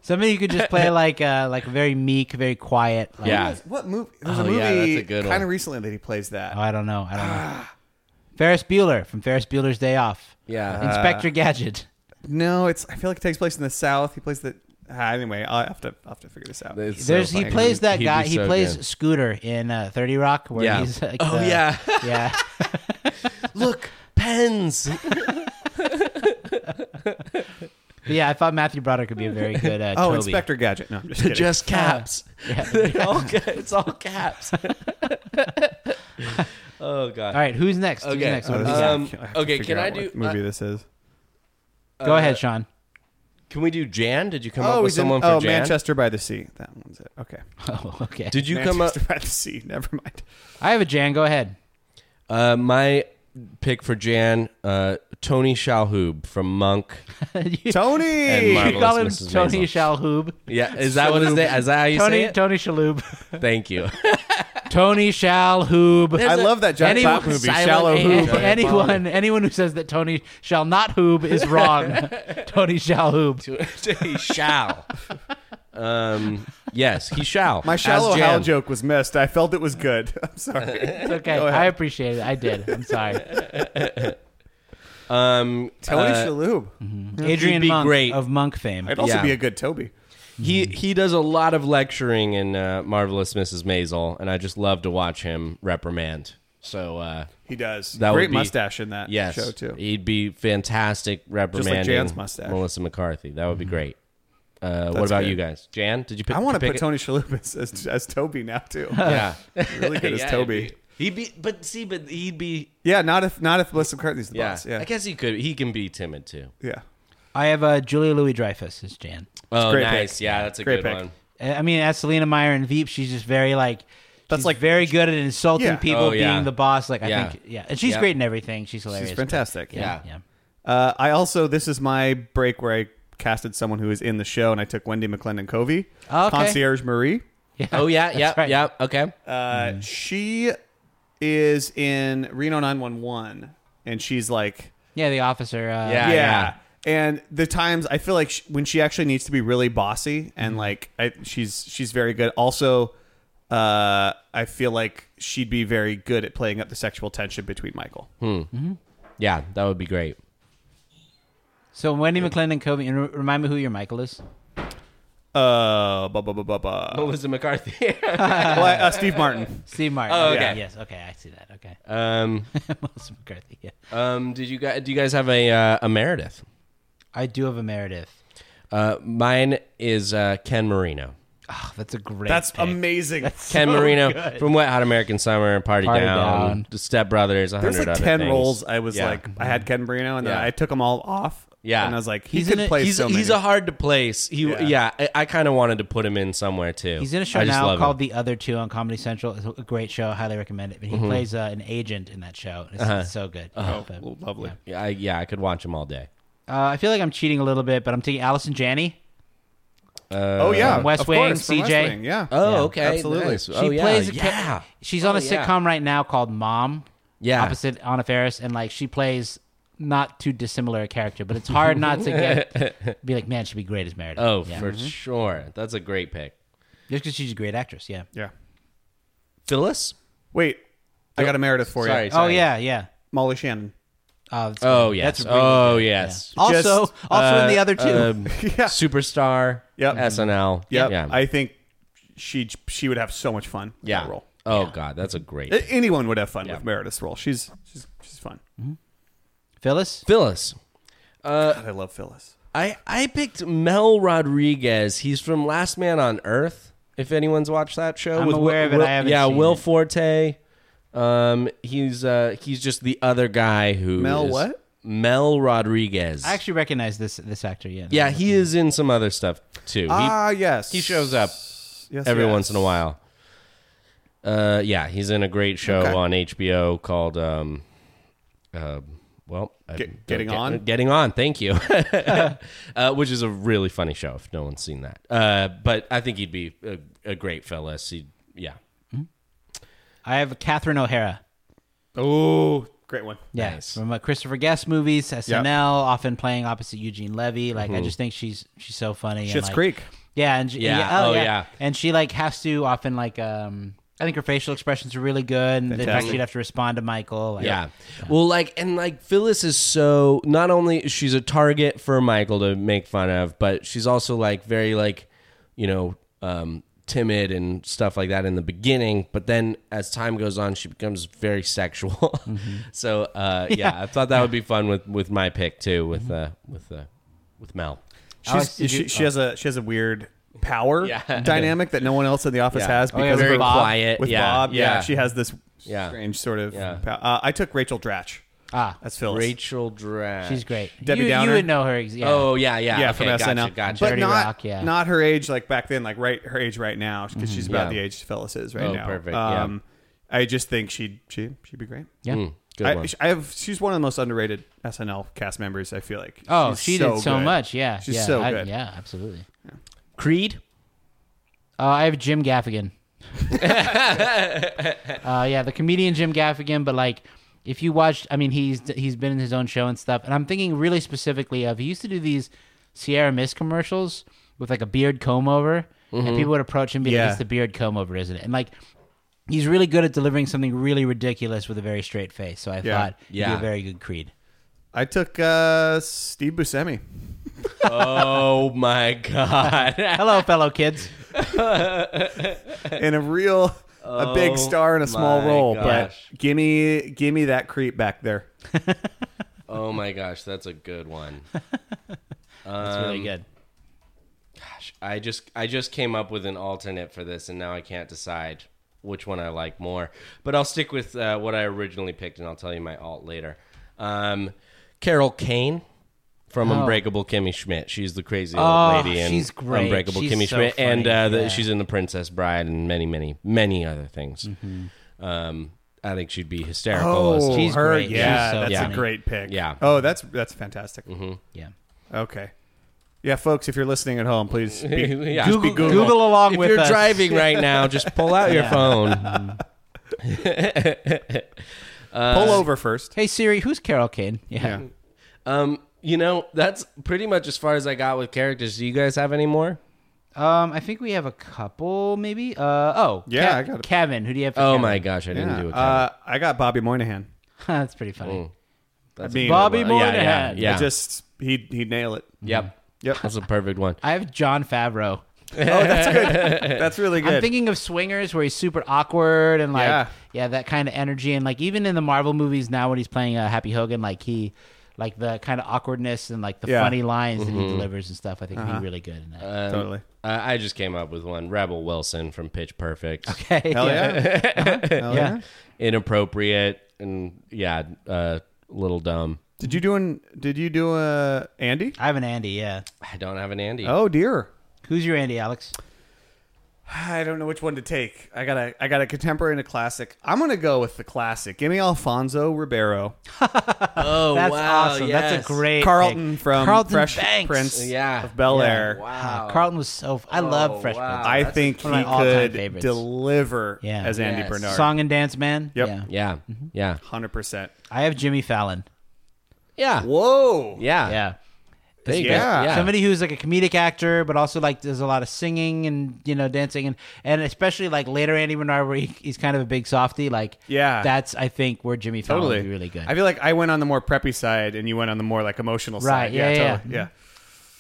[SPEAKER 2] Somebody who could just play like uh, like very meek, very quiet. Like,
[SPEAKER 3] Yeah.
[SPEAKER 1] What movie? There's
[SPEAKER 3] Oh,
[SPEAKER 1] a movie
[SPEAKER 3] yeah, that's a good
[SPEAKER 1] kind
[SPEAKER 3] one.
[SPEAKER 1] of recently that he plays that.
[SPEAKER 2] Oh, I don't know. I don't know. Ferris Bueller from Ferris Bueller's Day Off.
[SPEAKER 3] Yeah.
[SPEAKER 2] Inspector Gadget.
[SPEAKER 1] no, it's. I feel like it takes place in the South. He plays the. Ah, anyway, I'll have to I'll have to figure this out.
[SPEAKER 3] It's so
[SPEAKER 2] There's he
[SPEAKER 3] funny.
[SPEAKER 2] plays that
[SPEAKER 3] He'd be
[SPEAKER 2] guy. He
[SPEAKER 3] so
[SPEAKER 2] plays
[SPEAKER 3] good.
[SPEAKER 2] Scooter in uh, Thirty Rock, where
[SPEAKER 3] Yeah.
[SPEAKER 2] he's like,
[SPEAKER 3] oh
[SPEAKER 2] the-
[SPEAKER 3] yeah.
[SPEAKER 2] yeah.
[SPEAKER 3] Look, pens.
[SPEAKER 2] But yeah, I thought Matthew Broderick could be a very good uh,
[SPEAKER 1] oh,
[SPEAKER 2] Toby.
[SPEAKER 1] Inspector Gadget. No, I'm just kidding.
[SPEAKER 3] Just caps. They're all ca- it's all caps. oh
[SPEAKER 2] All
[SPEAKER 3] god.
[SPEAKER 2] right, who's next? Who's
[SPEAKER 3] Okay.
[SPEAKER 2] next?
[SPEAKER 1] Oh,
[SPEAKER 2] What
[SPEAKER 1] this
[SPEAKER 2] do
[SPEAKER 1] is-
[SPEAKER 2] we got?
[SPEAKER 1] I
[SPEAKER 3] Um,
[SPEAKER 1] uh, have to
[SPEAKER 3] okay,
[SPEAKER 1] figure
[SPEAKER 3] can I
[SPEAKER 1] out
[SPEAKER 3] do-
[SPEAKER 2] uh,
[SPEAKER 1] what movie? this is
[SPEAKER 2] Go ahead, Sean.
[SPEAKER 3] Can we do Jan? Did you come
[SPEAKER 1] oh,
[SPEAKER 3] up with
[SPEAKER 1] he's in,
[SPEAKER 3] someone for
[SPEAKER 1] oh
[SPEAKER 3] Jan?
[SPEAKER 1] Manchester by the Sea. That one's it. Okay.
[SPEAKER 2] Oh, okay.
[SPEAKER 3] Did you come up?
[SPEAKER 1] Manchester by the Sea. Never mind.
[SPEAKER 2] I have a Jan. Go ahead.
[SPEAKER 3] Uh, my pick for Jan, uh, Tony Shalhoub from Monk.
[SPEAKER 2] you
[SPEAKER 1] Tony.
[SPEAKER 3] And Marvel.
[SPEAKER 2] you call him
[SPEAKER 3] Marvelous Mrs.
[SPEAKER 2] Tony
[SPEAKER 3] Maisel.
[SPEAKER 2] Shalhoub.
[SPEAKER 3] Yeah, is that what his name? Is that how you say
[SPEAKER 2] Tony
[SPEAKER 3] it?
[SPEAKER 2] Tony Shalhoub.
[SPEAKER 3] Thank you.
[SPEAKER 2] Tony Shalhoub.
[SPEAKER 1] I love that John
[SPEAKER 2] Anyone-
[SPEAKER 1] Clapp movie,
[SPEAKER 3] Silent
[SPEAKER 1] Shallow
[SPEAKER 3] Anne.
[SPEAKER 1] Hoob.
[SPEAKER 3] Giant
[SPEAKER 2] anyone anyone who says that Tony shall not hoob is wrong. Tony shall hoob.
[SPEAKER 3] he shall. Um, yes, he shall.
[SPEAKER 1] My
[SPEAKER 3] As
[SPEAKER 1] shallow hal
[SPEAKER 3] Jan.
[SPEAKER 1] joke was missed. I felt it was good. I'm sorry.
[SPEAKER 3] Uh,
[SPEAKER 2] It's okay. I appreciate it. I did. I'm sorry.
[SPEAKER 3] Um,
[SPEAKER 1] Tony
[SPEAKER 3] uh,
[SPEAKER 1] Shalhoub.
[SPEAKER 2] Adrian
[SPEAKER 3] be
[SPEAKER 2] Monk
[SPEAKER 3] great.
[SPEAKER 2] of Monk fame.
[SPEAKER 1] I'd also
[SPEAKER 3] yeah.
[SPEAKER 1] be a good Toby.
[SPEAKER 3] he he does a lot of lecturing in uh, Marvelous Mrs. Maisel, and I just love to watch him reprimand. So uh,
[SPEAKER 1] He does.
[SPEAKER 3] That
[SPEAKER 1] Great
[SPEAKER 3] would be-
[SPEAKER 1] mustache in that
[SPEAKER 3] yes,
[SPEAKER 1] uh, show too.
[SPEAKER 3] he'd be fantastic reprimanding
[SPEAKER 1] Jan's mustache. Mm-hmm.
[SPEAKER 3] Melissa McCarthy. That would be great. Uh, what
[SPEAKER 1] That's
[SPEAKER 3] about
[SPEAKER 1] good.
[SPEAKER 3] you guys? Jan, did you pick?
[SPEAKER 1] I want to
[SPEAKER 3] pick
[SPEAKER 1] put
[SPEAKER 3] it?
[SPEAKER 1] Tony Shalhoub as, as, as Toby now too.
[SPEAKER 3] Yeah,
[SPEAKER 1] Really good as
[SPEAKER 3] Yeah,
[SPEAKER 1] Toby.
[SPEAKER 3] it'd be- He'd be, but see, but he'd be.
[SPEAKER 1] Yeah, not if not if Melissa McCarthy's the
[SPEAKER 3] Yeah,
[SPEAKER 1] boss. Yeah,
[SPEAKER 3] I guess he could. He can be timid too.
[SPEAKER 1] yeah.
[SPEAKER 2] I have uh, Julia Louis Dreyfus as Jan.
[SPEAKER 3] Oh,
[SPEAKER 1] great
[SPEAKER 3] nice.
[SPEAKER 1] pick.
[SPEAKER 3] Yeah, that's a
[SPEAKER 1] Great
[SPEAKER 3] good
[SPEAKER 1] pick.
[SPEAKER 3] one.
[SPEAKER 2] Uh, I mean, as Selena Meyer in Veep, she's just very like.
[SPEAKER 1] That's
[SPEAKER 2] she's
[SPEAKER 1] like-
[SPEAKER 2] very good at insulting
[SPEAKER 1] Yeah.
[SPEAKER 2] people,
[SPEAKER 3] Oh, yeah.
[SPEAKER 2] being the boss. Like I
[SPEAKER 3] Yeah.
[SPEAKER 2] think, yeah, and she's
[SPEAKER 3] Yeah.
[SPEAKER 2] great in everything. She's hilarious.
[SPEAKER 1] She's fantastic.
[SPEAKER 2] Yeah,
[SPEAKER 3] Yeah.
[SPEAKER 2] yeah.
[SPEAKER 1] Uh, I also this is my break where I casted someone who is in the show, and I took Wendy McClendon Covey,
[SPEAKER 2] Okay.
[SPEAKER 1] concierge Marie.
[SPEAKER 3] Oh yeah, yeah,
[SPEAKER 2] right.
[SPEAKER 3] yeah. Okay.
[SPEAKER 1] Uh,
[SPEAKER 3] Mm-hmm.
[SPEAKER 1] She is in Reno 911, and she's like,
[SPEAKER 2] Yeah, the officer. Uh,
[SPEAKER 3] Yeah.
[SPEAKER 1] yeah. And the times I feel like sh when she actually needs to be really bossy, and
[SPEAKER 3] Mm-hmm.
[SPEAKER 1] like I, she's she's very good. Also, uh, I feel like she'd be very good at playing up the sexual tension between Michael.
[SPEAKER 3] Hmm. Yeah, that would be great.
[SPEAKER 2] So Wendy McClendon Covey, and re- remind me who your Michael is.
[SPEAKER 1] Uh, ba ba ba ba ba.
[SPEAKER 3] Melissa McCarthy.
[SPEAKER 1] Well, uh, Steve Martin.
[SPEAKER 2] Steve Martin.
[SPEAKER 3] Oh,
[SPEAKER 2] Yeah,
[SPEAKER 3] okay.
[SPEAKER 2] Yes. Okay, I see that. Okay.
[SPEAKER 3] um,
[SPEAKER 2] Melissa McCarthy. Yeah.
[SPEAKER 3] um, did you guys do you guys have a uh, a Meredith?
[SPEAKER 2] I do have a Meredith.
[SPEAKER 3] Uh, mine is uh, Ken Marino.
[SPEAKER 2] Oh, that's a great.
[SPEAKER 1] That's
[SPEAKER 2] pick.
[SPEAKER 1] amazing.
[SPEAKER 3] Ken Marino from Wet Hot American Summer, Party,
[SPEAKER 2] Party
[SPEAKER 3] Down,
[SPEAKER 2] Down.
[SPEAKER 3] The Step Brothers. a
[SPEAKER 1] There's
[SPEAKER 3] hundred
[SPEAKER 1] like
[SPEAKER 3] other
[SPEAKER 1] ten
[SPEAKER 3] things.
[SPEAKER 1] roles. I was
[SPEAKER 3] Yeah. Mm-hmm.
[SPEAKER 1] like, I had Ken Marino, and then
[SPEAKER 3] Yeah.
[SPEAKER 1] I took them all off.
[SPEAKER 3] Yeah.
[SPEAKER 1] and I was like, he
[SPEAKER 2] He's
[SPEAKER 1] could
[SPEAKER 2] in a-
[SPEAKER 1] play
[SPEAKER 3] He's
[SPEAKER 1] so many.
[SPEAKER 3] he's a hard to place. He yeah.
[SPEAKER 1] Yeah.
[SPEAKER 3] I, I kind of wanted to put him in somewhere too.
[SPEAKER 2] He's in a show
[SPEAKER 3] I just
[SPEAKER 2] now
[SPEAKER 3] love
[SPEAKER 2] called
[SPEAKER 3] him. Mm-hmm.
[SPEAKER 2] The Other Two on Comedy Central. It's a great show. I highly recommend it. But he plays uh, an agent in that show. It's,
[SPEAKER 3] Uh-huh.
[SPEAKER 2] it's so good. But, uh,
[SPEAKER 1] lovely.
[SPEAKER 3] Yeah, I, yeah, I could watch him all day.
[SPEAKER 2] I feel like I'm cheating a little bit, but I'm taking Allison Janney.
[SPEAKER 1] oh yeah,
[SPEAKER 2] From West
[SPEAKER 1] of
[SPEAKER 2] Wing,
[SPEAKER 1] course, from West
[SPEAKER 2] CJ.
[SPEAKER 1] Wing, Yeah.
[SPEAKER 3] Oh,
[SPEAKER 2] Yeah,
[SPEAKER 3] okay,
[SPEAKER 1] absolutely.
[SPEAKER 3] nice.
[SPEAKER 1] She
[SPEAKER 3] oh, yeah,
[SPEAKER 2] plays a ca-
[SPEAKER 3] yeah.
[SPEAKER 2] She's on
[SPEAKER 3] Oh,
[SPEAKER 2] a
[SPEAKER 3] yeah.
[SPEAKER 2] sitcom right now called Mom.
[SPEAKER 3] Yeah.
[SPEAKER 2] Opposite Anna Faris, and like she plays not too dissimilar a character, but it's hard not to get be like, man, she'd be great as Meredith.
[SPEAKER 3] Oh,
[SPEAKER 2] yeah. Mm-hmm.
[SPEAKER 3] for sure. That's a great pick.
[SPEAKER 2] just because she's a great actress. Yeah.
[SPEAKER 1] Yeah.
[SPEAKER 3] Phyllis?
[SPEAKER 1] Wait, I got a Meredith for
[SPEAKER 3] Sorry.
[SPEAKER 1] you.
[SPEAKER 2] Oh yeah, yeah.
[SPEAKER 1] Molly Shannon.
[SPEAKER 2] Oh, that's
[SPEAKER 3] Oh,
[SPEAKER 2] great.
[SPEAKER 3] yes.
[SPEAKER 2] That's really
[SPEAKER 3] oh,
[SPEAKER 2] good.
[SPEAKER 3] yes.
[SPEAKER 2] Yeah. Also,
[SPEAKER 1] Just,
[SPEAKER 2] also in the
[SPEAKER 3] Uh,
[SPEAKER 2] other two.
[SPEAKER 3] um,
[SPEAKER 1] Yeah.
[SPEAKER 3] Superstar.
[SPEAKER 1] Yep.
[SPEAKER 3] SNL.
[SPEAKER 1] Yep.
[SPEAKER 3] Yeah.
[SPEAKER 1] I think she she would have so much fun. With
[SPEAKER 3] yeah.
[SPEAKER 1] That role.
[SPEAKER 3] Oh, God. That's a great.
[SPEAKER 1] A- Anyone would have fun with Meredith's role. She's she's she's fun.
[SPEAKER 3] Uh,
[SPEAKER 2] Phyllis.
[SPEAKER 3] Phyllis.
[SPEAKER 1] God, I love Phyllis.
[SPEAKER 3] I, I picked Mel Rodriguez. He's from Last Man on Earth. If anyone's watched that show,
[SPEAKER 2] I'm
[SPEAKER 3] with
[SPEAKER 2] aware
[SPEAKER 3] Will,
[SPEAKER 2] of it. I
[SPEAKER 3] Will-
[SPEAKER 2] haven't
[SPEAKER 3] yeah,
[SPEAKER 2] seen
[SPEAKER 3] Will
[SPEAKER 2] it.
[SPEAKER 3] Forte. Um, he's uh, he's just the other guy who
[SPEAKER 1] Mel
[SPEAKER 3] is-
[SPEAKER 1] what?
[SPEAKER 3] Mel Rodriguez.
[SPEAKER 2] I actually recognize this this actor. Yeah.
[SPEAKER 3] yeah, he is in some other stuff too. He-
[SPEAKER 1] Ah, yes.
[SPEAKER 3] he shows up
[SPEAKER 1] yes,
[SPEAKER 3] every
[SPEAKER 1] yes.
[SPEAKER 3] once in a while. Uh, yeah, he's in a great show
[SPEAKER 1] Okay.
[SPEAKER 3] on HBO called um, uh, well, I- uh,
[SPEAKER 1] Get- Getting On?
[SPEAKER 3] Getting on. Thank you, uh, which is a really funny show if no one's seen that. Uh, but I think he'd be a, a great Phyllis. He'd, yeah,
[SPEAKER 2] I have Catherine O'Hara.
[SPEAKER 1] Oh, great one.
[SPEAKER 2] Yeah,
[SPEAKER 3] Nice.
[SPEAKER 2] from uh, Christopher Guest movies, SNL, often playing opposite Eugene Levy. Like, I just think she's she's so funny. and,
[SPEAKER 1] Schitt's
[SPEAKER 2] like-
[SPEAKER 1] Creek.
[SPEAKER 2] Yeah, and she,
[SPEAKER 3] Yeah,
[SPEAKER 2] yeah,
[SPEAKER 3] oh,
[SPEAKER 2] oh yeah.
[SPEAKER 3] yeah.
[SPEAKER 2] and she like has to often like um, I think her facial expressions are really good, and the fact
[SPEAKER 1] Fantastic.
[SPEAKER 2] she'd have to respond to Michael. Like,
[SPEAKER 3] yeah. Well, like, and like Phyllis is so not only she's a target for Michael to make fun of, but she's also like very like, you know, um, timid and stuff like that in the beginning. But then as time goes on, she becomes very sexual. so uh, yeah. I thought that would be fun with with my pick too with
[SPEAKER 2] Mm-hmm.
[SPEAKER 3] uh with uh with Mel.
[SPEAKER 2] Alex,
[SPEAKER 1] She's,
[SPEAKER 2] did
[SPEAKER 1] she,
[SPEAKER 2] you-
[SPEAKER 1] she has a she has a weird power
[SPEAKER 3] Yeah.
[SPEAKER 1] dynamic that no one else in the office
[SPEAKER 3] Yeah.
[SPEAKER 1] has
[SPEAKER 3] Oh, yeah,
[SPEAKER 1] because of
[SPEAKER 3] very
[SPEAKER 1] her-
[SPEAKER 3] quiet.
[SPEAKER 1] with
[SPEAKER 3] Yeah,
[SPEAKER 1] Bob. Yeah.
[SPEAKER 3] yeah.
[SPEAKER 1] she has this
[SPEAKER 3] Yeah.
[SPEAKER 1] strange sort of.
[SPEAKER 3] Yeah.
[SPEAKER 1] pow- Uh, I took Rachel Dratch
[SPEAKER 2] Ah,
[SPEAKER 1] That's Phyllis.
[SPEAKER 3] Rachel Dratch.
[SPEAKER 2] she's great.
[SPEAKER 1] Debbie
[SPEAKER 2] you,
[SPEAKER 1] Downer?
[SPEAKER 2] You would know her. ex- Yeah.
[SPEAKER 3] Oh yeah, yeah,
[SPEAKER 2] Ah,
[SPEAKER 1] Yeah,
[SPEAKER 3] okay,
[SPEAKER 1] from
[SPEAKER 3] gotcha,
[SPEAKER 1] SNL.
[SPEAKER 3] Gotcha.
[SPEAKER 1] But
[SPEAKER 2] Dirty
[SPEAKER 1] not
[SPEAKER 2] Rock, yeah. Mm-hmm,
[SPEAKER 1] not her age like back then, like right her age right now, because she's about the
[SPEAKER 3] yeah.
[SPEAKER 1] age Phyllis is right
[SPEAKER 3] Oh,
[SPEAKER 1] now.
[SPEAKER 3] perfect, yeah.
[SPEAKER 1] Um, I just think she'd she she'd be great.
[SPEAKER 2] yeah.
[SPEAKER 3] Mm, good
[SPEAKER 1] I,
[SPEAKER 3] one.
[SPEAKER 1] I have she's one of the most underrated SNL cast members. I feel like.
[SPEAKER 2] Oh,
[SPEAKER 1] She's
[SPEAKER 2] she did so
[SPEAKER 1] good.
[SPEAKER 2] much. Yeah,
[SPEAKER 1] She's
[SPEAKER 2] yeah,
[SPEAKER 1] so
[SPEAKER 2] I-
[SPEAKER 1] good.
[SPEAKER 2] yeah, absolutely.
[SPEAKER 3] Creed.
[SPEAKER 2] Uh, I have Jim Gaffigan. uh, yeah, the comedian Jim Gaffigan. But like, if you watched, I mean, he's he's been in his own show and stuff. And I'm thinking really specifically of he used to do these Sierra Mist commercials with like a beard comb over, and people would approach him and be like,
[SPEAKER 1] Mm-hmm. Yeah.
[SPEAKER 2] "It's the beard comb over, isn't it?" And like. He's really good at delivering something really ridiculous with a very straight face, so I
[SPEAKER 1] Yeah.
[SPEAKER 2] thought he'd be
[SPEAKER 3] Yeah.
[SPEAKER 2] a very good Creed.
[SPEAKER 1] I took uh, Steve Buscemi.
[SPEAKER 3] Oh my god.
[SPEAKER 2] Hello, fellow kids.
[SPEAKER 1] in a real a big star in a small
[SPEAKER 3] Oh my
[SPEAKER 1] role.
[SPEAKER 3] gosh.
[SPEAKER 1] But gimme gimme that creep back there.
[SPEAKER 3] oh my gosh, that's a good one.
[SPEAKER 2] That's really good.
[SPEAKER 3] Gosh, I just I just came up with an alternate for this, and now I can't decide which one I like more. But I'll stick with uh, what I originally picked, and I'll tell you my alt later. Um, Carol Kane from Unbreakable Kimmy Schmidt. She's the crazy old
[SPEAKER 2] Oh,
[SPEAKER 3] lady in
[SPEAKER 2] she's great.
[SPEAKER 3] Unbreakable
[SPEAKER 2] She's
[SPEAKER 3] Kimmy
[SPEAKER 2] so
[SPEAKER 3] Schmidt,
[SPEAKER 2] funny,
[SPEAKER 3] and uh, the,
[SPEAKER 2] yeah.
[SPEAKER 3] she's in The Princess Bride and many, many, many other things.
[SPEAKER 2] Mm-hmm.
[SPEAKER 3] Um, I think she'd be hysterical. as-
[SPEAKER 2] She's
[SPEAKER 1] Oh, her,
[SPEAKER 2] great.
[SPEAKER 1] yeah,
[SPEAKER 2] She's so Mm-hmm.
[SPEAKER 1] that's
[SPEAKER 3] funny.
[SPEAKER 1] a great pick.
[SPEAKER 3] Yeah.
[SPEAKER 1] Oh, that's that's fantastic.
[SPEAKER 2] Yeah.
[SPEAKER 1] Okay. Yeah, folks, if you're listening at home, please be,
[SPEAKER 3] Yeah.
[SPEAKER 1] just be
[SPEAKER 2] Google- Google along
[SPEAKER 3] if
[SPEAKER 2] with
[SPEAKER 3] you're
[SPEAKER 2] us.
[SPEAKER 3] driving right now, just pull out your phone.
[SPEAKER 2] Uh,
[SPEAKER 1] Pull over first.
[SPEAKER 2] Hey Siri, who's Carol Kane? Yeah.
[SPEAKER 3] Um, you know, that's pretty much as far as I got with characters. Do you guys have any more?
[SPEAKER 2] Um, I think we have a couple, maybe. Uh oh.
[SPEAKER 1] Yeah,
[SPEAKER 2] Ke-
[SPEAKER 1] I got it.
[SPEAKER 2] Kevin. Who do you have? For
[SPEAKER 3] Oh
[SPEAKER 2] Kevin?
[SPEAKER 3] my gosh, I didn't
[SPEAKER 1] Yeah.
[SPEAKER 3] do a count.
[SPEAKER 1] Uh, I got Bobby Moynihan.
[SPEAKER 2] That's pretty funny.
[SPEAKER 3] That's
[SPEAKER 1] mean,
[SPEAKER 2] Bobby
[SPEAKER 3] Well, yeah,
[SPEAKER 2] Moynihan.
[SPEAKER 3] yeah, yeah.
[SPEAKER 1] I just he he nail it.
[SPEAKER 3] Yep.
[SPEAKER 1] Yep.
[SPEAKER 3] That's a perfect one.
[SPEAKER 2] I have John Favreau.
[SPEAKER 1] That's really good.
[SPEAKER 2] I'm thinking of Swingers, where he's super awkward and like, yeah,
[SPEAKER 1] Yeah.
[SPEAKER 2] that kind of energy, and like even in the Marvel movies now, when he's playing uh, Happy Hogan, like he, like the kind of awkwardness and like the
[SPEAKER 1] Yeah. Uh-huh.
[SPEAKER 2] funny lines that he delivers and stuff. I think he'd be really good in that.
[SPEAKER 1] totally.
[SPEAKER 3] Uh, I just came up with one. Rebel Wilson from Pitch Perfect.
[SPEAKER 2] okay.
[SPEAKER 1] Hell yeah.
[SPEAKER 2] yeah.
[SPEAKER 3] Inappropriate and yeah, uh, little dumb.
[SPEAKER 1] did you do an did you do a Andy?
[SPEAKER 2] I have an Andy. Yeah.
[SPEAKER 3] I don't have an Andy.
[SPEAKER 1] Oh dear.
[SPEAKER 2] Who's your Andy, Alex?
[SPEAKER 1] I don't know which one to take. I got a I got a contemporary and a classic. I'm gonna go with the classic. Give me Alfonso Ribeiro,
[SPEAKER 3] Oh,
[SPEAKER 2] That's
[SPEAKER 3] wow,
[SPEAKER 2] awesome.
[SPEAKER 3] yes.
[SPEAKER 2] That's a great
[SPEAKER 1] Carlton
[SPEAKER 2] pick.
[SPEAKER 1] from
[SPEAKER 2] Carlton
[SPEAKER 1] Fresh
[SPEAKER 2] Banks.
[SPEAKER 1] Prince
[SPEAKER 3] Yeah.
[SPEAKER 1] of Bel Air.
[SPEAKER 3] Wow.
[SPEAKER 2] Ah, Carlton was so. I love Fresh Prince.
[SPEAKER 1] I think
[SPEAKER 2] one of
[SPEAKER 1] he
[SPEAKER 2] my all-time
[SPEAKER 1] could
[SPEAKER 2] favorites.
[SPEAKER 1] deliver
[SPEAKER 2] Yeah.
[SPEAKER 1] as Andy
[SPEAKER 3] Yes.
[SPEAKER 1] Bernard.
[SPEAKER 2] Song and Dance Man.
[SPEAKER 1] Yep.
[SPEAKER 2] Yeah.
[SPEAKER 3] Yeah. Yeah.
[SPEAKER 1] Hundred percent.
[SPEAKER 2] I have Jimmy Fallon.
[SPEAKER 3] Yeah.
[SPEAKER 1] Whoa.
[SPEAKER 3] Yeah.
[SPEAKER 2] Yeah.
[SPEAKER 3] There you go.
[SPEAKER 1] Yeah.
[SPEAKER 3] yeah.
[SPEAKER 2] Somebody who's like a comedic actor, but also like does a lot of singing and you know dancing and and especially like later Andy Bernard where he, he's kind of a big softy. Like
[SPEAKER 1] Yeah.
[SPEAKER 2] that's I think where Jimmy Fallon
[SPEAKER 1] Totally.
[SPEAKER 2] would be really good.
[SPEAKER 1] I feel like I went on the more preppy side and you went on the more like emotional
[SPEAKER 2] Right,
[SPEAKER 1] side.
[SPEAKER 2] yeah, yeah,
[SPEAKER 1] totally.
[SPEAKER 2] yeah.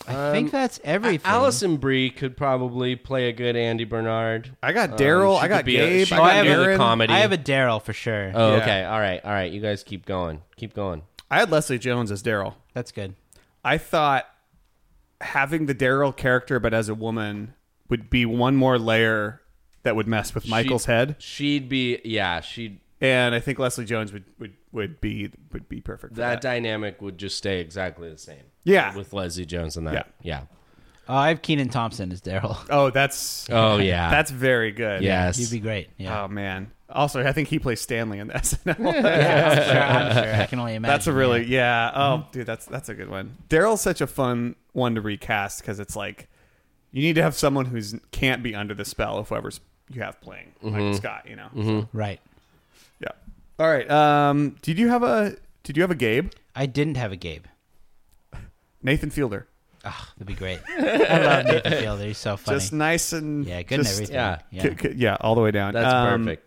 [SPEAKER 1] Yeah.
[SPEAKER 2] I think that's everything.
[SPEAKER 3] Allison Brie could probably play a good Andy Bernard. Uh,
[SPEAKER 1] I got Daryl,
[SPEAKER 3] she
[SPEAKER 1] I got
[SPEAKER 3] could be a-
[SPEAKER 1] Gabe,
[SPEAKER 3] she
[SPEAKER 1] I
[SPEAKER 3] could
[SPEAKER 1] got
[SPEAKER 3] be a
[SPEAKER 1] Aaron.
[SPEAKER 3] comedy.
[SPEAKER 2] I have a Daryl for sure.
[SPEAKER 3] Oh,
[SPEAKER 1] Yeah.
[SPEAKER 3] okay. All right. All right. You guys keep going. Keep going.
[SPEAKER 1] I had Leslie Jones as Daryl.
[SPEAKER 2] That's good.
[SPEAKER 1] I thought having the Daryl character but as a woman would be one more layer that would mess with Michael's
[SPEAKER 3] She'd-
[SPEAKER 1] head.
[SPEAKER 3] She'd be yeah, she'd
[SPEAKER 1] And I think Leslie Jones would, would, would be would be perfect for that.
[SPEAKER 3] that dynamic would just stay exactly the same.
[SPEAKER 1] Yeah.
[SPEAKER 3] With Leslie Jones and that. Yeah.
[SPEAKER 2] Uh, I have Keenan Thompson as Daryl.
[SPEAKER 1] Oh, that's
[SPEAKER 3] Oh yeah.
[SPEAKER 1] that's very good.
[SPEAKER 3] yes.
[SPEAKER 2] He'd be great. Yeah,
[SPEAKER 1] Oh man. Also, I think he plays Stanley in this.
[SPEAKER 2] I'm sure. I'm sure. I can only imagine.
[SPEAKER 1] that's a really yeah. Oh, dude, that's that's a good one. Daryl's such a fun one to recast because it's like you need to have someone who's can't be under the spell of whoever's you have playing
[SPEAKER 2] Mm-hmm.
[SPEAKER 1] like Scott. You know. So,
[SPEAKER 2] right.
[SPEAKER 1] yeah. All right. Um. Did you have a Did you have a Gabe?
[SPEAKER 2] I didn't have a Gabe.
[SPEAKER 1] Nathan Fielder.
[SPEAKER 2] Ah, that'd be great. I love Nathan Fielder. He's so funny.
[SPEAKER 1] Just nice and
[SPEAKER 2] yeah, good
[SPEAKER 1] just-
[SPEAKER 2] and everything.
[SPEAKER 3] yeah.
[SPEAKER 2] yeah.
[SPEAKER 1] c- c- yeah, all the way down.
[SPEAKER 3] that's
[SPEAKER 1] Um,
[SPEAKER 3] perfect.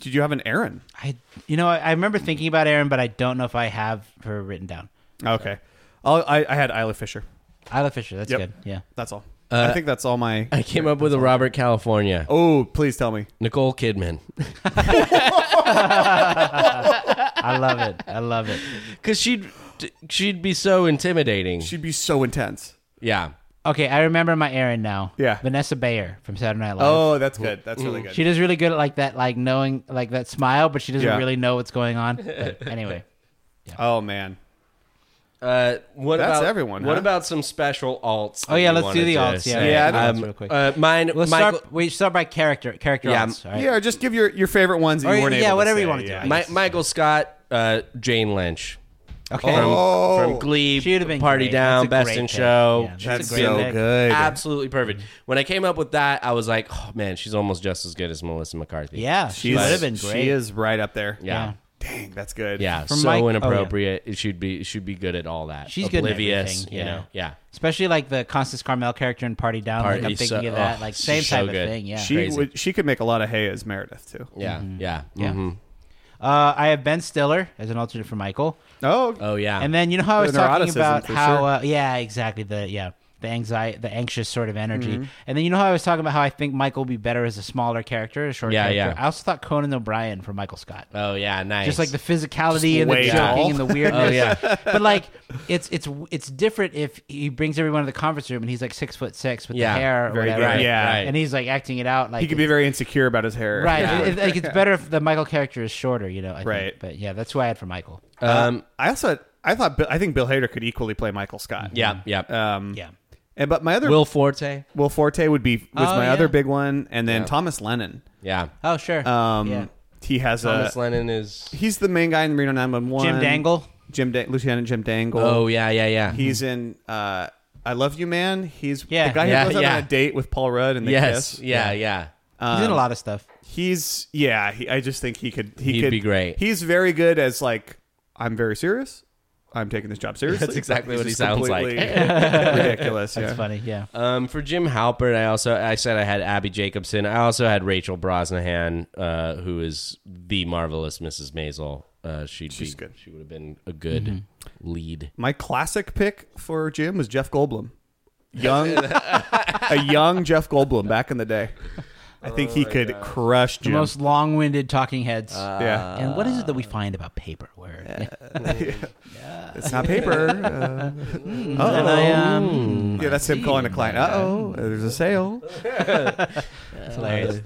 [SPEAKER 1] Did you have an Aaron?
[SPEAKER 2] I, you know, I, I remember thinking about Aaron, but I don't know if I have her written down.
[SPEAKER 1] Okay. I'll, I I had Isla Fisher.
[SPEAKER 2] Isla Fisher. That's
[SPEAKER 1] Yep.
[SPEAKER 2] good. Yeah.
[SPEAKER 1] That's all.
[SPEAKER 2] Uh,
[SPEAKER 1] I think that's all my.
[SPEAKER 3] I came up with a Robert California.
[SPEAKER 1] Oh, please tell me.
[SPEAKER 3] Nicole Kidman.
[SPEAKER 2] I love it. I love it.
[SPEAKER 3] Cuz she'd she'd be so intimidating.
[SPEAKER 1] She'd be so intense.
[SPEAKER 3] yeah.
[SPEAKER 2] Okay, I remember my Aaron now.
[SPEAKER 1] Yeah.
[SPEAKER 2] Vanessa Bayer from Saturday Night Live.
[SPEAKER 1] Oh, that's good. That's really good.
[SPEAKER 2] Mm-hmm. She does really good at like that, like knowing like that smile, but she doesn't
[SPEAKER 1] Yeah.
[SPEAKER 2] really know what's going on. But anyway,
[SPEAKER 1] Oh man,
[SPEAKER 3] Uh, what
[SPEAKER 1] That's
[SPEAKER 3] about
[SPEAKER 1] everyone,
[SPEAKER 3] What
[SPEAKER 1] huh?
[SPEAKER 3] about some special alts?
[SPEAKER 2] Oh,
[SPEAKER 3] that
[SPEAKER 2] yeah,
[SPEAKER 3] you
[SPEAKER 2] let's do
[SPEAKER 3] wanted
[SPEAKER 2] the
[SPEAKER 3] to
[SPEAKER 2] alts, yeah.
[SPEAKER 3] say?
[SPEAKER 1] Yeah, I think
[SPEAKER 2] that's real quick.
[SPEAKER 3] Uh, mine.
[SPEAKER 2] Let's
[SPEAKER 3] Michael,
[SPEAKER 2] start. We start by character. Character
[SPEAKER 3] Yeah,
[SPEAKER 2] odds. All right.
[SPEAKER 1] yeah. Or just give your your favorite ones. That
[SPEAKER 2] Or,
[SPEAKER 1] you weren't
[SPEAKER 2] yeah,
[SPEAKER 1] able to
[SPEAKER 2] whatever you
[SPEAKER 1] say,
[SPEAKER 2] wanna do.
[SPEAKER 1] yeah.
[SPEAKER 2] My-
[SPEAKER 3] Mi- Michael Scott, uh, Jane Lynch.
[SPEAKER 2] Okay.
[SPEAKER 3] From,
[SPEAKER 1] Oh.
[SPEAKER 3] from Glee,
[SPEAKER 2] She would've been
[SPEAKER 3] Party
[SPEAKER 2] great. That's
[SPEAKER 3] Down,
[SPEAKER 2] a
[SPEAKER 3] Best
[SPEAKER 2] great
[SPEAKER 3] in
[SPEAKER 2] pick.
[SPEAKER 3] Show.
[SPEAKER 2] Yeah,
[SPEAKER 3] She's
[SPEAKER 2] that's a
[SPEAKER 3] been
[SPEAKER 2] great
[SPEAKER 3] there.
[SPEAKER 2] pick.
[SPEAKER 3] Absolutely perfect. When I came up with that, I was like, oh man, she's almost just as good as Melissa McCarthy.
[SPEAKER 2] Yeah, she
[SPEAKER 1] She's-
[SPEAKER 2] would have been great.
[SPEAKER 1] She is right up there.
[SPEAKER 3] Yeah.
[SPEAKER 1] Dang, that's good.
[SPEAKER 3] Yeah.
[SPEAKER 2] From
[SPEAKER 3] so
[SPEAKER 2] Mike- oh, yeah.
[SPEAKER 3] inappropriate. It should be it should be good at all that.
[SPEAKER 2] She's good at
[SPEAKER 3] Oblivious,
[SPEAKER 2] everything,
[SPEAKER 3] you
[SPEAKER 2] yeah.
[SPEAKER 3] know. Yeah.
[SPEAKER 2] Especially like the Constance Carmel character in Party Down.
[SPEAKER 3] Party,
[SPEAKER 2] like I'm thinking
[SPEAKER 3] so-
[SPEAKER 2] of that.
[SPEAKER 3] oh,
[SPEAKER 2] like
[SPEAKER 3] she's
[SPEAKER 2] same
[SPEAKER 3] so
[SPEAKER 2] type of
[SPEAKER 3] good.
[SPEAKER 2] thing. Yeah.
[SPEAKER 1] she
[SPEAKER 3] Crazy.
[SPEAKER 1] would. She could make a lot of hay as Meredith too.
[SPEAKER 3] Yeah. Yeah.
[SPEAKER 2] Mm-hmm. Yeah.
[SPEAKER 3] mhm.
[SPEAKER 2] Uh, I have Ben Stiller as an alternate for Michael,
[SPEAKER 1] Oh,
[SPEAKER 3] Oh yeah.
[SPEAKER 2] and then you know how
[SPEAKER 1] The
[SPEAKER 2] I was talking
[SPEAKER 1] neuroticism,
[SPEAKER 2] about
[SPEAKER 1] for
[SPEAKER 2] how
[SPEAKER 1] sure.
[SPEAKER 2] uh, yeah exactly the yeah the anxiety the anxious sort of energy, and then you know how I was talking about how I think Michael will be better as a smaller character, a short
[SPEAKER 3] Yeah,
[SPEAKER 2] character.
[SPEAKER 3] yeah.
[SPEAKER 2] I also thought Conan O'Brien for Michael Scott.
[SPEAKER 3] oh yeah. Nice.
[SPEAKER 2] just like the physicality and the
[SPEAKER 1] way
[SPEAKER 2] joking
[SPEAKER 1] tall.
[SPEAKER 2] and the weirdness.
[SPEAKER 3] Oh, yeah.
[SPEAKER 2] but like it's it's it's different if he brings everyone to the conference room and he's like six foot six with
[SPEAKER 3] Yeah,
[SPEAKER 2] the hair or
[SPEAKER 1] very
[SPEAKER 2] whatever,
[SPEAKER 1] good.
[SPEAKER 3] Yeah. Right.
[SPEAKER 2] and he's like acting it out. Like
[SPEAKER 1] he could be very insecure about his hair.
[SPEAKER 2] right. It- it- like it's better if the Michael character is shorter, you know. I think.
[SPEAKER 1] Right.
[SPEAKER 2] But yeah, that's who I had for Michael.
[SPEAKER 3] um
[SPEAKER 1] I also I thought Bill, I think Bill Hader could equally play Michael Scott.
[SPEAKER 3] yeah, yeah.
[SPEAKER 1] Um,
[SPEAKER 2] Yeah.
[SPEAKER 1] And but my other Will,
[SPEAKER 3] Will Forte.
[SPEAKER 1] Forte would be was
[SPEAKER 2] Oh,
[SPEAKER 1] my
[SPEAKER 2] yeah.
[SPEAKER 1] other big one, and then Thomas Lennon.
[SPEAKER 3] Yeah. Uh,
[SPEAKER 2] Oh sure.
[SPEAKER 1] Um,
[SPEAKER 2] yeah.
[SPEAKER 1] he has
[SPEAKER 3] Thomas
[SPEAKER 1] a
[SPEAKER 3] Lennon is
[SPEAKER 1] he's the main guy in Reno 911.
[SPEAKER 2] Jim Dangle.
[SPEAKER 1] Jim da- Lieutenant Jim Dangle.
[SPEAKER 3] Oh yeah, yeah, yeah.
[SPEAKER 1] he's in uh, I Love You Man. He's
[SPEAKER 2] Yeah.
[SPEAKER 1] the guy who
[SPEAKER 3] Yeah,
[SPEAKER 1] goes out
[SPEAKER 3] yeah.
[SPEAKER 1] on a date with Paul Rudd and they
[SPEAKER 3] yes.
[SPEAKER 1] kiss.
[SPEAKER 3] Yeah, yeah.
[SPEAKER 2] he's in a lot of stuff.
[SPEAKER 1] He's yeah. He, I just think he could. He
[SPEAKER 3] He'd
[SPEAKER 1] could
[SPEAKER 3] be great.
[SPEAKER 1] He's very good as like I'm very serious. I'm taking this job seriously.
[SPEAKER 3] That's exactly
[SPEAKER 1] He's
[SPEAKER 3] what he
[SPEAKER 1] just
[SPEAKER 3] sounds like.
[SPEAKER 1] completely ridiculous.
[SPEAKER 2] That's
[SPEAKER 1] yeah. Uh,
[SPEAKER 2] funny. Yeah.
[SPEAKER 3] Um, for Jim Halpert, I also I said I had Abby Jacobson. I also had Rachel Brosnahan, uh, who is the marvelous Mrs. Maisel. Uh, she'd
[SPEAKER 1] She's
[SPEAKER 3] be,
[SPEAKER 1] good.
[SPEAKER 3] She would have been a good lead.
[SPEAKER 1] My classic pick for Jim was Jeff Goldblum. Young, a young Jeff Goldblum back in the day. I think he could crush
[SPEAKER 2] The
[SPEAKER 1] Jim.
[SPEAKER 2] most long-winded talking heads.
[SPEAKER 3] Uh,
[SPEAKER 1] yeah,
[SPEAKER 2] and what is it that we find about paper? Where
[SPEAKER 1] it's not paper. Uh,
[SPEAKER 3] Mm.
[SPEAKER 2] and I um,
[SPEAKER 1] yeah, that's him calling a client. Uh oh, there's a sale.
[SPEAKER 2] it's hilarious.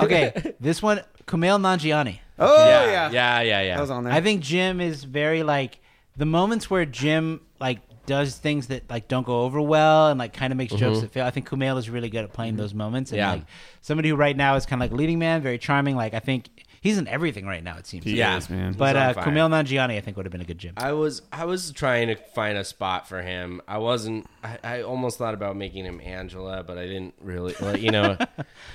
[SPEAKER 2] okay, this one, Kumail Nanjiani.
[SPEAKER 1] Oh yeah,
[SPEAKER 3] yeah, yeah, yeah. yeah.
[SPEAKER 1] That was on there.
[SPEAKER 2] I think Jim is very like the moments where Jim like does things that like don't go over well and like kind of makes
[SPEAKER 1] Mm-hmm.
[SPEAKER 2] jokes that fail. I think Kumail is really good at playing those moments. And
[SPEAKER 3] Yeah.
[SPEAKER 2] like somebody who right now is kind of like leading man, very charming. Like I think he's in everything right now. It seems.
[SPEAKER 1] He
[SPEAKER 3] Yeah.
[SPEAKER 1] is, man.
[SPEAKER 2] But
[SPEAKER 3] He's on
[SPEAKER 2] uh,
[SPEAKER 3] fire.
[SPEAKER 2] Kumail Nanjiani, I think, would have been a good Jim.
[SPEAKER 3] I was I was trying to find a spot for him. I wasn't. I, I almost thought about making him Angela, but I didn't really. Like, you know,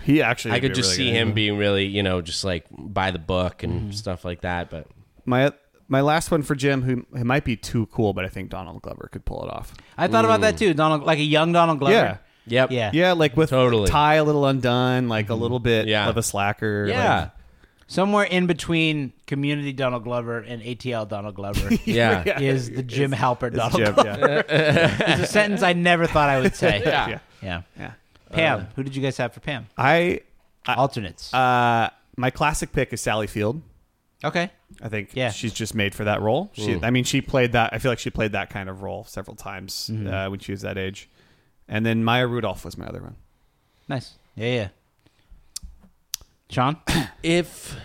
[SPEAKER 1] he actually.
[SPEAKER 3] I
[SPEAKER 1] would
[SPEAKER 3] could
[SPEAKER 1] be
[SPEAKER 3] just
[SPEAKER 1] really
[SPEAKER 3] see
[SPEAKER 1] good.
[SPEAKER 3] him being really, you know, just like by the book and stuff like that. But
[SPEAKER 1] My my last one for Jim, who who might be too cool, but I think Donald Glover could pull it off.
[SPEAKER 2] I thought about that too. Donald, like a young Donald Glover.
[SPEAKER 1] Yeah.
[SPEAKER 3] yep,
[SPEAKER 2] Yeah.
[SPEAKER 1] Yeah, like with
[SPEAKER 3] Totally.
[SPEAKER 1] tie a little undone, like a little bit
[SPEAKER 3] Yeah.
[SPEAKER 1] of a slacker. like-
[SPEAKER 3] yeah,
[SPEAKER 2] Somewhere in between Community Donald Glover and ATL Donald Glover
[SPEAKER 3] yeah. yeah.
[SPEAKER 2] is the Jim Halpert Donald
[SPEAKER 1] Jim,
[SPEAKER 2] Glover.
[SPEAKER 1] yeah.
[SPEAKER 2] It's a sentence I never thought I would say.
[SPEAKER 3] yeah.
[SPEAKER 2] Yeah.
[SPEAKER 1] yeah.
[SPEAKER 2] Pam, who did you guys have for Pam?
[SPEAKER 1] I
[SPEAKER 2] Alternates.
[SPEAKER 1] uh my classic pick is Sally Field.
[SPEAKER 2] okay.
[SPEAKER 1] I think
[SPEAKER 2] Yeah.
[SPEAKER 1] she's just made for that role. She, I mean, she played that. I feel like she played that kind of role several times uh, when she was that age. And then Maya Rudolph was my other one.
[SPEAKER 2] Nice. Yeah, yeah. Sean?
[SPEAKER 3] If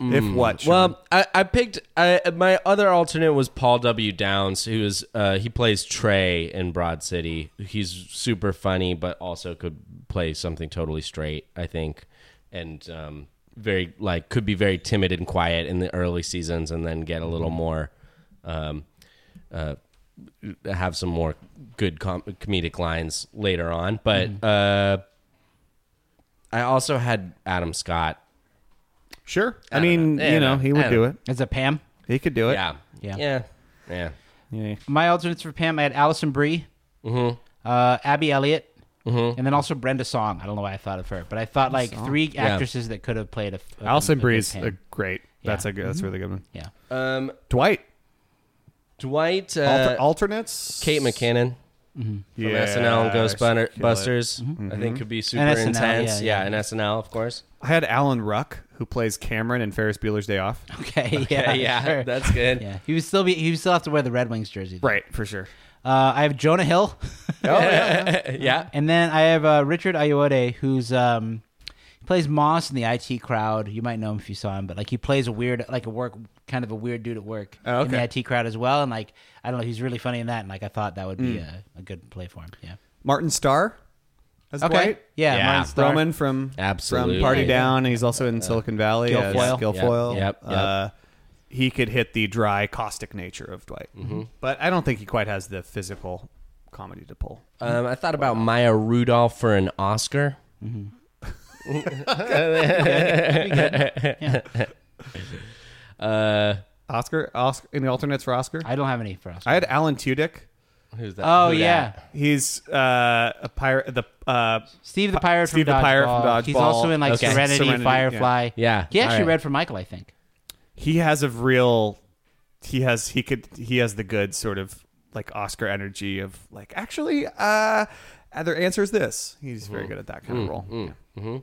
[SPEAKER 3] Mm.
[SPEAKER 1] If what? Sean?
[SPEAKER 3] Well, I, I picked I, my other alternate was Paul W. Downs, who is uh, he plays Trey in Broad City. He's super funny, but also could play something totally straight. I think, and um, very like could be very timid and quiet in the early seasons, and then get a little more, um, uh, have some more good com- comedic lines later on. But uh, I also had Adam Scott.
[SPEAKER 1] sure. I,
[SPEAKER 3] I don't
[SPEAKER 1] mean,
[SPEAKER 3] know.
[SPEAKER 1] you
[SPEAKER 3] Yeah,
[SPEAKER 1] know,
[SPEAKER 3] no,
[SPEAKER 1] he
[SPEAKER 3] I
[SPEAKER 1] would
[SPEAKER 3] don't
[SPEAKER 1] do
[SPEAKER 3] know.
[SPEAKER 1] it.
[SPEAKER 2] Is it Pam?
[SPEAKER 1] He could do it.
[SPEAKER 3] Yeah,
[SPEAKER 2] Yeah.
[SPEAKER 3] yeah, yeah.
[SPEAKER 1] Yeah.
[SPEAKER 2] My alternates for Pam, I had Allison Brie, uh, Abby Elliott, and then also Brenda Song. I don't know why I thought of her, but I thought like three actresces that could have played a. a
[SPEAKER 1] Alison
[SPEAKER 2] a- a
[SPEAKER 1] Bree's
[SPEAKER 2] Pam.
[SPEAKER 1] a great. That's a good, that's a really good one.
[SPEAKER 2] yeah.
[SPEAKER 3] Um,
[SPEAKER 1] Dwight
[SPEAKER 3] Dwight, uh,
[SPEAKER 1] Alter- alternates
[SPEAKER 3] Kate McKinnon from SNL and Ghostbusters,
[SPEAKER 1] Mm-hmm.
[SPEAKER 3] I think could be super
[SPEAKER 2] And SNL,
[SPEAKER 3] intense.
[SPEAKER 2] yeah,
[SPEAKER 3] Yeah,
[SPEAKER 2] yeah.
[SPEAKER 3] and SNL, of course.
[SPEAKER 1] I had Alan Ruck, who plays Cameron in Ferris Bueller's Day Off.
[SPEAKER 2] Okay. Yeah.
[SPEAKER 3] yeah,
[SPEAKER 2] sure.
[SPEAKER 3] that's good.
[SPEAKER 2] Yeah. He would still be. He would still have to wear the Red Wings jersey.
[SPEAKER 1] Right, for sure.
[SPEAKER 2] Uh, I have Jonah Hill.
[SPEAKER 3] yeah.
[SPEAKER 2] And then I have uh, Richard Ayoade, who's um, plays Moss in the IT crowd. You might know him if you saw him, but like he plays a weird, like a work, kind of a weird dude at work
[SPEAKER 1] Oh,
[SPEAKER 2] in the
[SPEAKER 1] okay.
[SPEAKER 2] IT crowd as well. And like I don't know, he's really funny in that. And like I thought that would be a, a good play for him. Yeah.
[SPEAKER 1] Martin Starr as
[SPEAKER 2] Okay.
[SPEAKER 1] Dwight.
[SPEAKER 2] Yeah,
[SPEAKER 3] Yeah.
[SPEAKER 2] Martin Starr.
[SPEAKER 1] Roman from
[SPEAKER 3] Absolutely.
[SPEAKER 1] from Party
[SPEAKER 3] Yeah.
[SPEAKER 1] Down. He's also in Silicon Valley. as
[SPEAKER 2] Guilfoyle.
[SPEAKER 1] Guilfoyle.
[SPEAKER 3] Yep, yep, yep.
[SPEAKER 1] Uh, he could hit the dry, caustic nature of Dwight,
[SPEAKER 3] Mm-hmm.
[SPEAKER 1] but I don't think he quite has the physical comedy to pull.
[SPEAKER 3] Um, I thought about Maya Rudolph for an Oscar.
[SPEAKER 1] Oscar, Oscar, any alternates for Oscar? I,
[SPEAKER 2] I don't have any for us.
[SPEAKER 1] had Alan Tudyk.
[SPEAKER 3] Who's that?
[SPEAKER 2] oh
[SPEAKER 3] Who
[SPEAKER 2] yeah,
[SPEAKER 3] dat?
[SPEAKER 1] He's uh, a pirate. The uh,
[SPEAKER 2] Steve the pirate from
[SPEAKER 1] Steve the Pirate from
[SPEAKER 2] Dodgeball. He's
[SPEAKER 1] Dodgeball.
[SPEAKER 2] also in like
[SPEAKER 3] Okay.
[SPEAKER 2] Serenity,
[SPEAKER 1] Serenity,
[SPEAKER 2] Firefly.
[SPEAKER 3] yeah. Yeah,
[SPEAKER 2] He actually
[SPEAKER 3] all right.
[SPEAKER 2] read for Michael, I think.
[SPEAKER 1] he has a real. He has he could he has the good sort of like Oscar energy of like actually uh, other answers this. He's very good at that kind of role. Yeah.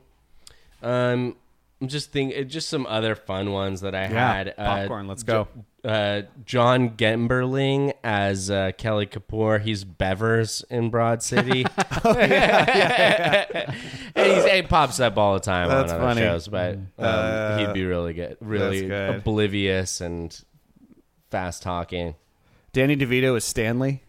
[SPEAKER 3] Um, I'm just thinking, just some other fun ones that I
[SPEAKER 1] Yeah,
[SPEAKER 3] had. Uh,
[SPEAKER 1] popcorn, let's go.
[SPEAKER 3] Jo- uh, John Gemberling as uh, Kelly Kapoor. He's Bevers in Broad City. and he's, he pops up all the time
[SPEAKER 1] That's
[SPEAKER 3] on other
[SPEAKER 1] funny.
[SPEAKER 3] shows, but um,
[SPEAKER 1] Uh,
[SPEAKER 3] he'd be really good, really
[SPEAKER 1] that's good.
[SPEAKER 3] oblivious and fast talking.
[SPEAKER 1] Danny DeVito is Stanley.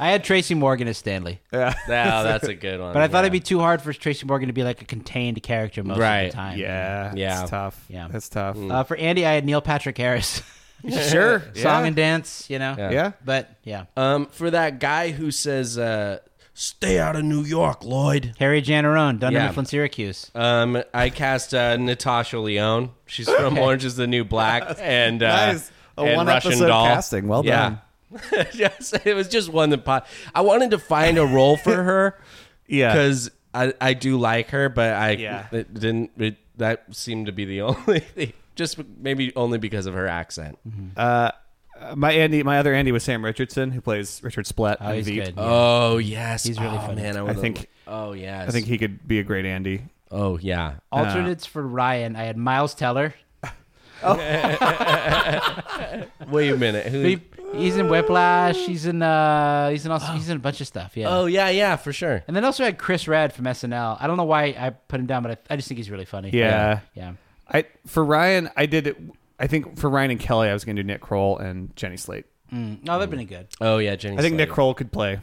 [SPEAKER 2] I had Tracy Morgan as Stanley,
[SPEAKER 3] Wow, that's a good one.
[SPEAKER 2] but I thought
[SPEAKER 3] yeah.
[SPEAKER 2] it'd be too hard for Tracy Morgan to be like a contained character most of
[SPEAKER 3] Right.
[SPEAKER 2] the time.
[SPEAKER 1] Yeah,
[SPEAKER 3] Yeah.
[SPEAKER 1] it's tough.
[SPEAKER 2] Yeah.
[SPEAKER 1] that's tough.
[SPEAKER 2] Uh, for Andy, I had Neil Patrick Harris,
[SPEAKER 1] sure,
[SPEAKER 2] song and dance. You know.
[SPEAKER 1] yeah.
[SPEAKER 2] But yeah, Uh,
[SPEAKER 3] um, for that guy who says, uh, "Stay out of New York, Lloyd."
[SPEAKER 2] Harry Janarone, Dunder
[SPEAKER 3] Yeah.
[SPEAKER 2] Mifflin, Syracuse.
[SPEAKER 3] Um, I cast uh, Natasha Leone. She's from Orange Is the New Black and uh,
[SPEAKER 1] Nice. A
[SPEAKER 3] and
[SPEAKER 1] one
[SPEAKER 3] Russian
[SPEAKER 1] episode
[SPEAKER 3] Doll.
[SPEAKER 1] casting. Well
[SPEAKER 3] yeah. done. yes, it was just one that pot. I wanted to find a role for her
[SPEAKER 1] Yeah.
[SPEAKER 3] because I, I do like her, but I
[SPEAKER 1] Yeah.
[SPEAKER 3] it didn't. It, that seemed to be the only thing. Just maybe only because of her accent.
[SPEAKER 1] Mm-hmm. Uh, my Andy, my other Andy was Sam Richardson, who plays Richard Splett.
[SPEAKER 2] Oh,
[SPEAKER 1] in
[SPEAKER 2] he's
[SPEAKER 1] Veep.
[SPEAKER 2] good.
[SPEAKER 3] Oh yes, he's
[SPEAKER 2] really
[SPEAKER 3] oh,
[SPEAKER 2] funny.
[SPEAKER 3] Man, I,
[SPEAKER 1] I
[SPEAKER 3] would've-
[SPEAKER 1] think
[SPEAKER 3] Oh yes,
[SPEAKER 1] I think he could be a great Andy.
[SPEAKER 3] Oh yeah.
[SPEAKER 2] Alternates for Ryan, I had Miles Teller.
[SPEAKER 3] Wait a minute. Who?
[SPEAKER 2] He- he's in Whiplash. He's in uh, he's in also, he's in a bunch of stuff. Yeah.
[SPEAKER 3] oh yeah, yeah, for sure.
[SPEAKER 2] And then also had Chris Rad from SNL. I don't know why I put him down, but I, I just think he's really funny.
[SPEAKER 1] Yeah.
[SPEAKER 2] Yeah.
[SPEAKER 1] I for Ryan, I did it. I think for Ryan and Kelly, I was going to do Nick Kroll and Jenny Slate.
[SPEAKER 2] No, that'd Mm. been good.
[SPEAKER 3] Oh yeah, Jenny.
[SPEAKER 1] I think Nick
[SPEAKER 3] Slater.
[SPEAKER 1] Kroll could play,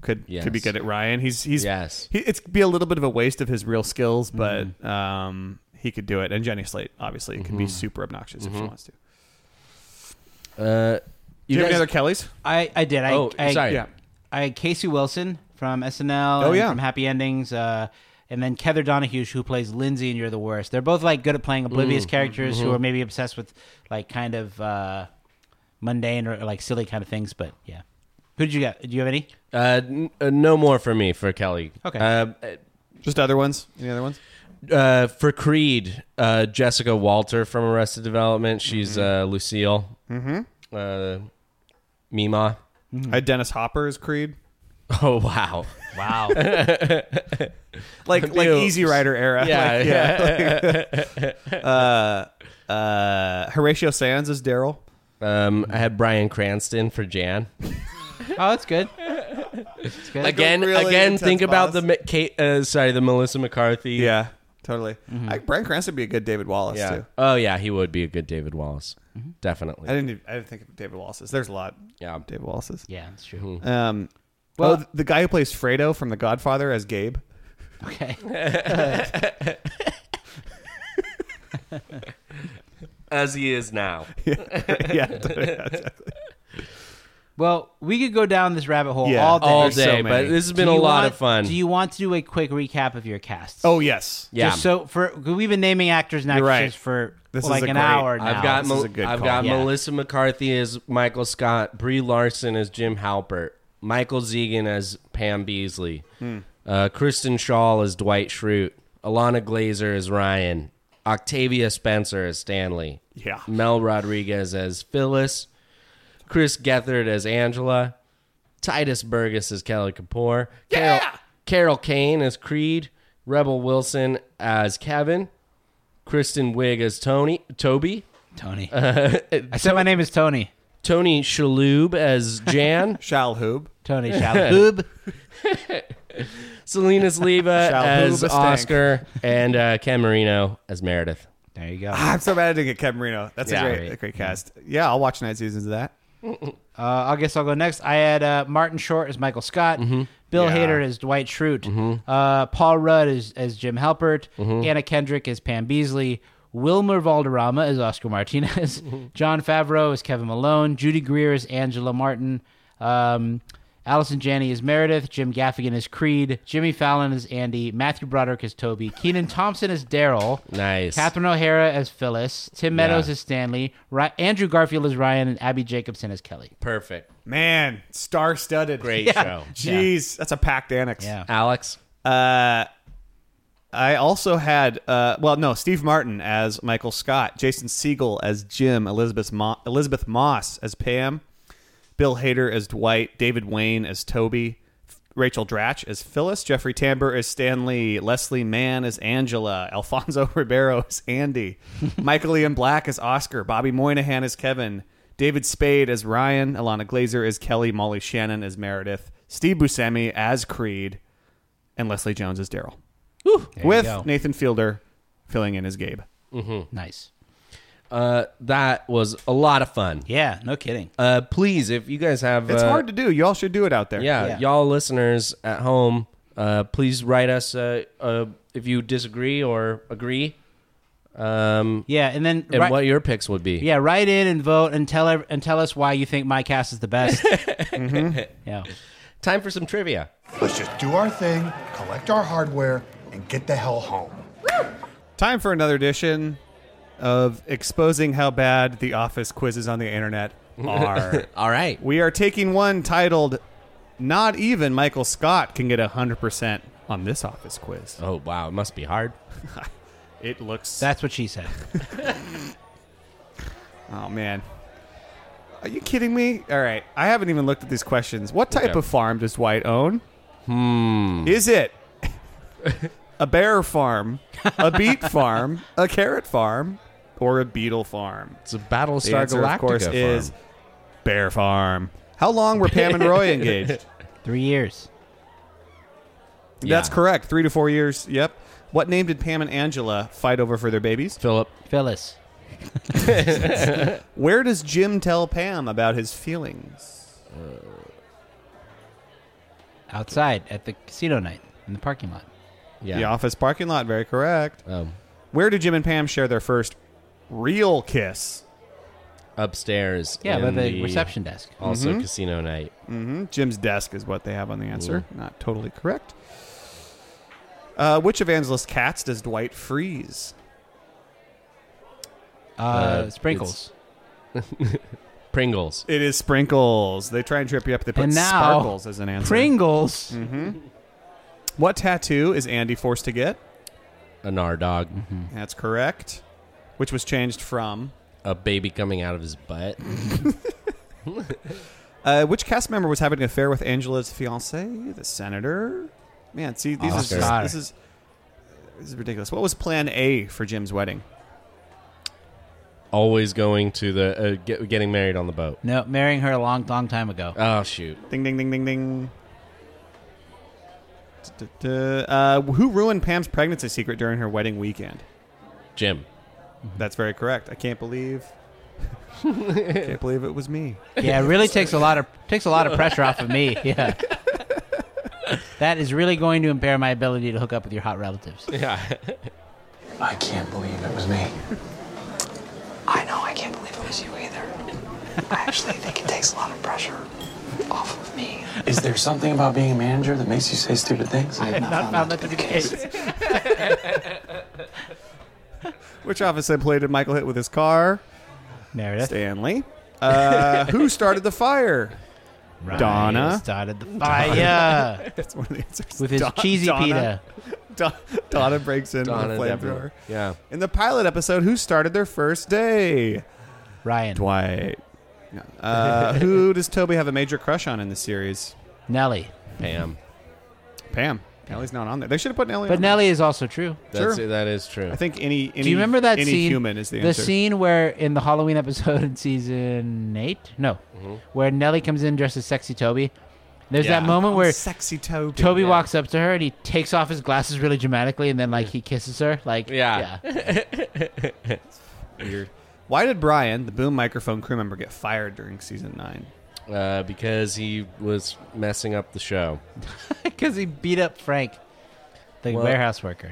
[SPEAKER 1] could could be
[SPEAKER 3] Yes.
[SPEAKER 1] good at Ryan. He's he's
[SPEAKER 3] Yes.
[SPEAKER 1] He, it's be a little bit of a waste of his real skills, but um, he could do it. And Jenny Slate obviously can be super obnoxious if she wants to.
[SPEAKER 3] Uh,
[SPEAKER 1] Do
[SPEAKER 3] you
[SPEAKER 1] Mm-hmm. you have any
[SPEAKER 3] guys-
[SPEAKER 1] other Kellys?
[SPEAKER 2] I, I did. I,
[SPEAKER 3] Oh,
[SPEAKER 2] I,
[SPEAKER 3] sorry.
[SPEAKER 1] Yeah.
[SPEAKER 2] I had Casey Wilson from SNL.
[SPEAKER 1] Oh,
[SPEAKER 2] and
[SPEAKER 1] yeah.
[SPEAKER 2] From Happy Endings. Uh, and then Heather Donahue, who plays Lindsay in You're the Worst. They're both like good at playing oblivious
[SPEAKER 3] Mm,
[SPEAKER 2] characters
[SPEAKER 3] mm-hmm.
[SPEAKER 2] who are maybe obsessed with like kind of uh, mundane or like silly kind of things. But yeah. Who did you get? Do you have any?
[SPEAKER 3] Uh, n- uh, no more for me for Kelly.
[SPEAKER 2] Okay.
[SPEAKER 3] Uh,
[SPEAKER 1] Just other ones? Any other ones?
[SPEAKER 3] uh, for Creed, uh, Jessica Walter from Arrested Development. She's uh, Lucille. Mm-hmm. Uh, Mima.
[SPEAKER 1] I had Dennis Hopper as Creed.
[SPEAKER 3] Oh wow.
[SPEAKER 2] Wow.
[SPEAKER 1] like like
[SPEAKER 3] Ew.
[SPEAKER 1] Easy Rider era.
[SPEAKER 3] Yeah,
[SPEAKER 1] Like, like, uh, uh, Horatio Sands is Daryl.
[SPEAKER 3] Um, I had Brian Cranston for Jan.
[SPEAKER 2] oh, that's good. good.
[SPEAKER 3] Again,
[SPEAKER 1] really
[SPEAKER 3] again.
[SPEAKER 1] intense
[SPEAKER 3] Think about
[SPEAKER 1] boss.
[SPEAKER 3] the Ma- Kate. Uh, sorry, the Melissa McCarthy.
[SPEAKER 1] Yeah, Mm-hmm. totally. I, Brian Cranston would be a good David Wallace
[SPEAKER 3] Yeah.
[SPEAKER 1] too.
[SPEAKER 3] Oh yeah, he would be a good David Wallace.
[SPEAKER 1] I
[SPEAKER 2] Mm-hmm.
[SPEAKER 3] Definitely.
[SPEAKER 1] didn't even- I didn't think of David Wallace's. There's a lot.
[SPEAKER 3] Yeah.
[SPEAKER 1] of David Wallace's.
[SPEAKER 2] Yeah, that's true.
[SPEAKER 1] Um,
[SPEAKER 2] Well-
[SPEAKER 1] well, the guy who plays Fredo from The Godfather as Gabe.
[SPEAKER 2] Okay.
[SPEAKER 3] As he is now.
[SPEAKER 1] yeah, exactly.
[SPEAKER 2] Well, we could go down this rabbit hole
[SPEAKER 1] Yeah.
[SPEAKER 2] all day.
[SPEAKER 3] All
[SPEAKER 1] There's so
[SPEAKER 3] day, but
[SPEAKER 1] many.
[SPEAKER 3] this has
[SPEAKER 2] Do
[SPEAKER 3] been a
[SPEAKER 2] you
[SPEAKER 3] lot
[SPEAKER 2] want-
[SPEAKER 3] of fun.
[SPEAKER 2] Do you want to do a quick recap of your casts?
[SPEAKER 1] Oh yes.
[SPEAKER 3] yeah.
[SPEAKER 2] Just so for we've been naming actors and actresses
[SPEAKER 1] You're right.
[SPEAKER 2] for
[SPEAKER 1] This
[SPEAKER 2] like
[SPEAKER 1] is a
[SPEAKER 2] an
[SPEAKER 1] great-
[SPEAKER 2] hour now.
[SPEAKER 3] I've got
[SPEAKER 1] This
[SPEAKER 3] Mel-
[SPEAKER 1] is a good
[SPEAKER 3] I've
[SPEAKER 1] call.
[SPEAKER 3] got
[SPEAKER 2] Yeah.
[SPEAKER 3] Melissa McCarthy as Michael Scott, Brie Larson as Jim Halpert, Michael Zegan as Pam Beasley, uh, Kristen Shaw as Dwight Schrute, Alana Glazer as Ryan, Octavia Spencer as Stanley,
[SPEAKER 1] Yeah.
[SPEAKER 3] Mel Rodriguez as Phyllis, Chris Gethard as Angela, Titus Burgess as Kelly Kapoor, Carol, Carol Kane as Creed, Rebel Wilson as Kevin, Kristen Wiig as Tony Toby.
[SPEAKER 2] Tony. I said my name is Tony.
[SPEAKER 3] Tony Shalhoub as Jan,
[SPEAKER 1] Shal Hoob.
[SPEAKER 2] Tony Shalhoub.
[SPEAKER 3] Salinas Leiva
[SPEAKER 1] Shall
[SPEAKER 3] as
[SPEAKER 1] who bestank.
[SPEAKER 3] Oscar, and uh, Cam Marino as Meredith.
[SPEAKER 2] There you go.
[SPEAKER 1] Ah, I'm so mad I didn't get Kevin Marino. That's
[SPEAKER 3] Yeah.
[SPEAKER 1] a great, a great cast. Yeah, I'll watch nine seasons of that.
[SPEAKER 2] Uh, I guess I'll go next. I had uh, Martin Short as Michael Scott,
[SPEAKER 3] Mm-hmm.
[SPEAKER 2] Bill Hader as Dwight Schrute, uh, Paul Rudd as, as Jim Halpert,
[SPEAKER 3] Mm-hmm.
[SPEAKER 2] Anna Kendrick as Pam Beasley, Wilmer Valderrama as Oscar Martinez,
[SPEAKER 3] Mm-hmm.
[SPEAKER 2] John Favreau as Kevin Malone, Judy Greer as Angela Martin, um, Allison Janney as Meredith, Jim Gaffigan as Creed, Jimmy Fallon as Andy, Matthew Broderick as Toby, Keenan Thompson as Daryl,
[SPEAKER 3] Nice.
[SPEAKER 2] Catherine O'Hara as Phyllis, Tim Meadows
[SPEAKER 3] Yeah.
[SPEAKER 2] as Stanley, Ry- Andrew Garfield as Ryan, and Abby Jacobson as Kelly.
[SPEAKER 3] Perfect.
[SPEAKER 1] Man, star studded.
[SPEAKER 3] Great show.
[SPEAKER 1] Jeez, that's a packed annex.
[SPEAKER 2] Yeah.
[SPEAKER 3] Alex.
[SPEAKER 1] I also had, uh, well, no, Steve Martin as Michael Scott, Jason Siegel as Jim, Elizabeth Mo- Elizabeth Moss as Pam, Bill Hader as Dwight, David Wayne as Toby, F- Rachel Dratch as Phyllis, Jeffrey Tambor as Stanley, Leslie Mann as Angela, Alfonso Ribeiro as Andy, Michael Ian Black as Oscar, Bobby Moynihan as Kevin, David Spade as Ryan, Alana Glazer as Kelly, Molly Shannon as Meredith, Steve Buscemi as Creed, and Leslie Jones as Daryl with Nathan Fielder filling in as Gabe.
[SPEAKER 2] Nice.
[SPEAKER 3] Uh, that was a lot of fun.
[SPEAKER 2] Yeah, no kidding.
[SPEAKER 3] Uh, please, if you guys have,
[SPEAKER 1] It's
[SPEAKER 3] uh,
[SPEAKER 1] hard to do. Y'all should do it out there.
[SPEAKER 3] yeah,
[SPEAKER 2] Yeah.
[SPEAKER 3] y'all listeners at home, uh, please write us uh, uh, if you disagree or agree, um,
[SPEAKER 2] Yeah, and then
[SPEAKER 3] and
[SPEAKER 2] write-
[SPEAKER 3] what your picks would be.
[SPEAKER 2] yeah, write in and vote and tell ev- and tell us why you think my cast is the best. Mm-hmm. Yeah.
[SPEAKER 3] Time for some trivia.
[SPEAKER 7] Let's just do our thing, collect our hardware, and get the hell home.
[SPEAKER 1] Time for another edition of exposing how bad the office quizzes on the internet are.
[SPEAKER 3] All right.
[SPEAKER 1] we are taking one titled Not Even Michael Scott Can Get 100% on this office quiz.
[SPEAKER 3] Oh wow, it must be hard.
[SPEAKER 1] It looks.
[SPEAKER 2] That's what she said.
[SPEAKER 1] oh, man. Are you kidding me? All right. I haven't even looked at these questions. What type
[SPEAKER 3] Okay.
[SPEAKER 1] of farm does Dwight own? Hmm. Is it a bear farm, a beet farm, a carrot farm, or a beetle farm?
[SPEAKER 3] It's a Battlestar
[SPEAKER 1] The answer, of course, is bear farm. How long were Pam and Roy engaged?
[SPEAKER 2] Three years.
[SPEAKER 1] That's correct. Three to four years. Yep. What name did Pam and Angela fight over for their babies?
[SPEAKER 3] Philip.
[SPEAKER 2] Phyllis.
[SPEAKER 1] Where does Jim tell Pam about his feelings?
[SPEAKER 2] Outside at the casino night in the parking lot.
[SPEAKER 3] Yeah.
[SPEAKER 1] The office parking lot. Very correct.
[SPEAKER 3] Um,
[SPEAKER 1] Where did Jim and Pam share their first real kiss?
[SPEAKER 3] upstairs.
[SPEAKER 2] Yeah, by
[SPEAKER 3] in
[SPEAKER 2] the, reception desk.
[SPEAKER 3] Also, casino night.
[SPEAKER 1] Hmm, Jim's desk is what they have on the answer. Not totally correct. Uh, which evangelist cats does Dwight freeze?
[SPEAKER 2] Uh, sprinkles.
[SPEAKER 3] Mm-hmm. Pringles.
[SPEAKER 1] It is sprinkles. They try and trip you up. They put
[SPEAKER 2] And now,
[SPEAKER 1] sparkles as an answer.
[SPEAKER 2] Pringles.
[SPEAKER 1] What tattoo is Andy forced to get?
[SPEAKER 3] An R dog.
[SPEAKER 1] That's correct. Which was changed from.
[SPEAKER 3] A baby coming out of his butt.
[SPEAKER 1] Uh, which cast member was having an affair with Angela's fiance, the senator? Man, see, these
[SPEAKER 2] Oscar.
[SPEAKER 1] are just, this is this is ridiculous. What was Plan A for Jim's wedding?
[SPEAKER 3] Always going to the uh, get, getting married on the boat.
[SPEAKER 2] No, marrying her a long, long time ago.
[SPEAKER 3] Oh shoot.
[SPEAKER 1] Ding, ding, ding, ding, ding. Da-da-da. Uh, who ruined Pam's pregnancy secret during her wedding weekend?
[SPEAKER 3] Jim.
[SPEAKER 1] That's very correct. I can't believe. can't believe it was me.
[SPEAKER 2] Yeah, it really takes a lot of takes a lot of pressure off of me. Yeah. That is really going to impair my ability to hook up with your hot relatives.
[SPEAKER 8] I can't believe it was me.
[SPEAKER 9] I know I can't believe it was you either. I actually think it takes a lot of pressure off of me.
[SPEAKER 8] Is there something about being a manager that makes you say stupid things?
[SPEAKER 9] I have not, found,
[SPEAKER 2] Found
[SPEAKER 9] that
[SPEAKER 2] that to be the case.
[SPEAKER 1] Which office employee did Michael hit with his car?
[SPEAKER 2] Meredith.
[SPEAKER 1] Stanley. Uh, who started the fire? Donna.
[SPEAKER 2] started the fire
[SPEAKER 1] That's one of the answers.
[SPEAKER 2] with his
[SPEAKER 1] Don-
[SPEAKER 2] cheesy
[SPEAKER 1] Donna, pita. Donna breaks in
[SPEAKER 3] Donna
[SPEAKER 1] with a
[SPEAKER 3] Deborah.
[SPEAKER 1] flamethrower.
[SPEAKER 3] Yeah.
[SPEAKER 1] In the pilot episode, who started their first day?
[SPEAKER 2] pita. Ryan,
[SPEAKER 1] Dwight. Yeah. Uh, who does Toby have a major crush on in the series?
[SPEAKER 2] Nelly,
[SPEAKER 3] Pam.
[SPEAKER 1] Pam. Nelly's not on there. They should have put Nelly.
[SPEAKER 2] but
[SPEAKER 1] on
[SPEAKER 2] Nelly is also true.
[SPEAKER 3] That's
[SPEAKER 1] Sure.
[SPEAKER 3] that is true.
[SPEAKER 1] There. I think any, any.
[SPEAKER 2] Do you remember that
[SPEAKER 1] any
[SPEAKER 2] scene?
[SPEAKER 1] human is the, answer.
[SPEAKER 2] scene where in the Halloween episode in season eight, no, where Nelly comes in dressed as sexy Toby, There's that
[SPEAKER 1] Yeah.
[SPEAKER 2] moment
[SPEAKER 1] I'm
[SPEAKER 2] where
[SPEAKER 1] sexy Toby.
[SPEAKER 2] Toby
[SPEAKER 1] Yeah.
[SPEAKER 2] walks up to her and he takes off his glasses really dramatically, and then like he kisses her. Like
[SPEAKER 3] Yeah.
[SPEAKER 1] Weird. Why did Brian, the boom microphone crew member, get fired during season nine?
[SPEAKER 3] Uh, because he was messing up the show.
[SPEAKER 2] because he beat up Frank, the
[SPEAKER 3] Well-
[SPEAKER 2] warehouse worker.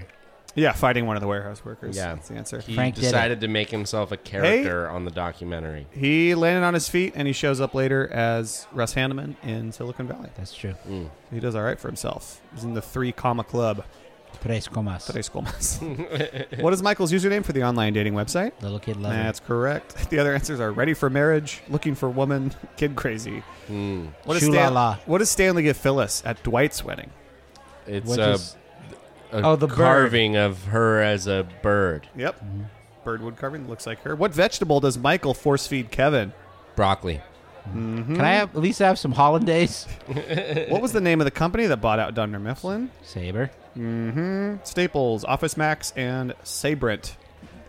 [SPEAKER 1] Yeah, fighting one of the warehouse workers.
[SPEAKER 3] Yeah,
[SPEAKER 1] that's the answer.
[SPEAKER 3] He
[SPEAKER 2] Frank did it.
[SPEAKER 3] decided to make himself a character on the documentary.
[SPEAKER 1] He landed on his feet and he shows up later as Russ Hanneman in Silicon Valley.
[SPEAKER 2] That's true.
[SPEAKER 1] He does all right for himself. He's in the three comma club.
[SPEAKER 2] Tres comas.
[SPEAKER 1] Tres comas. what is Michael's username for the online dating website?
[SPEAKER 2] Little kid lover.
[SPEAKER 1] That's correct. The other answers are ready for marriage, looking for woman, kid crazy. What, does Stan-
[SPEAKER 2] Shoo-la-la.
[SPEAKER 1] what does Stanley give Phyllis at Dwight's wedding?
[SPEAKER 3] It's
[SPEAKER 2] Which
[SPEAKER 3] a,
[SPEAKER 2] is-
[SPEAKER 3] a
[SPEAKER 2] Oh, the bird.
[SPEAKER 3] carving of her as a bird.
[SPEAKER 1] Yep. Birdwood carving that looks like her. What vegetable does Michael force feed Kevin?
[SPEAKER 3] Broccoli.
[SPEAKER 2] Can I have, at least have some hollandaise?
[SPEAKER 1] What was the name of the company that bought out Dunder Mifflin?
[SPEAKER 2] Saber.
[SPEAKER 1] Staples, Office Max, and Sabrent.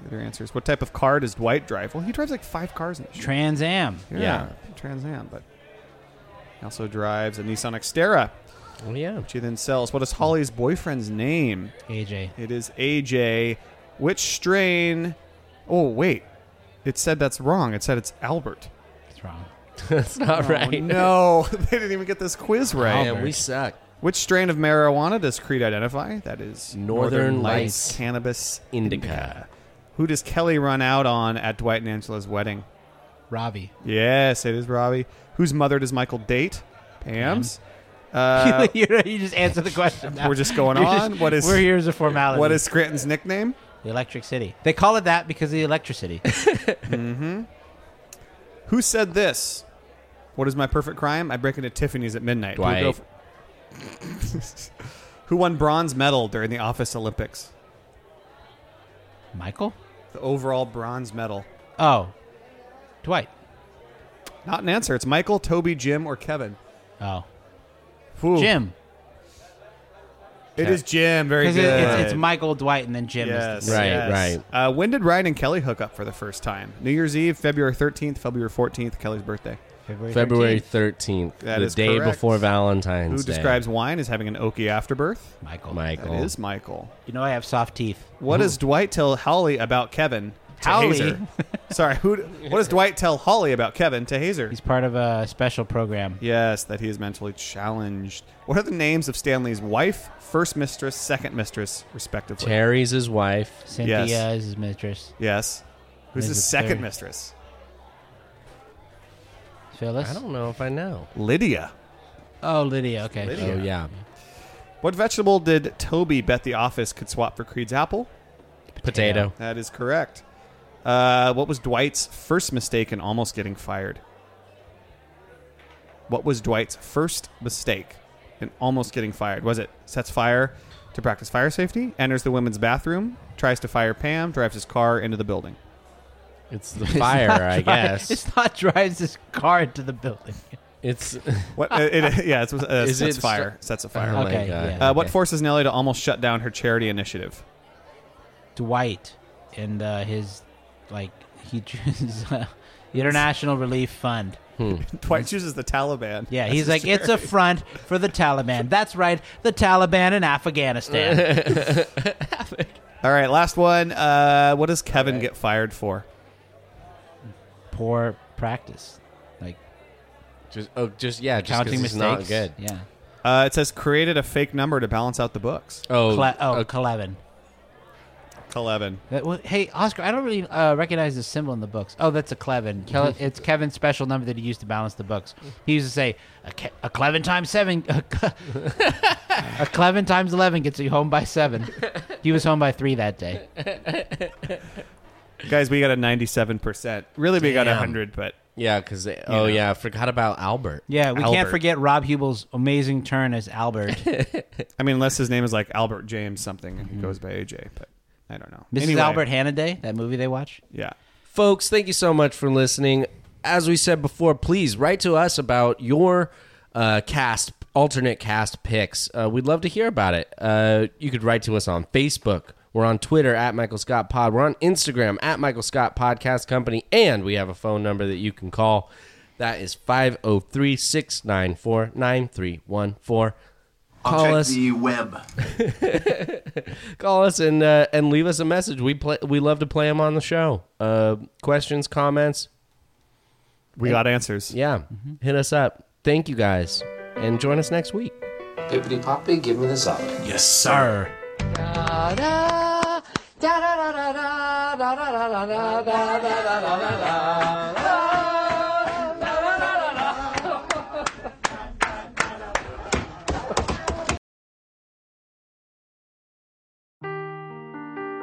[SPEAKER 1] Their answers. What type of car does Dwight drive? Well, he drives like five cars in the show.
[SPEAKER 2] Trans Am.
[SPEAKER 3] yeah.
[SPEAKER 1] Trans Am, but he also drives a Nissan Xterra,
[SPEAKER 3] Oh yeah.
[SPEAKER 1] which he then sells. What is Holly's boyfriend's name?
[SPEAKER 2] AJ.
[SPEAKER 1] It is AJ. Which strain? Oh wait, it said that's wrong. It said it's Albert.
[SPEAKER 2] It's wrong.
[SPEAKER 3] That's
[SPEAKER 2] Oh,
[SPEAKER 3] not right.
[SPEAKER 1] No, they didn't even get this quiz right.
[SPEAKER 3] Man, we suck.
[SPEAKER 1] Which strain of marijuana does Creed identify? That is
[SPEAKER 3] Northern Lights
[SPEAKER 1] Cannabis
[SPEAKER 3] Indica.
[SPEAKER 1] Who does Kelly run out on at Dwight and Angela's wedding?
[SPEAKER 2] Robbie.
[SPEAKER 1] Yes, it is Robbie. Whose mother does Michael date? Pam's. Uh,
[SPEAKER 2] you just answer the question. now.
[SPEAKER 1] We're just going
[SPEAKER 2] You're
[SPEAKER 1] on? What is-
[SPEAKER 2] We're here as a formality.
[SPEAKER 1] what is Scranton's nickname?
[SPEAKER 2] the Electric City? They call it that because of the electricity.
[SPEAKER 1] Who said this? What is my perfect crime? I break into Tiffany's at midnight. Who
[SPEAKER 3] Dwight.
[SPEAKER 1] f- Who won bronze medal during the Office Olympics?
[SPEAKER 2] Michael.
[SPEAKER 1] The overall bronze medal.
[SPEAKER 2] Oh, Dwight.
[SPEAKER 1] Not an answer. It's Michael, Toby, Jim, or Kevin.
[SPEAKER 2] Oh,
[SPEAKER 1] Whew.
[SPEAKER 2] Jim.
[SPEAKER 1] It is Jim. Very
[SPEAKER 2] Because
[SPEAKER 1] good.
[SPEAKER 2] it, it's, it's Michael, Dwight, and then Jim. Is
[SPEAKER 1] Yes,
[SPEAKER 2] the,
[SPEAKER 3] Right,
[SPEAKER 1] yes. Uh, when did Ryan and Kelly hook up for the first time? New Year's Eve, February thirteenth, February fourteenth, Kelly's birthday.
[SPEAKER 2] February.
[SPEAKER 3] February
[SPEAKER 2] 13th.
[SPEAKER 3] thirteenth,
[SPEAKER 1] That
[SPEAKER 3] the
[SPEAKER 1] is
[SPEAKER 3] day
[SPEAKER 1] correct.
[SPEAKER 3] before Valentine's
[SPEAKER 1] Who
[SPEAKER 3] Day.
[SPEAKER 1] describes wine as having an oaky afterbirth?
[SPEAKER 2] Michael.
[SPEAKER 3] Michael?
[SPEAKER 1] That is Michael.
[SPEAKER 2] You know I have soft teeth.
[SPEAKER 1] What does Dwight tell Holly about Kevin? To
[SPEAKER 2] Howley?
[SPEAKER 1] Hazer? Sorry, who? What does Dwight tell Holly about Kevin to Hazer?
[SPEAKER 2] He's part of a special program.
[SPEAKER 1] yes, that he is mentally challenged. What are the names of Stanley's wife, first mistress, second mistress, respectively?
[SPEAKER 3] Terry's his wife.
[SPEAKER 2] Cynthia
[SPEAKER 1] Yes.
[SPEAKER 2] is his mistress.
[SPEAKER 1] Yes. Who's
[SPEAKER 2] Mrs.
[SPEAKER 1] his second
[SPEAKER 2] Third.
[SPEAKER 1] mistress?
[SPEAKER 2] Phyllis.
[SPEAKER 3] I don't know if I know.
[SPEAKER 1] Lydia.
[SPEAKER 2] Oh, Lydia. Okay.
[SPEAKER 3] Oh yeah,
[SPEAKER 1] What vegetable did Toby bet the office could swap for Creed's apple?
[SPEAKER 3] potato.
[SPEAKER 1] That is correct. Uh, what was Dwight's first mistake in almost getting fired? What was Dwight's first mistake in almost getting fired? Was it sets fire to practice fire safety, enters the women's bathroom, tries to fire Pam, drives his car into the building?
[SPEAKER 3] It's the fire, I guess.
[SPEAKER 2] It's not drives his car into the building.
[SPEAKER 3] It's
[SPEAKER 1] What? uh, it, yeah, it's, uh,
[SPEAKER 3] Is
[SPEAKER 1] sets
[SPEAKER 3] it
[SPEAKER 1] fire.
[SPEAKER 3] st-
[SPEAKER 1] sets a
[SPEAKER 3] Oh
[SPEAKER 1] fire.
[SPEAKER 3] my
[SPEAKER 2] Okay,
[SPEAKER 3] God.
[SPEAKER 2] yeah.
[SPEAKER 1] Uh, what
[SPEAKER 2] okay.
[SPEAKER 1] forces Nellie to almost shut down her charity initiative?
[SPEAKER 2] Dwight and uh, his like he his, uh, the International Relief Fund.
[SPEAKER 1] Dwight chooses the Taliban.
[SPEAKER 2] Mm. Yeah,
[SPEAKER 1] as
[SPEAKER 2] he's
[SPEAKER 1] his
[SPEAKER 2] like it's a
[SPEAKER 1] charity.
[SPEAKER 2] front for the Taliban. That's right, the Taliban in Afghanistan.
[SPEAKER 1] All right, last one. Uh, what does Kevin get fired for?
[SPEAKER 2] Poor practice, like
[SPEAKER 3] Just oh, just yeah, just 'cause
[SPEAKER 2] counting
[SPEAKER 3] it's
[SPEAKER 2] mistakes.
[SPEAKER 3] not good.
[SPEAKER 2] Yeah.
[SPEAKER 1] Uh, it says created a fake number to balance out the books.
[SPEAKER 3] Oh,
[SPEAKER 2] Cle- oh,
[SPEAKER 3] oh,
[SPEAKER 2] Clevin.
[SPEAKER 1] Eleven.
[SPEAKER 2] That, Uh, well, hey, Oscar, I don't really uh, recognize the symbol in the books. Oh, that's a Clevin. Kel- it's Kevin's special number that he used to balance the books. He used to say, a, Ke- a Clevin times seven. A, Cle- a Clevin times 11 gets you home by seven. He was home by three that day.
[SPEAKER 1] Guys, we got a ninety-seven percent. Really, we got a
[SPEAKER 3] Damn.
[SPEAKER 1] hundred, but
[SPEAKER 3] yeah, because oh yeah, I forgot about Albert.
[SPEAKER 2] Yeah, we can't
[SPEAKER 3] Albert.
[SPEAKER 2] forget Rob Hubel's amazing turn as Albert. Mrs.
[SPEAKER 1] I mean, unless his name is like Albert James something, and he goes by AJ. But I don't know. Anyway,
[SPEAKER 2] Albert Hannaday, that movie they watch.
[SPEAKER 1] Yeah.
[SPEAKER 3] folks thank you so much for listening as we said before please write to us about your uh, cast alternate cast picks uh, we'd love to hear about it uh, you could write to us on facebook we're on twitter at michael scott pod we're on instagram at michael scott podcast company and we have a phone number that you can call That is 503 694 9314.
[SPEAKER 5] I'll
[SPEAKER 3] Call
[SPEAKER 5] check
[SPEAKER 3] us.
[SPEAKER 5] the e- web.
[SPEAKER 3] call us and uh, and leave us a message. We play. We love to play them on the show. Uh, questions, comments.
[SPEAKER 1] We got answers.
[SPEAKER 3] Yeah, hit us up. Thank you guys, and join us next week.
[SPEAKER 5] Bippity poppy, give me this up. Yes,
[SPEAKER 3] sir.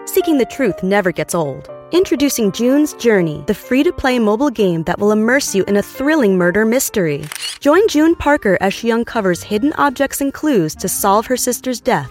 [SPEAKER 10] Seeking the truth never gets old. Introducing June's Journey, the free to play mobile game that will immerse you in a thrilling murder mystery. Join June Parker as she uncovers hidden objects and clues to solve her sister's death